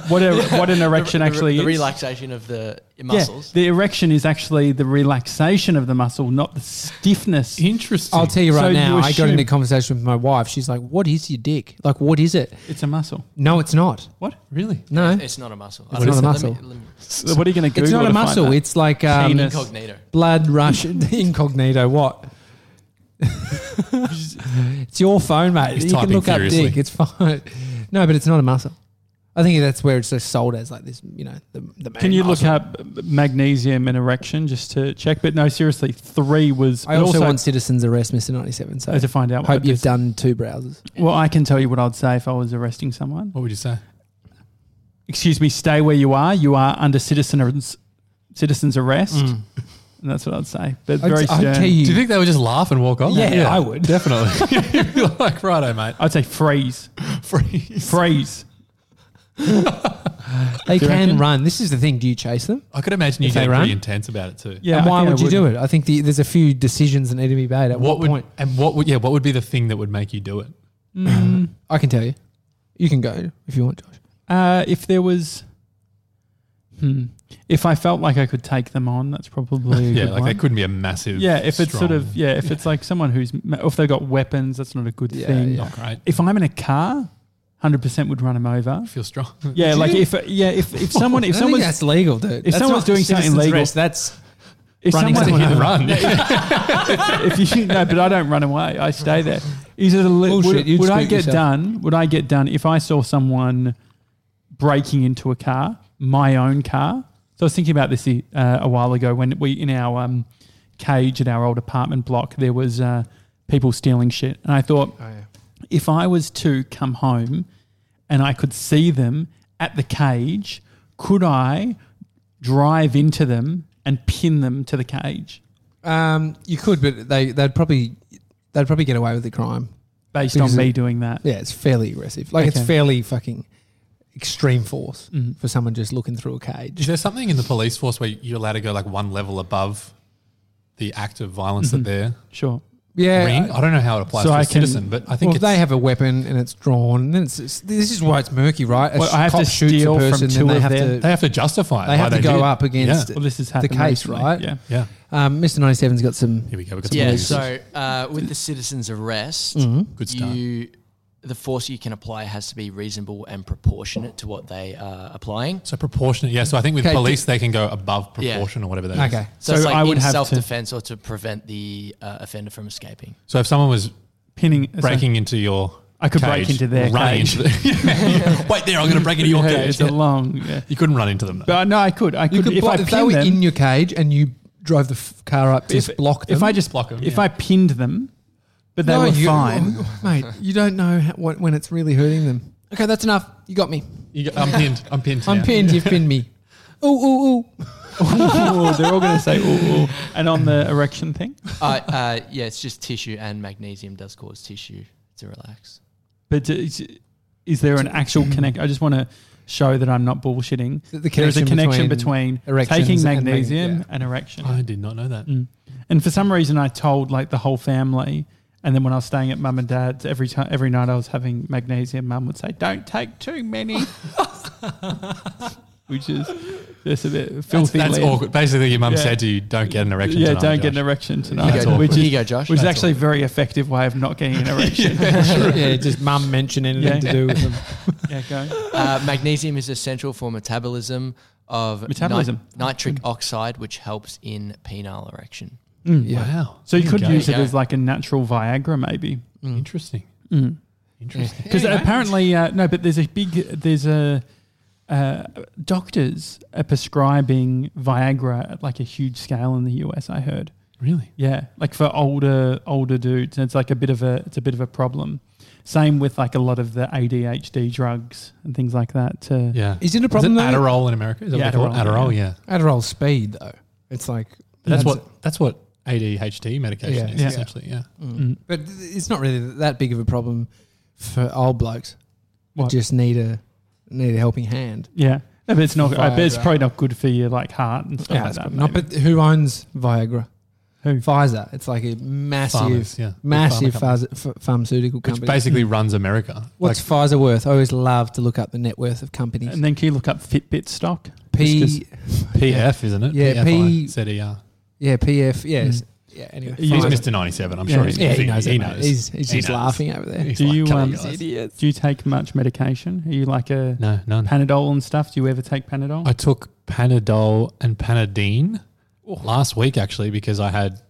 Speaker 1: what a, what an erection
Speaker 4: the re-
Speaker 1: actually
Speaker 4: the
Speaker 1: is.
Speaker 4: relaxation of the
Speaker 1: Yeah,
Speaker 4: muscles.
Speaker 1: the erection is actually the relaxation of the muscle, not the stiffness.
Speaker 3: Interesting.
Speaker 2: I'll tell you right
Speaker 1: So
Speaker 2: now,
Speaker 1: you
Speaker 2: I got into a
Speaker 1: assume-
Speaker 2: conversation with my wife. She's like, What is your dick? Like, what is it?
Speaker 1: It's a muscle.
Speaker 2: No, it's not.
Speaker 1: What?
Speaker 3: really.
Speaker 2: No. It's,
Speaker 4: It's not a muscle.
Speaker 2: It's not a
Speaker 4: Let me-
Speaker 2: muscle.
Speaker 4: let me-
Speaker 1: So what are you going to Google?
Speaker 2: not a
Speaker 1: to find
Speaker 2: muscle.
Speaker 1: that?
Speaker 2: It's like um,
Speaker 1: Penis.
Speaker 4: incognito.
Speaker 2: blood rush incognito. What? it's your phone, mate.
Speaker 3: He's
Speaker 2: you can
Speaker 3: typing
Speaker 2: look
Speaker 3: furiously.
Speaker 2: up dick. It's fine. No, but it's not a muscle. I think that's where it's just sold as like this. You know, the, the man
Speaker 1: Can you look
Speaker 2: muscle.
Speaker 1: up magnesium and erection just to check? But no, seriously, three was.
Speaker 2: I
Speaker 1: but
Speaker 2: also, want citizens arrest, Mister Ninety Seven. So
Speaker 1: uh, to find out.
Speaker 2: hope
Speaker 1: what it
Speaker 2: you've
Speaker 1: is.
Speaker 2: done two browsers.
Speaker 1: Well, I can tell you what I'd say if I was arresting someone.
Speaker 3: What would you say?
Speaker 1: Excuse me, stay where you are. You are under citizen's citizen's arrest,
Speaker 3: Mm.
Speaker 1: and that's what I'd say. But
Speaker 2: I'd,
Speaker 1: very
Speaker 2: I'd
Speaker 1: stern.
Speaker 2: tell
Speaker 3: Do you
Speaker 2: you.
Speaker 3: think they would just laugh and walk off?
Speaker 2: Yeah, I would.
Speaker 3: definitely. You're like righto, mate.
Speaker 1: I'd say freeze,
Speaker 3: Freeze.
Speaker 1: freeze.
Speaker 2: They
Speaker 1: Do you
Speaker 2: can
Speaker 1: reckon?
Speaker 2: run. This is the thing. Do you chase them?
Speaker 3: I could imagine you
Speaker 2: If they
Speaker 3: getting
Speaker 2: run?
Speaker 3: pretty intense about it too.
Speaker 1: Yeah.
Speaker 2: and
Speaker 1: I
Speaker 2: why
Speaker 1: think I
Speaker 2: would you do it? I think the, there's a few decisions that need to be made. At what,
Speaker 3: What would
Speaker 2: point?
Speaker 3: and what would yeah? What would be the thing that would make you do it?
Speaker 1: Mm,
Speaker 2: I can tell you. You can go if you want, Josh.
Speaker 1: uh, if there was, hmm, if I felt like I could take them on, that's probably a
Speaker 3: Yeah,
Speaker 1: good
Speaker 3: like
Speaker 1: one.
Speaker 3: that couldn't be a massive.
Speaker 1: yeah, if it's sort
Speaker 3: strong-
Speaker 1: of yeah, if it's like someone who's or if they've got weapons, that's not a good
Speaker 2: Yeah,
Speaker 1: thing.
Speaker 2: yeah.
Speaker 3: not great.
Speaker 1: If I'm in a car, hundred percent would run them over.
Speaker 3: I feel strong.
Speaker 1: Yeah, like if yeah, if, if someone
Speaker 2: I
Speaker 1: if
Speaker 2: don't
Speaker 1: someone's
Speaker 2: think that's legal, dude. That's
Speaker 1: someone's
Speaker 2: not
Speaker 1: doing something
Speaker 2: citizens'
Speaker 1: legal-
Speaker 2: arrest. that's
Speaker 1: if
Speaker 2: running
Speaker 1: someone
Speaker 3: Someone
Speaker 2: someone
Speaker 3: hit and
Speaker 2: over.
Speaker 3: run.
Speaker 1: if you no, but I don't run away. I stay there. Is it a li-
Speaker 2: Bullshit,
Speaker 1: would,
Speaker 2: you'd
Speaker 1: would I
Speaker 2: scoot
Speaker 1: get
Speaker 2: yourself.
Speaker 1: done? Would I get done if I saw someone breaking into a car, my own car? So I was thinking about this uh, a while ago when we in our um, cage at our old apartment block there was uh, people stealing shit, and I
Speaker 2: Oh,
Speaker 1: thought if I was to come home and I could see them at the cage, could I drive into them and pin them to the cage?
Speaker 2: Um, you could, but they they'd probably they'd probably get away with the crime.
Speaker 1: based
Speaker 2: Because
Speaker 1: on me
Speaker 2: it-
Speaker 1: doing that.
Speaker 2: Yeah, it's fairly aggressive. Like
Speaker 1: Okay.
Speaker 2: it's fairly fucking extreme force
Speaker 1: Mhm.
Speaker 2: for someone just looking through a
Speaker 3: Is
Speaker 2: cage.
Speaker 3: there something in the police force where you're allowed to go like one level above the act of violence that they're
Speaker 1: Sure.
Speaker 2: Mm-hmm. Yeah.
Speaker 3: ring? I don't know how it applies
Speaker 1: So
Speaker 3: to a
Speaker 1: I can-
Speaker 3: citizen, but I
Speaker 2: well,
Speaker 3: think
Speaker 2: if
Speaker 3: it's,
Speaker 2: they have a weapon and it's drawn, then it's, it's this is why it's murky, right? A
Speaker 1: Well, I have
Speaker 2: cop
Speaker 1: to
Speaker 2: shoots a
Speaker 1: steal from
Speaker 2: person,
Speaker 1: two
Speaker 2: then they
Speaker 1: of
Speaker 2: have
Speaker 1: their-
Speaker 2: to
Speaker 3: they have to justify.
Speaker 2: they
Speaker 3: why
Speaker 2: have to go
Speaker 3: did.
Speaker 2: up against.
Speaker 3: Yeah.
Speaker 1: Well, this has happened.
Speaker 2: case,
Speaker 1: recently.
Speaker 2: right?
Speaker 1: Yeah.
Speaker 3: yeah.
Speaker 2: Um, Mr. Ninety Seven's got some.
Speaker 3: Here we go. We've got some
Speaker 4: Yeah,
Speaker 3: police.
Speaker 1: Mm-hmm.
Speaker 4: so uh, with the citizens arrest,
Speaker 2: Mhm.
Speaker 3: good start.
Speaker 4: you the force you can apply has to be reasonable and proportionate to what they are applying.
Speaker 3: So proportionate, yeah. So I think with
Speaker 2: Okay,
Speaker 3: police, they can go above
Speaker 4: Yeah.
Speaker 3: proportion or whatever that is.
Speaker 2: Okay.
Speaker 4: So,
Speaker 1: So
Speaker 4: it's like
Speaker 1: I would
Speaker 4: in
Speaker 1: have to-
Speaker 4: self-defense or to prevent the uh, offender from escaping.
Speaker 3: So if someone was
Speaker 1: pinning
Speaker 3: breaking into your
Speaker 1: I could break
Speaker 3: cage,
Speaker 1: into their
Speaker 3: run
Speaker 1: cage.
Speaker 3: Into the, Wait there, I'm going to break into your
Speaker 1: Yeah,
Speaker 3: cage.
Speaker 1: It's a long. Yeah.
Speaker 3: You couldn't run into them. Though.
Speaker 1: But I- no, I could. I
Speaker 2: You
Speaker 1: could,
Speaker 2: could
Speaker 1: if
Speaker 2: block,
Speaker 1: I
Speaker 2: if they
Speaker 1: pinned
Speaker 2: were
Speaker 1: them.
Speaker 2: in your cage and you drove the f- car up to
Speaker 1: If-
Speaker 2: block them.
Speaker 1: if I just
Speaker 3: Block 'em,
Speaker 1: if
Speaker 3: yeah.
Speaker 1: I pinned them, but they
Speaker 2: No,
Speaker 1: were
Speaker 2: you-
Speaker 1: fine.
Speaker 2: mate. You don't know how, what, when it's really hurting them. Okay, that's enough. You got me.
Speaker 3: You go, I'm pinned. I'm pinned.
Speaker 2: I'm
Speaker 3: now.
Speaker 2: pinned. You've pinned me. Ooh ooh ooh.
Speaker 1: Ooh, Oh, they're all going to say ooh, ooh. And on the erection thing,
Speaker 4: uh, uh, yeah, it's just tissue, and magnesium does cause tissue to relax.
Speaker 1: but is, is there an actual connect? I just want to show that I'm not bullshitting.
Speaker 2: The, the
Speaker 1: There is a connection between,
Speaker 2: erections
Speaker 1: taking
Speaker 2: and mag-
Speaker 1: magnesium and,
Speaker 2: yeah.
Speaker 1: erection.
Speaker 3: I did not know that.
Speaker 1: Mm. And for some reason, I told like the whole family. And then when I was staying at mum and dad's, every time, every night I was having magnesium, mum would say, "Don't take too many," which is just a bit
Speaker 3: That's,
Speaker 1: filthy.
Speaker 3: that's
Speaker 1: Liam.
Speaker 3: awkward. Basically, your mum
Speaker 1: Yeah.
Speaker 3: said to you, "Don't get an erection."
Speaker 1: Yeah,
Speaker 3: tonight,
Speaker 1: don't get an
Speaker 3: Josh."
Speaker 1: erection
Speaker 4: Here
Speaker 1: tonight,
Speaker 4: you
Speaker 3: That's
Speaker 4: go,
Speaker 3: awkward.
Speaker 1: Uh, which
Speaker 4: here you go
Speaker 1: is,
Speaker 4: Josh.
Speaker 1: which is
Speaker 4: That's
Speaker 1: actually a very effective way of not getting an erection.
Speaker 2: yeah, just mum mentioned anything
Speaker 1: Yeah.
Speaker 2: to do with them.
Speaker 1: yeah, go.
Speaker 4: Uh, magnesium is essential for metabolism of
Speaker 1: Metabolism.
Speaker 4: nit- nitric oxide, which helps in penile erection.
Speaker 1: Mm.
Speaker 2: Yeah.
Speaker 3: Wow.
Speaker 1: So you
Speaker 3: There
Speaker 1: could
Speaker 3: go.
Speaker 1: use it
Speaker 4: Yeah.
Speaker 1: as like a natural Viagra, maybe.
Speaker 3: Interesting. Mm. Interesting.
Speaker 1: Because apparently, uh, no, but there's a big, there's a, uh, doctors are prescribing Viagra at like a huge scale in the US, I heard.
Speaker 3: Really.
Speaker 1: Yeah, like for older older dudes, and it's like a bit of a it's a bit of a problem. Same with like a lot of the ADHD drugs and things like that. To,
Speaker 3: Yeah.
Speaker 2: Is it a
Speaker 3: Is it
Speaker 2: problem? though?
Speaker 3: Adderall in America? Is that
Speaker 1: Yeah,
Speaker 3: what they call it?
Speaker 1: Adderall,
Speaker 3: Adderall,
Speaker 1: yeah.
Speaker 3: yeah.
Speaker 2: Adderall speed though. It's like
Speaker 3: But that's what that's what ADHD medication
Speaker 2: Yeah.
Speaker 3: is
Speaker 1: Yeah.
Speaker 3: essentially. Yeah.
Speaker 1: Mm.
Speaker 2: But it's not really that big of a problem for old blokes.
Speaker 1: What?
Speaker 2: Just need a need a helping hand.
Speaker 1: Yeah. No, but it's not. I bet it's
Speaker 2: Viagra.
Speaker 1: probably not good for your like heart and stuff
Speaker 2: Yeah,
Speaker 1: like
Speaker 2: it's
Speaker 1: that.
Speaker 2: not,
Speaker 1: maybe.
Speaker 2: but who owns Viagra?
Speaker 1: Who?
Speaker 2: Pfizer. It's like a massive,
Speaker 3: Farmers, yeah. Big
Speaker 2: massive
Speaker 3: pharma companies.
Speaker 2: pharma ph- pharmaceutical
Speaker 3: Which
Speaker 2: company.
Speaker 3: basically
Speaker 1: Mm.
Speaker 3: runs America.
Speaker 2: What's
Speaker 3: Like,
Speaker 2: Pfizer worth? I always love to look up the net worth of companies.
Speaker 1: and then can you look up Fitbit stock? It's
Speaker 2: P,
Speaker 3: PF, isn't it?
Speaker 2: Yeah, P-
Speaker 3: PFIZER.
Speaker 2: yeah, PF, yes, yeah. Anyway,
Speaker 1: He's
Speaker 3: He's
Speaker 2: Pfizer.
Speaker 3: Mr. 97. I'm
Speaker 1: Yeah.
Speaker 3: sure he's
Speaker 2: Yeah, he
Speaker 3: he
Speaker 2: knows. it,
Speaker 3: He
Speaker 2: mate.
Speaker 3: knows.
Speaker 2: He's, he's
Speaker 3: He
Speaker 2: just
Speaker 3: knows.
Speaker 2: laughing over there.
Speaker 3: He's
Speaker 1: Do
Speaker 3: like,
Speaker 1: you,
Speaker 3: "Come on,
Speaker 1: um,
Speaker 3: guys."
Speaker 1: Do you take much medication? Are you like a
Speaker 3: No, none.
Speaker 1: Panadol and stuff? Do you ever take Panadol?
Speaker 3: I took Panadol and Panadine last week actually because I had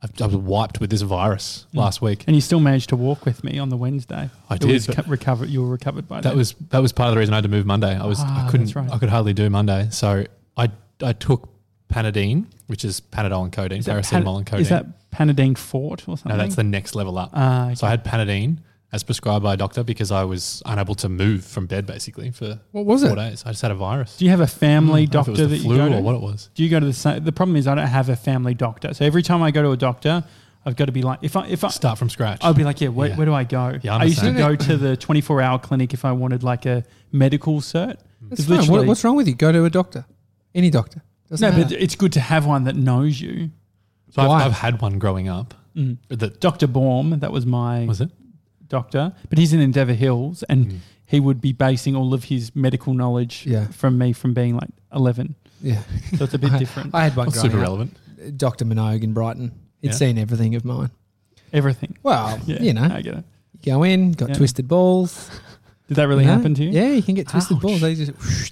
Speaker 3: I, I was wiped with this virus
Speaker 1: Mm.
Speaker 3: last week.
Speaker 1: and you still managed to walk with me on the Wednesday.
Speaker 3: I
Speaker 1: It
Speaker 3: did,
Speaker 1: was
Speaker 3: but-
Speaker 1: co- recovered. You were recovered by
Speaker 3: That was that was part of the reason I had to move Monday. I was
Speaker 1: Ah,
Speaker 3: I couldn't
Speaker 1: that's right.
Speaker 3: I could hardly do Monday, so I I took Panadine, which is Panadol and codeine,
Speaker 1: Is that
Speaker 3: paracetamol
Speaker 1: Pan-
Speaker 3: and codeine.
Speaker 1: Is that Panadine Fort or something?
Speaker 3: no, that's the next level up.
Speaker 1: Ah,
Speaker 3: So I had Panadine as prescribed by a doctor because I was unable to move from bed basically for
Speaker 2: What was
Speaker 3: four
Speaker 2: it?
Speaker 3: days. I just had a virus.
Speaker 1: Do you have a family
Speaker 3: Mm, I don't
Speaker 1: doctor
Speaker 3: know if it was
Speaker 1: that
Speaker 3: the
Speaker 1: you
Speaker 3: flu
Speaker 1: go to?
Speaker 3: or what it was.
Speaker 1: Do you go to the same? The problem is I don't have a family doctor. So every time I go to a doctor, I've got to be like, if I if I
Speaker 3: Start from scratch.
Speaker 1: I'll be like, yeah, where,
Speaker 3: Yeah.
Speaker 1: where do I go?
Speaker 3: Yeah, I'm
Speaker 1: I
Speaker 3: the
Speaker 1: used to
Speaker 3: same.
Speaker 1: go to the 24 hour clinic if I wanted like a medical cert.
Speaker 2: That's
Speaker 1: It's
Speaker 2: fine. What,
Speaker 1: literally-
Speaker 2: what's wrong with you? Go to a doctor, any doctor. Doesn't
Speaker 1: No,
Speaker 2: matter.
Speaker 1: but it's good to have one that knows you.
Speaker 3: so I've,
Speaker 2: why?
Speaker 3: I've had one growing up
Speaker 1: Mm.
Speaker 3: that
Speaker 1: Dr. Baum, that was my
Speaker 3: was it.
Speaker 1: doctor, but he's in Endeavour Hills and
Speaker 3: Mm.
Speaker 1: he would be basing all of his medical knowledge
Speaker 2: Hmm. Yeah.
Speaker 1: from me from being like 11.
Speaker 2: yeah,
Speaker 1: So it's a bit different.
Speaker 2: I had one
Speaker 3: Not super
Speaker 2: growing up.
Speaker 3: relevant.
Speaker 2: Doctor Minogue in Brighton. He'd
Speaker 3: Yeah.
Speaker 2: seen everything of mine.
Speaker 1: Everything.
Speaker 2: Well,
Speaker 1: Yeah,
Speaker 2: you know,
Speaker 1: I get it.
Speaker 2: go in, got
Speaker 1: Yeah.
Speaker 2: twisted balls.
Speaker 1: Did that really
Speaker 2: you know?
Speaker 1: happen to you?
Speaker 2: Yeah, you can get twisted
Speaker 3: Ouch.
Speaker 2: balls. They just whoosh.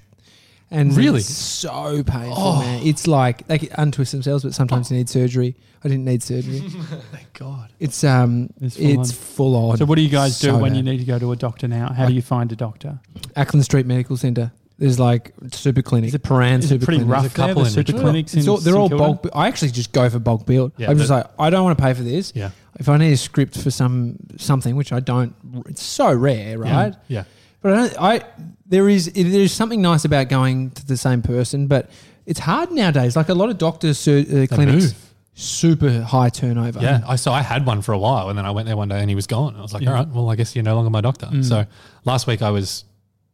Speaker 2: and
Speaker 3: Really?
Speaker 2: it's so painful,
Speaker 3: Oh.
Speaker 2: man. It's like they can untwist themselves, but sometimes you need surgery. I didn't need surgery.
Speaker 3: Thank God.
Speaker 2: It's um,
Speaker 1: It's
Speaker 2: it's
Speaker 1: full
Speaker 2: full, on.
Speaker 1: So what do you guys do
Speaker 2: So
Speaker 1: when you
Speaker 2: bad.
Speaker 1: need to go to a doctor now? How do you find a doctor?
Speaker 2: Ackland Street Medical Centre? There's like super clinic.
Speaker 1: Is it-
Speaker 2: Paran
Speaker 1: Is
Speaker 2: super
Speaker 1: it pretty
Speaker 2: clinic.
Speaker 1: rough
Speaker 3: There's a couple
Speaker 1: there, the
Speaker 3: in
Speaker 1: super
Speaker 3: Richmond.
Speaker 1: clinics?
Speaker 2: It's
Speaker 1: in
Speaker 2: all, they're all
Speaker 1: St Kilda?
Speaker 2: bulk. I actually just go for bulk build.
Speaker 3: Yeah,
Speaker 2: I'm just
Speaker 3: but-
Speaker 2: like, I don't want to pay for this.
Speaker 3: Yeah.
Speaker 2: If I need a script for some something, which I don't, it's so rare, right?
Speaker 3: Yeah.
Speaker 2: But I, don't, I there is there is something nice about going to the same person, but it's hard nowadays. Like a lot of doctors sur- uh, clinics,
Speaker 3: move.
Speaker 2: super high turnover.
Speaker 3: Yeah. I so I had one for a while and then I went there one day and he was gone. I was like, all right, well, I guess you're no longer my doctor.
Speaker 1: Mm.
Speaker 3: So last week I was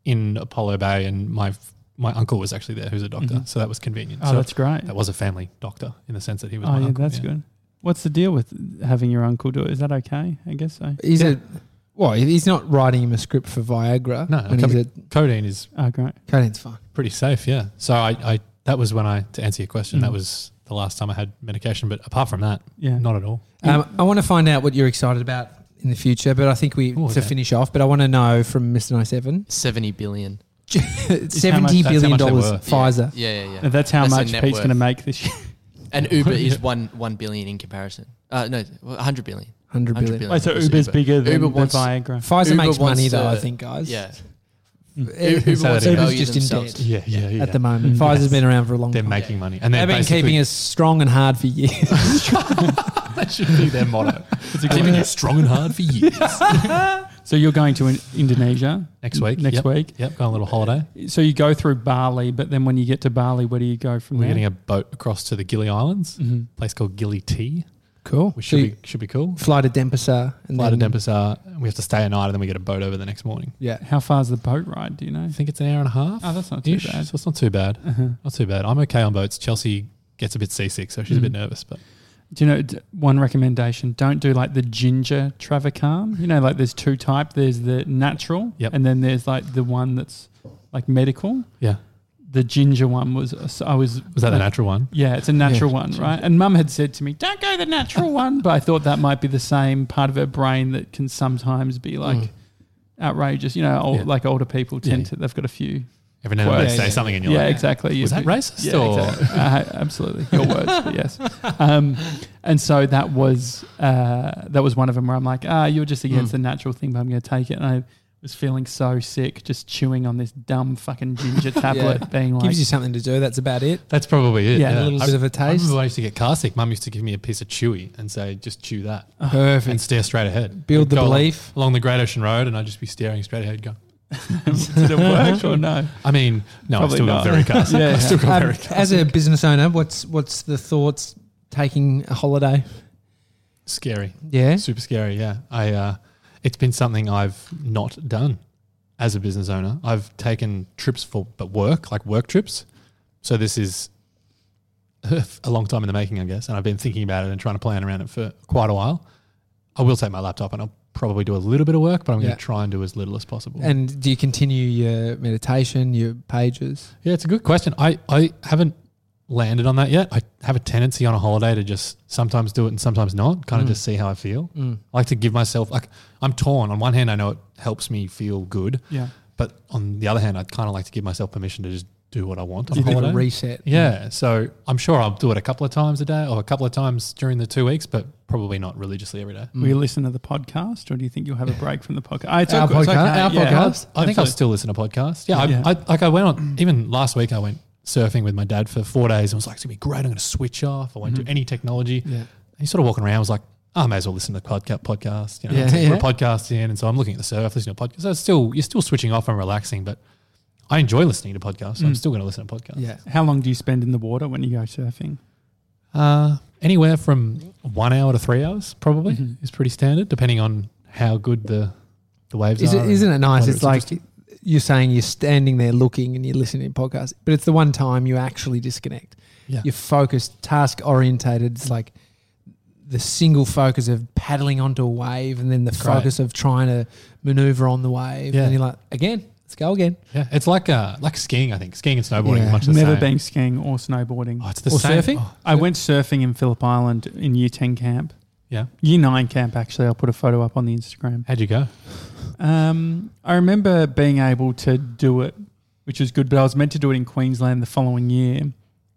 Speaker 3: in Apollo Bay and my my uncle was actually there who's a doctor. So that was convenient.
Speaker 1: Oh,
Speaker 3: so
Speaker 1: that's great.
Speaker 3: that was a family doctor in the sense that he was
Speaker 1: Oh,
Speaker 3: my
Speaker 1: yeah,
Speaker 3: uncle.
Speaker 1: that's good. What's the deal with having your uncle do it? Is that okay? I guess so.
Speaker 2: he's a well, he's not writing him a script for Viagra.
Speaker 3: No,
Speaker 2: when he's a
Speaker 3: Codeine is
Speaker 1: Oh, great.
Speaker 2: codeine's fine.
Speaker 3: pretty safe, yeah. So I, I that was when I to answer your question,
Speaker 1: Mm.
Speaker 3: that was the last time I had medication. But apart from that,
Speaker 1: Yeah.
Speaker 3: not at all.
Speaker 1: Yeah.
Speaker 2: Um, I want to find out what you're excited about in the future, but I think we
Speaker 3: Ooh,
Speaker 2: to
Speaker 3: okay.
Speaker 2: finish off. But I want to know from Mr. Ninety Seven,
Speaker 4: 70 billion.
Speaker 2: seventy
Speaker 3: that's how
Speaker 2: billion
Speaker 3: much they're
Speaker 2: dollars
Speaker 3: worth.
Speaker 2: Pfizer.
Speaker 4: Yeah, yeah, yeah.
Speaker 1: And that's how
Speaker 4: That's their
Speaker 1: much
Speaker 4: net
Speaker 1: Pete's going to
Speaker 4: worth.
Speaker 1: make this year.
Speaker 4: And Uber is one one billion in comparison. Uh, no, 100 billion. 100
Speaker 2: 100 billion.
Speaker 4: billion.
Speaker 1: Wait, so
Speaker 4: was
Speaker 1: Uber's bigger than,
Speaker 4: Uber
Speaker 1: Uber
Speaker 4: wants-
Speaker 1: Viagra.
Speaker 2: Pfizer
Speaker 4: Uber
Speaker 2: makes
Speaker 4: wants
Speaker 2: money though,
Speaker 4: to-
Speaker 2: I think, guys.
Speaker 4: Yeah.
Speaker 2: Uber-
Speaker 4: Uber wants to
Speaker 2: Uber's
Speaker 4: value
Speaker 2: just in
Speaker 4: themselves.
Speaker 2: debt.
Speaker 3: Yeah, yeah, yeah.
Speaker 2: at the moment.
Speaker 1: Mm.
Speaker 2: Pfizer's
Speaker 1: Yes.
Speaker 2: been around for a long
Speaker 3: they're
Speaker 2: time.
Speaker 3: making money, and
Speaker 2: They've
Speaker 3: they're
Speaker 2: been
Speaker 3: basically-
Speaker 2: keeping us strong and hard for years.
Speaker 3: That should be their motto.
Speaker 1: That's a good
Speaker 3: keeping
Speaker 1: one.
Speaker 3: us strong and hard for years.
Speaker 1: So you're going to in- Indonesia
Speaker 3: Next week.
Speaker 1: Next
Speaker 3: yep.
Speaker 1: week.
Speaker 3: Yep, going on a little holiday.
Speaker 1: So you go through Bali, but then when you get to Bali, where do you go from
Speaker 3: We're
Speaker 1: there? Mm-hmm.
Speaker 3: getting a boat across to the Gili Islands, a place called Gili Tea,
Speaker 2: cool.
Speaker 3: which
Speaker 2: So
Speaker 3: should
Speaker 2: you
Speaker 3: be should be cool.
Speaker 2: fly to Dempasa and
Speaker 3: Fly to
Speaker 2: then,
Speaker 3: Denpasar. uh, We have to stay a night, and then we get a boat over the next morning.
Speaker 2: Yeah.
Speaker 1: How far's the boat ride? Do you know?
Speaker 3: I think it's an hour and a half.
Speaker 1: Oh, that's not too
Speaker 3: ish,
Speaker 1: bad. Uh-huh.
Speaker 3: So it's not too bad. Not too bad. I'm okay on boats. Chelsea gets a bit seasick, so she's a bit
Speaker 1: Mm.
Speaker 3: nervous. But
Speaker 1: Do you know d- one recommendation? Don't do like the ginger travacarm. You know, like there's two type. There's the natural,
Speaker 3: Yep.
Speaker 1: and then there's like the one that's like medical.
Speaker 3: yeah,
Speaker 1: The ginger one was so I was
Speaker 3: was that the natural one?
Speaker 1: Yeah, it's a natural one, right? And mum had said to me, don't go the natural one. But I thought that might be the same part of her brain that can sometimes be like outrageous. You know, old,
Speaker 3: Mm. Yeah.
Speaker 1: like older people tend
Speaker 3: yeah.
Speaker 1: to, they've got a few.
Speaker 3: Every now and then
Speaker 1: Well,
Speaker 3: they
Speaker 1: yeah,
Speaker 3: say
Speaker 1: yeah,
Speaker 3: something, and you're
Speaker 1: Yeah,
Speaker 3: like,
Speaker 1: exactly.
Speaker 3: Was
Speaker 1: You-
Speaker 3: that racist
Speaker 1: Yeah,
Speaker 3: or-
Speaker 1: exactly. Uh, absolutely. Your words, but yes. Um, and so that was uh, that was one of them where I'm like, ah, you're just
Speaker 3: Mm.
Speaker 1: against the natural thing, but I'm going to take it. And I was feeling so sick, just chewing on this dumb fucking ginger tablet, being like,
Speaker 2: Gives you something to do. That's about it.
Speaker 3: That's probably it.
Speaker 1: Yeah, a
Speaker 2: little
Speaker 3: I-
Speaker 2: bit of a
Speaker 3: I
Speaker 2: taste.
Speaker 3: remember when I used to get car sick. Mum used to give me a piece of chewy and say, "Just chew that and
Speaker 2: Perfect.
Speaker 3: stare straight ahead."
Speaker 2: Build
Speaker 3: We'd
Speaker 2: the
Speaker 3: go along-
Speaker 2: belief.
Speaker 3: along, the Great Ocean Road, and I'd just be staring straight ahead. Going,
Speaker 1: did it work or no?
Speaker 3: I mean, no, I
Speaker 1: Probably
Speaker 3: still got
Speaker 1: not.
Speaker 3: very car sick.
Speaker 1: Yeah,
Speaker 3: I still got
Speaker 2: Um,
Speaker 3: very car
Speaker 2: as a business owner, what's what's the thoughts taking a holiday?
Speaker 3: scary.
Speaker 2: Yeah.
Speaker 3: Super scary, yeah. I uh, it's been something I've not done as a business owner. I've taken trips for but work, like work trips. So this is a long time in the making, I guess, and I've been thinking about it and trying to plan around it for quite a while. I will take my laptop and I'll probably do a little bit of work, but I'm
Speaker 2: Yeah.
Speaker 3: going to try and do as little as possible.
Speaker 2: And do you continue your meditation, your pages?
Speaker 3: yeah, it's a good question. I, I haven't landed on that yet. I have a tendency on a holiday to just sometimes do it and sometimes not,
Speaker 2: Mm.
Speaker 3: kind of just see how I feel. I like to give myself like I'm torn. On one hand, I know it helps me feel good,
Speaker 1: Yeah.
Speaker 3: but on the other hand, I kind of like to give myself permission to just do what I want on
Speaker 2: Do you think a
Speaker 3: holiday.
Speaker 2: reset?
Speaker 3: yeah, so I'm sure I'll do it a couple of times a day or a couple of times during the two weeks, but probably not religiously every day.
Speaker 1: Will you listen to the podcast, or do you think you'll have a break from the podcast? Ah, it's
Speaker 2: Our
Speaker 1: all- it's
Speaker 2: podcast- our
Speaker 1: yeah.
Speaker 2: podcast?
Speaker 3: I think I'll
Speaker 1: Absolutely.
Speaker 3: still listen to podcasts. Yeah,
Speaker 1: Yeah.
Speaker 3: I, I like I went on even last week. I went surfing with my dad for four days and was like, "It's gonna be great. I'm gonna switch off. I won't
Speaker 1: Mm-hmm.
Speaker 3: do any technology."
Speaker 2: Yeah.
Speaker 3: And he's sort of walking around. Was like, "Oh, I may as well listen to podcast. Podcast. You know,
Speaker 2: Yeah,
Speaker 3: so
Speaker 2: yeah.
Speaker 3: put a podcast in." And so I'm looking at the surf, listening to podcasts. So it's still you're still switching off and relaxing, but I enjoy listening to podcasts. So I'm still gonna listen to podcasts.
Speaker 2: Mm. Yeah.
Speaker 1: How long do you spend in the water when you go surfing?
Speaker 3: Uh, anywhere from one hour to three hours probably
Speaker 2: Mm-hmm.
Speaker 3: is pretty standard, depending on how good the the waves
Speaker 2: Is
Speaker 3: are.
Speaker 2: it,
Speaker 3: and
Speaker 2: isn't it nice?
Speaker 3: whether
Speaker 2: It's like
Speaker 3: interesting.
Speaker 2: you're saying you're standing there looking and you're listening to podcasts, but it's the one time you actually disconnect.
Speaker 3: Yeah.
Speaker 2: You're focused, task orientated. It's like the single focus of paddling onto a wave and then the
Speaker 3: great.
Speaker 2: focus of trying to maneuver on the wave.
Speaker 3: Yeah.
Speaker 2: And you're like, again, let's go again.
Speaker 3: Yeah, it's like uh, like skiing. I think skiing and snowboarding
Speaker 2: Yeah.
Speaker 3: are much the
Speaker 1: Never
Speaker 3: same.
Speaker 1: been skiing or snowboarding.
Speaker 3: Oh, it's the
Speaker 2: Or
Speaker 3: same.
Speaker 2: surfing?
Speaker 3: Oh,
Speaker 1: I went surfing in Phillip Island in Year Ten camp,
Speaker 3: yeah.
Speaker 1: Year Nine camp. Actually, I'll put a photo up on the Instagram.
Speaker 3: How'd you go?
Speaker 1: Um, I remember being able to do it, which was good. But I was meant to do it in Queensland the following year,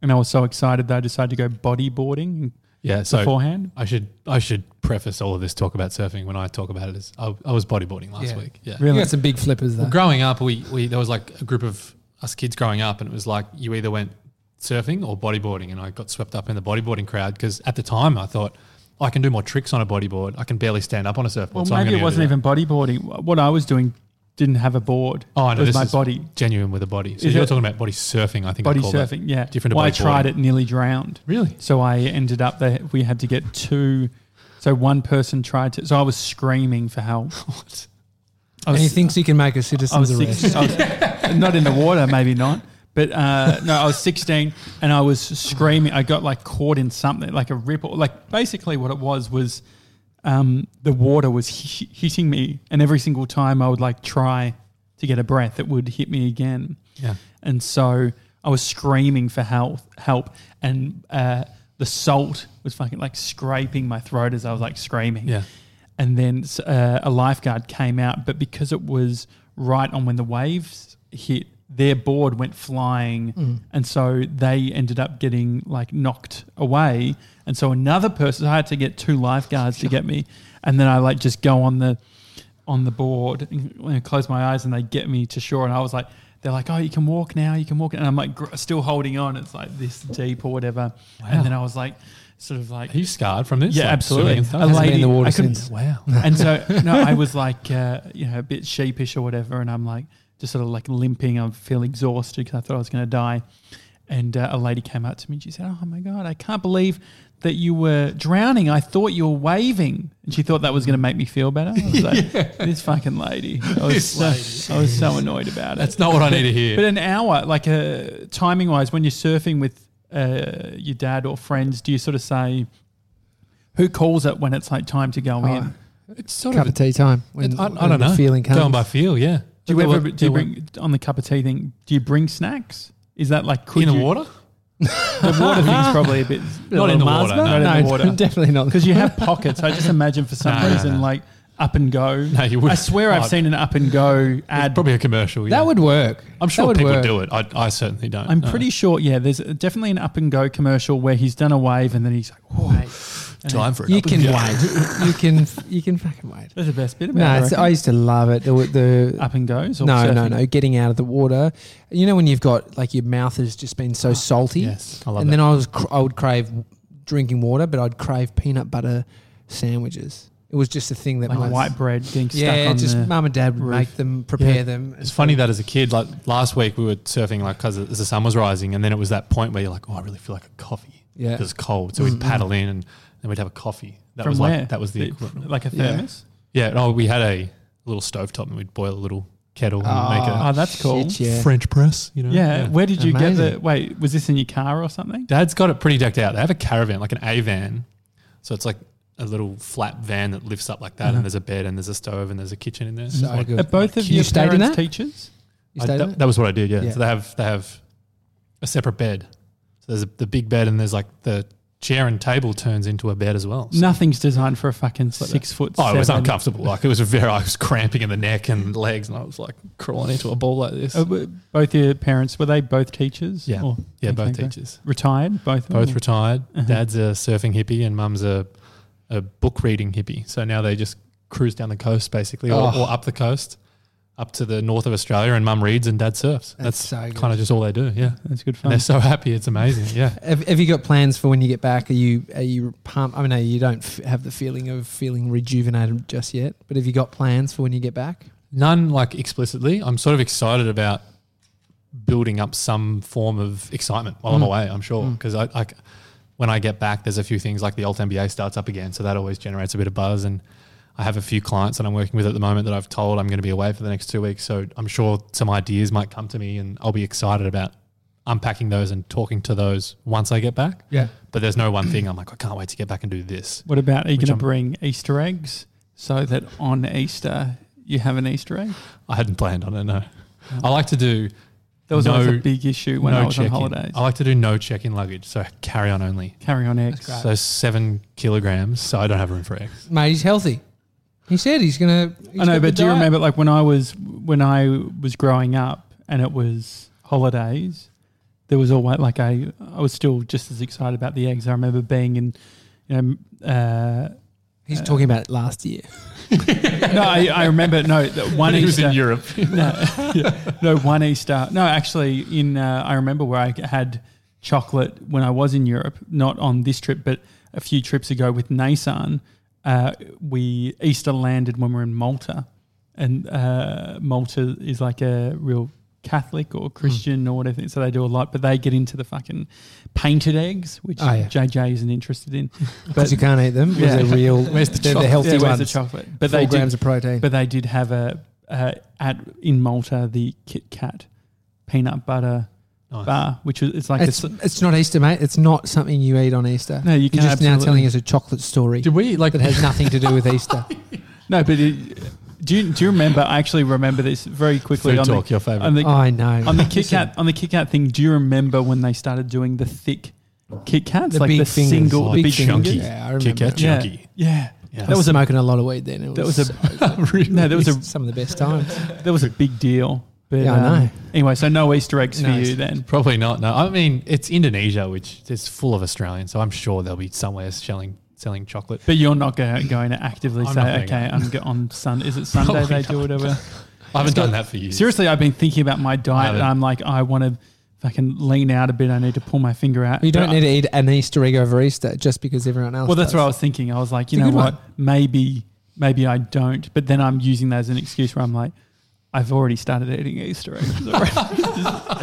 Speaker 1: and I was so excited that I decided to go bodyboarding
Speaker 3: Yeah. So
Speaker 1: beforehand.
Speaker 3: I should I should preface all of this talk about surfing when I talk about it as I, I was bodyboarding last
Speaker 2: Yeah.
Speaker 3: week. Yeah.
Speaker 2: You
Speaker 1: Really?
Speaker 2: got some big flippers though.
Speaker 3: Well, growing up, we, we there was like a group of us kids growing up, and it was like you either went surfing or bodyboarding, and I got swept up in the bodyboarding crowd because at the time I thought "Oh, I can do more tricks on a bodyboard. I can barely stand up on a surfboard.
Speaker 1: Well,
Speaker 3: so I'm
Speaker 1: maybe
Speaker 3: gonna
Speaker 1: it
Speaker 3: go
Speaker 1: wasn't
Speaker 3: do that.
Speaker 1: even bodyboarding. What I was doing didn't have a board.
Speaker 3: Oh, I know,
Speaker 1: it was
Speaker 3: this
Speaker 1: my
Speaker 3: is-
Speaker 1: body.
Speaker 3: genuine with a body. So
Speaker 1: Is
Speaker 3: you're
Speaker 1: it-
Speaker 3: talking about body surfing, I think. I
Speaker 1: body
Speaker 3: call that.
Speaker 1: surfing. Yeah,
Speaker 3: different to
Speaker 1: Well, I
Speaker 3: bodyboarding.
Speaker 1: tried it, nearly drowned.
Speaker 3: Really?
Speaker 1: So I ended up there. We had to get two. So one person tried to. So I was screaming for help. I
Speaker 2: and he
Speaker 1: was,
Speaker 2: thinks he can make a
Speaker 1: I
Speaker 2: citizen's
Speaker 1: was
Speaker 2: arrest.
Speaker 1: six, I was- not in the water, maybe not. But uh, no, I was 16 and I was screaming. I got like caught in something, like a ripple. Like basically, what it was was um, the water was hi- hitting me, and every single time I would like try to get a breath, it would hit me again.
Speaker 3: Yeah.
Speaker 1: And so I was screaming for help, help, and uh, the salt was fucking like scraping my throat as I was like screaming.
Speaker 3: Yeah.
Speaker 1: and then uh, a lifeguard came out, but because it was right on when the waves hit, their board went flying, and so they ended up getting like knocked away. And so another person, I had to get two lifeguards to get me, and then I like just go on the on the board and, and close my eyes, and they get me to shore, and I was like. They're like, oh, you can walk now, you can walk, and I'm like, gr- still holding on. It's like this deep or whatever, and then I was like, sort of like,
Speaker 3: Are you scarred from this?
Speaker 1: yeah,
Speaker 3: Like,
Speaker 1: absolutely.
Speaker 3: swimming and
Speaker 1: A
Speaker 3: stuff?
Speaker 2: Hasn't been in the water
Speaker 1: I couldn't-
Speaker 2: since.
Speaker 3: Wow.
Speaker 1: and so no, I was like, uh, you know, a bit sheepish or whatever, and I'm like, just sort of like limping. I feel exhausted because I thought I was going to die. And uh, a lady came up to me and she said, "Oh my god, I can't believe that you were drowning. I thought you were waving." And she thought that was going to make me feel better. I was like, This fucking lady. I was,
Speaker 3: This
Speaker 1: so, I was so annoyed about it.
Speaker 3: That's not what I need to
Speaker 1: But
Speaker 3: hear.
Speaker 1: an hour, like uh, timing wise, when you're surfing with uh, your dad or friends, do you sort of say, who calls it when it's like time to go
Speaker 2: Oh,
Speaker 1: in?
Speaker 3: It's sort
Speaker 2: cup
Speaker 3: of.
Speaker 2: of tea time. When,
Speaker 3: I, I
Speaker 2: when
Speaker 3: don't
Speaker 2: the
Speaker 3: know.
Speaker 2: Feeling comes.
Speaker 3: Going by feel, yeah.
Speaker 1: Do you
Speaker 3: But
Speaker 1: ever
Speaker 3: what-
Speaker 1: do you
Speaker 3: what-
Speaker 1: bring on the cup of tea thing? Do you bring snacks? Is that like could
Speaker 3: in the
Speaker 1: you-
Speaker 3: water?
Speaker 1: The water thing's probably a bit
Speaker 3: Not in the water.
Speaker 2: no,
Speaker 1: Not in
Speaker 3: No.
Speaker 1: the water.
Speaker 2: definitely not.
Speaker 1: because you have pockets. I just imagine for some
Speaker 3: No, no,
Speaker 1: reason
Speaker 3: no.
Speaker 1: like up and go.
Speaker 3: No, you wouldn't.
Speaker 1: I swear I've
Speaker 3: Oh,
Speaker 1: seen an up and go
Speaker 3: It's
Speaker 1: ad.
Speaker 3: probably a commercial. Yeah.
Speaker 2: That would work.
Speaker 3: I'm
Speaker 2: That
Speaker 3: sure
Speaker 2: would
Speaker 3: people
Speaker 2: work.
Speaker 3: do it. I, I certainly don't.
Speaker 1: I'm
Speaker 3: no.
Speaker 1: pretty sure. Yeah, there's definitely an up and go commercial where he's done a wave and then he's like, "Whoa,
Speaker 3: time for it.
Speaker 2: You can wait. You can. You can fucking wait. Uh,
Speaker 1: that's the best bit about
Speaker 2: No,
Speaker 1: it." I
Speaker 2: it's,
Speaker 1: reckon.
Speaker 2: I used to love it. The, the
Speaker 1: up and goes. Or
Speaker 2: no, no,
Speaker 1: surfing?
Speaker 2: no. Getting out of the water. You know when you've got like your mouth has just been so salty.
Speaker 3: Yes, I love
Speaker 2: and
Speaker 3: that.
Speaker 2: then I was cr- I would crave drinking water, but I'd crave peanut butter sandwiches. It was just a thing that
Speaker 1: Like
Speaker 2: my
Speaker 1: white bread getting stuck
Speaker 2: yeah,
Speaker 1: on
Speaker 2: just
Speaker 1: the.
Speaker 2: mum and dad would
Speaker 1: roof.
Speaker 2: make them prepare
Speaker 1: Yeah.
Speaker 2: them.
Speaker 3: It's funny that as a kid, like last week, we were surfing like because the sun was rising, and then it was that point where you're like, "Oh, I really feel like a coffee."
Speaker 2: Yeah.
Speaker 3: 'Cause it's cold, so we'd paddle in and then we'd have a coffee. That
Speaker 1: from
Speaker 3: was
Speaker 1: where?
Speaker 3: like that was the equivalent.
Speaker 1: like a
Speaker 2: Yeah.
Speaker 1: thermos.
Speaker 3: yeah. No, we had a little stove top and we'd boil a little kettle and make
Speaker 1: Oh,
Speaker 3: a
Speaker 1: that's cool.
Speaker 2: Shit, yeah.
Speaker 3: French press. You know,
Speaker 1: Yeah. Where did you get the?
Speaker 2: Amazing.
Speaker 1: Wait, was this in your car or something?
Speaker 3: Dad's got it pretty decked out. They have a caravan, like an A van. So it's like a little flat van that lifts up like that, and there's a bed, and there's a stove, and there's a kitchen in there.
Speaker 2: So
Speaker 3: Like,
Speaker 2: good.
Speaker 1: Are both of
Speaker 2: You
Speaker 1: your
Speaker 2: stayed
Speaker 1: parents
Speaker 2: in that?
Speaker 1: teachers?
Speaker 2: You
Speaker 3: I-
Speaker 2: stayed in
Speaker 3: that,
Speaker 2: it?
Speaker 3: that was what I did. Yeah.
Speaker 2: Yeah.
Speaker 3: So they have they have a separate bed. So there's a, the big bed, and there's like the chair and table turns into a bed as well. So-
Speaker 1: Nothing's designed for a fucking six foot.
Speaker 3: Oh, it was
Speaker 1: seven.
Speaker 3: uncomfortable. Like it was very. I was cramping in the neck and legs, and I was like crawling into a ball like this.
Speaker 2: Oh,
Speaker 1: Uh, were both your parents were they both teachers?
Speaker 3: Yeah.
Speaker 1: Or-
Speaker 3: yeah, both
Speaker 1: okay, great.
Speaker 3: teachers,
Speaker 1: Retired, both. of
Speaker 3: both
Speaker 1: them?
Speaker 3: retired.
Speaker 1: Uh-huh.
Speaker 3: Dad's a surfing hippie, and Mum's a a book reading hippie. So now they just cruise down the coast, basically, or,
Speaker 2: Oh.
Speaker 3: or up the coast, up to the north of Australia, and Mum reads and Dad surfs.
Speaker 2: That's
Speaker 3: That's,
Speaker 2: so good.
Speaker 3: kind of just all they do. Yeah,
Speaker 1: That's good
Speaker 3: and
Speaker 1: fun.
Speaker 3: they're so happy. It's amazing. Yeah.
Speaker 2: Have, have you got plans for when you get back? Are you are you pumped? I mean, no, you don't f- have the feeling of feeling rejuvenated just yet. But have you got plans for when you get back?
Speaker 3: None like explicitly. I'm sort of excited about building up some form of excitement while I'm
Speaker 2: Mm.
Speaker 3: away. I'm sure
Speaker 2: Mm.
Speaker 3: because I, I c- when I get back, there's a few things like the Alt MBA starts up again, so that always generates a bit of buzz. And I have a few clients that I'm working with at the moment that I've told I'm going to be away for the next two weeks, so I'm sure some ideas might come to me, and I'll be excited about unpacking those and talking to those once I get back.
Speaker 2: Yeah.
Speaker 3: But there's no one thing I'm like I can't wait to get back and do this.
Speaker 1: What about are you going
Speaker 3: Which
Speaker 1: to
Speaker 3: I'm-
Speaker 1: bring Easter eggs so that on Easter you have an Easter egg?
Speaker 3: I hadn't planned on it. No,
Speaker 2: Mm.
Speaker 3: I like to do.
Speaker 1: That was
Speaker 3: No- Oh.
Speaker 1: always a big issue when I was on
Speaker 3: check-in.
Speaker 1: holidays.
Speaker 3: I like to do no check-in luggage, so carry on only.
Speaker 1: Carry on eggs.
Speaker 2: That's
Speaker 3: So seven kilograms, so I don't have room for eggs.
Speaker 2: Mate, he's healthy. He said he's gonna. he's
Speaker 1: I know,
Speaker 2: got the
Speaker 1: but do you
Speaker 2: diet.
Speaker 1: remember like when I was when I was growing up and it was holidays, there was always like I I was still just as excited about the eggs. I remember being in you know uh,
Speaker 2: He's talking about it last year.
Speaker 1: no I, I remember no that one
Speaker 3: he was
Speaker 1: Easter
Speaker 3: in Europe.
Speaker 1: no, yeah. no one Easter no actually in uh, I remember where I had chocolate when I was in Europe, not on this trip, but a few trips ago with Nissan. Uh, we Easter landed when we were in Malta, and uh, Malta is like a real Catholic or
Speaker 3: Hmm.
Speaker 1: Christian or whatever, so they do a lot. But they get into the fucking painted eggs, which
Speaker 2: Oh, yeah.
Speaker 1: JJ isn't interested in.
Speaker 2: Because you can't eat them.
Speaker 1: Yeah.
Speaker 2: Yeah. They're real.
Speaker 3: Where's the
Speaker 2: they're the
Speaker 3: chocolate?
Speaker 2: healthy
Speaker 1: Yeah, where's
Speaker 2: ones.
Speaker 1: the chocolate? But
Speaker 2: Four
Speaker 1: they did
Speaker 2: grams of protein.
Speaker 1: but they did have a uh, at in Malta the Kit Kat peanut butter
Speaker 3: Nice.
Speaker 1: bar, which is it's like
Speaker 2: it's,
Speaker 1: a, s-
Speaker 2: it's not Easter, mate. It's not something you eat on Easter.
Speaker 1: No, you
Speaker 2: You're
Speaker 1: can
Speaker 2: just now
Speaker 1: absolutely-
Speaker 2: telling us a chocolate story
Speaker 3: Did we like?
Speaker 2: that has nothing to do with Easter.
Speaker 1: no. But it, do you do you remember? I actually remember this very quickly
Speaker 3: Food
Speaker 1: on
Speaker 3: talk,
Speaker 1: the
Speaker 3: your favorite.
Speaker 1: on the,
Speaker 2: I know.
Speaker 1: on the Kit Kat on the Kit Kat thing. Do you remember when they started doing the thick Kit Kats,
Speaker 2: The
Speaker 1: like
Speaker 2: big
Speaker 1: the
Speaker 2: fingers.
Speaker 1: single
Speaker 2: Big
Speaker 1: big
Speaker 2: fingers.
Speaker 1: chunky?
Speaker 2: Yeah, I
Speaker 3: Kit
Speaker 2: remember.
Speaker 3: Kat chunky.
Speaker 1: Yeah, yeah.
Speaker 3: Yeah.
Speaker 2: That was smoking a, lot of weed then. It
Speaker 1: That was a
Speaker 3: Really?
Speaker 1: no. That was a
Speaker 2: some of the best times.
Speaker 1: that was a big deal. But,
Speaker 2: Yeah, I
Speaker 1: um,
Speaker 2: know.
Speaker 1: Anyway, so no Easter eggs
Speaker 2: No
Speaker 1: for you
Speaker 2: Easter
Speaker 1: then.
Speaker 3: Probably not. No, I mean it's Indonesia, which is full of Australians, so I'm sure there'll be somewhere selling selling chocolate.
Speaker 1: But you're not go- going to actively
Speaker 3: I'm not
Speaker 1: say,
Speaker 3: gonna
Speaker 1: okay,
Speaker 3: go."
Speaker 1: I'm go- on Sun. Is it Sunday
Speaker 3: Probably
Speaker 1: they do it? Or whatever?
Speaker 3: I haven't
Speaker 1: It's got-
Speaker 3: done that for years.
Speaker 1: Seriously, I've been thinking about my diet, and
Speaker 3: haven't.
Speaker 1: I'm like, I want to fucking lean out a bit. I need to pull my finger out.
Speaker 2: You
Speaker 1: But
Speaker 2: don't
Speaker 1: I-
Speaker 2: need to eat an Easter egg over Easter just because everyone else.
Speaker 1: Well, that's
Speaker 2: does.
Speaker 1: what I was thinking. I was like, you
Speaker 2: It's
Speaker 1: know
Speaker 2: a good
Speaker 1: what?
Speaker 2: one.
Speaker 1: Maybe, maybe I don't. But then I'm using that as an excuse where I'm like, I've already started eating Easter eggs already.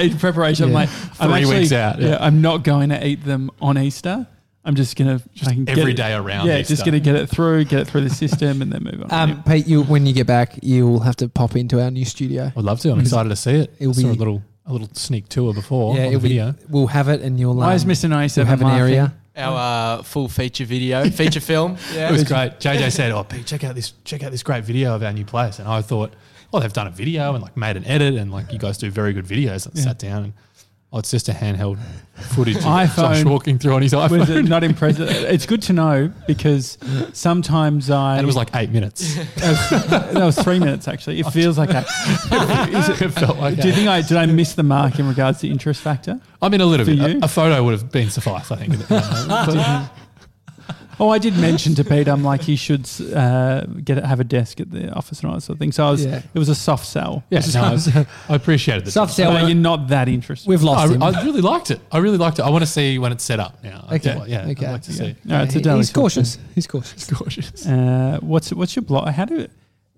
Speaker 1: in preparation. I'm
Speaker 2: Yeah.
Speaker 1: like, I'm
Speaker 3: Three
Speaker 1: actually-
Speaker 3: weeks out,
Speaker 1: Yeah.
Speaker 3: yeah.
Speaker 1: I'm not going to eat them on Easter. I'm just gonna just
Speaker 3: every day around
Speaker 1: Yeah, just
Speaker 3: Easter.
Speaker 1: gonna get it through, get it through the system, and then move on.
Speaker 2: Um, Pete, you when you get back, you'll have to pop into our new studio.
Speaker 3: I'd love to. I'm excited to see it.
Speaker 2: It'll
Speaker 3: I
Speaker 2: be-
Speaker 3: saw a little a little sneak tour
Speaker 1: Oh,
Speaker 3: before on the
Speaker 2: it'll be-
Speaker 3: video.
Speaker 2: we'll have it, and you'll.
Speaker 1: Why is
Speaker 2: um,
Speaker 1: Mr. Nice
Speaker 2: we'll have an area.
Speaker 4: Our uh, full feature video, feature film.
Speaker 3: It
Speaker 4: Yeah.
Speaker 3: was great. JJ said, "Oh, Pete, check out this check out this great video of our new place." And I thought, "Oh, they've done a video and like made an edit and like you guys do very good videos." I
Speaker 1: Yeah.
Speaker 3: sat down and oh, it's just a handheld footage. of
Speaker 1: iPhone.
Speaker 3: Josh walking through on his iPhone.
Speaker 1: Was it not impressive? It's good to know because sometimes I
Speaker 3: and it was like eight minutes.
Speaker 1: that was three minutes actually. It feels like that.
Speaker 3: it felt like.
Speaker 1: Do you
Speaker 3: that.
Speaker 1: think I did I miss the mark in regards to interest factor?
Speaker 3: I mean, a little
Speaker 1: Do
Speaker 3: bit.
Speaker 1: you?
Speaker 3: A, a photo would have been suffice, I think.
Speaker 1: Oh, I did mention to Pete, I'm like he should uh, get have a desk at the office and all that sort of thing. So I was,
Speaker 2: Yeah.
Speaker 1: it was a soft sell.
Speaker 3: yeah, no, I, was- I appreciated the
Speaker 2: Soft
Speaker 1: But
Speaker 2: sell.
Speaker 1: you're not that interested.
Speaker 2: We've
Speaker 3: I,
Speaker 2: lost him.
Speaker 3: I really liked it. I really liked it. I want to see when it's set up now. I
Speaker 2: Okay,
Speaker 3: do- yeah,
Speaker 2: okay,
Speaker 3: I'd like to
Speaker 1: Yeah.
Speaker 3: see.
Speaker 1: No, it's a
Speaker 2: He-
Speaker 1: daily
Speaker 2: he's
Speaker 1: sort of thing.
Speaker 2: cautious. He's cautious.
Speaker 3: Gorgeous.
Speaker 1: Uh, what's what's your blog? How do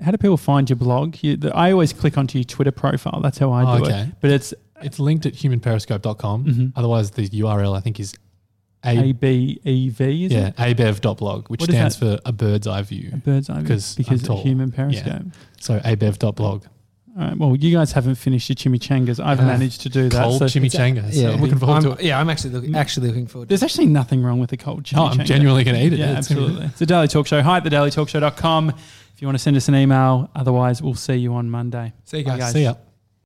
Speaker 1: how do people find your blog? You, the, I always click onto your Twitter profile. That's how I
Speaker 3: Oh,
Speaker 1: do
Speaker 3: okay.
Speaker 1: it. But it's
Speaker 3: It's linked at humanperiscope.com.
Speaker 1: Mhm.
Speaker 3: Otherwise, the URL I think is
Speaker 1: A
Speaker 3: a
Speaker 1: B E V, is
Speaker 3: yeah
Speaker 1: it?
Speaker 3: abev.blog, which
Speaker 1: What is
Speaker 3: stands for a bird's eye view.
Speaker 1: Bird's eye view,
Speaker 3: 'Cause I'm
Speaker 1: because
Speaker 3: tall.
Speaker 1: human
Speaker 3: Yeah.
Speaker 1: periscope.
Speaker 3: So E abev.blog.
Speaker 1: All right. Well, you guys haven't finished your chimichangas. I've
Speaker 2: Uh,
Speaker 1: managed to do that.
Speaker 3: Cold
Speaker 1: so-
Speaker 3: chimichanga. So I'm looking forward
Speaker 2: I'm,
Speaker 3: to it.
Speaker 2: Yeah, I'm actually looking, actually looking forward. to it.
Speaker 1: There's actually nothing wrong with a cold
Speaker 3: Oh,
Speaker 1: chimichanga.
Speaker 3: I'm genuinely going to eat it.
Speaker 1: Yeah,
Speaker 3: It's gonna be-
Speaker 1: absolutely. It's the Daily Talk Show. Hi at thedailytalkshow.com if you want to send us an email. Otherwise, we'll see you on Monday.
Speaker 2: See you
Speaker 1: Bye,
Speaker 2: guys.
Speaker 3: See ya.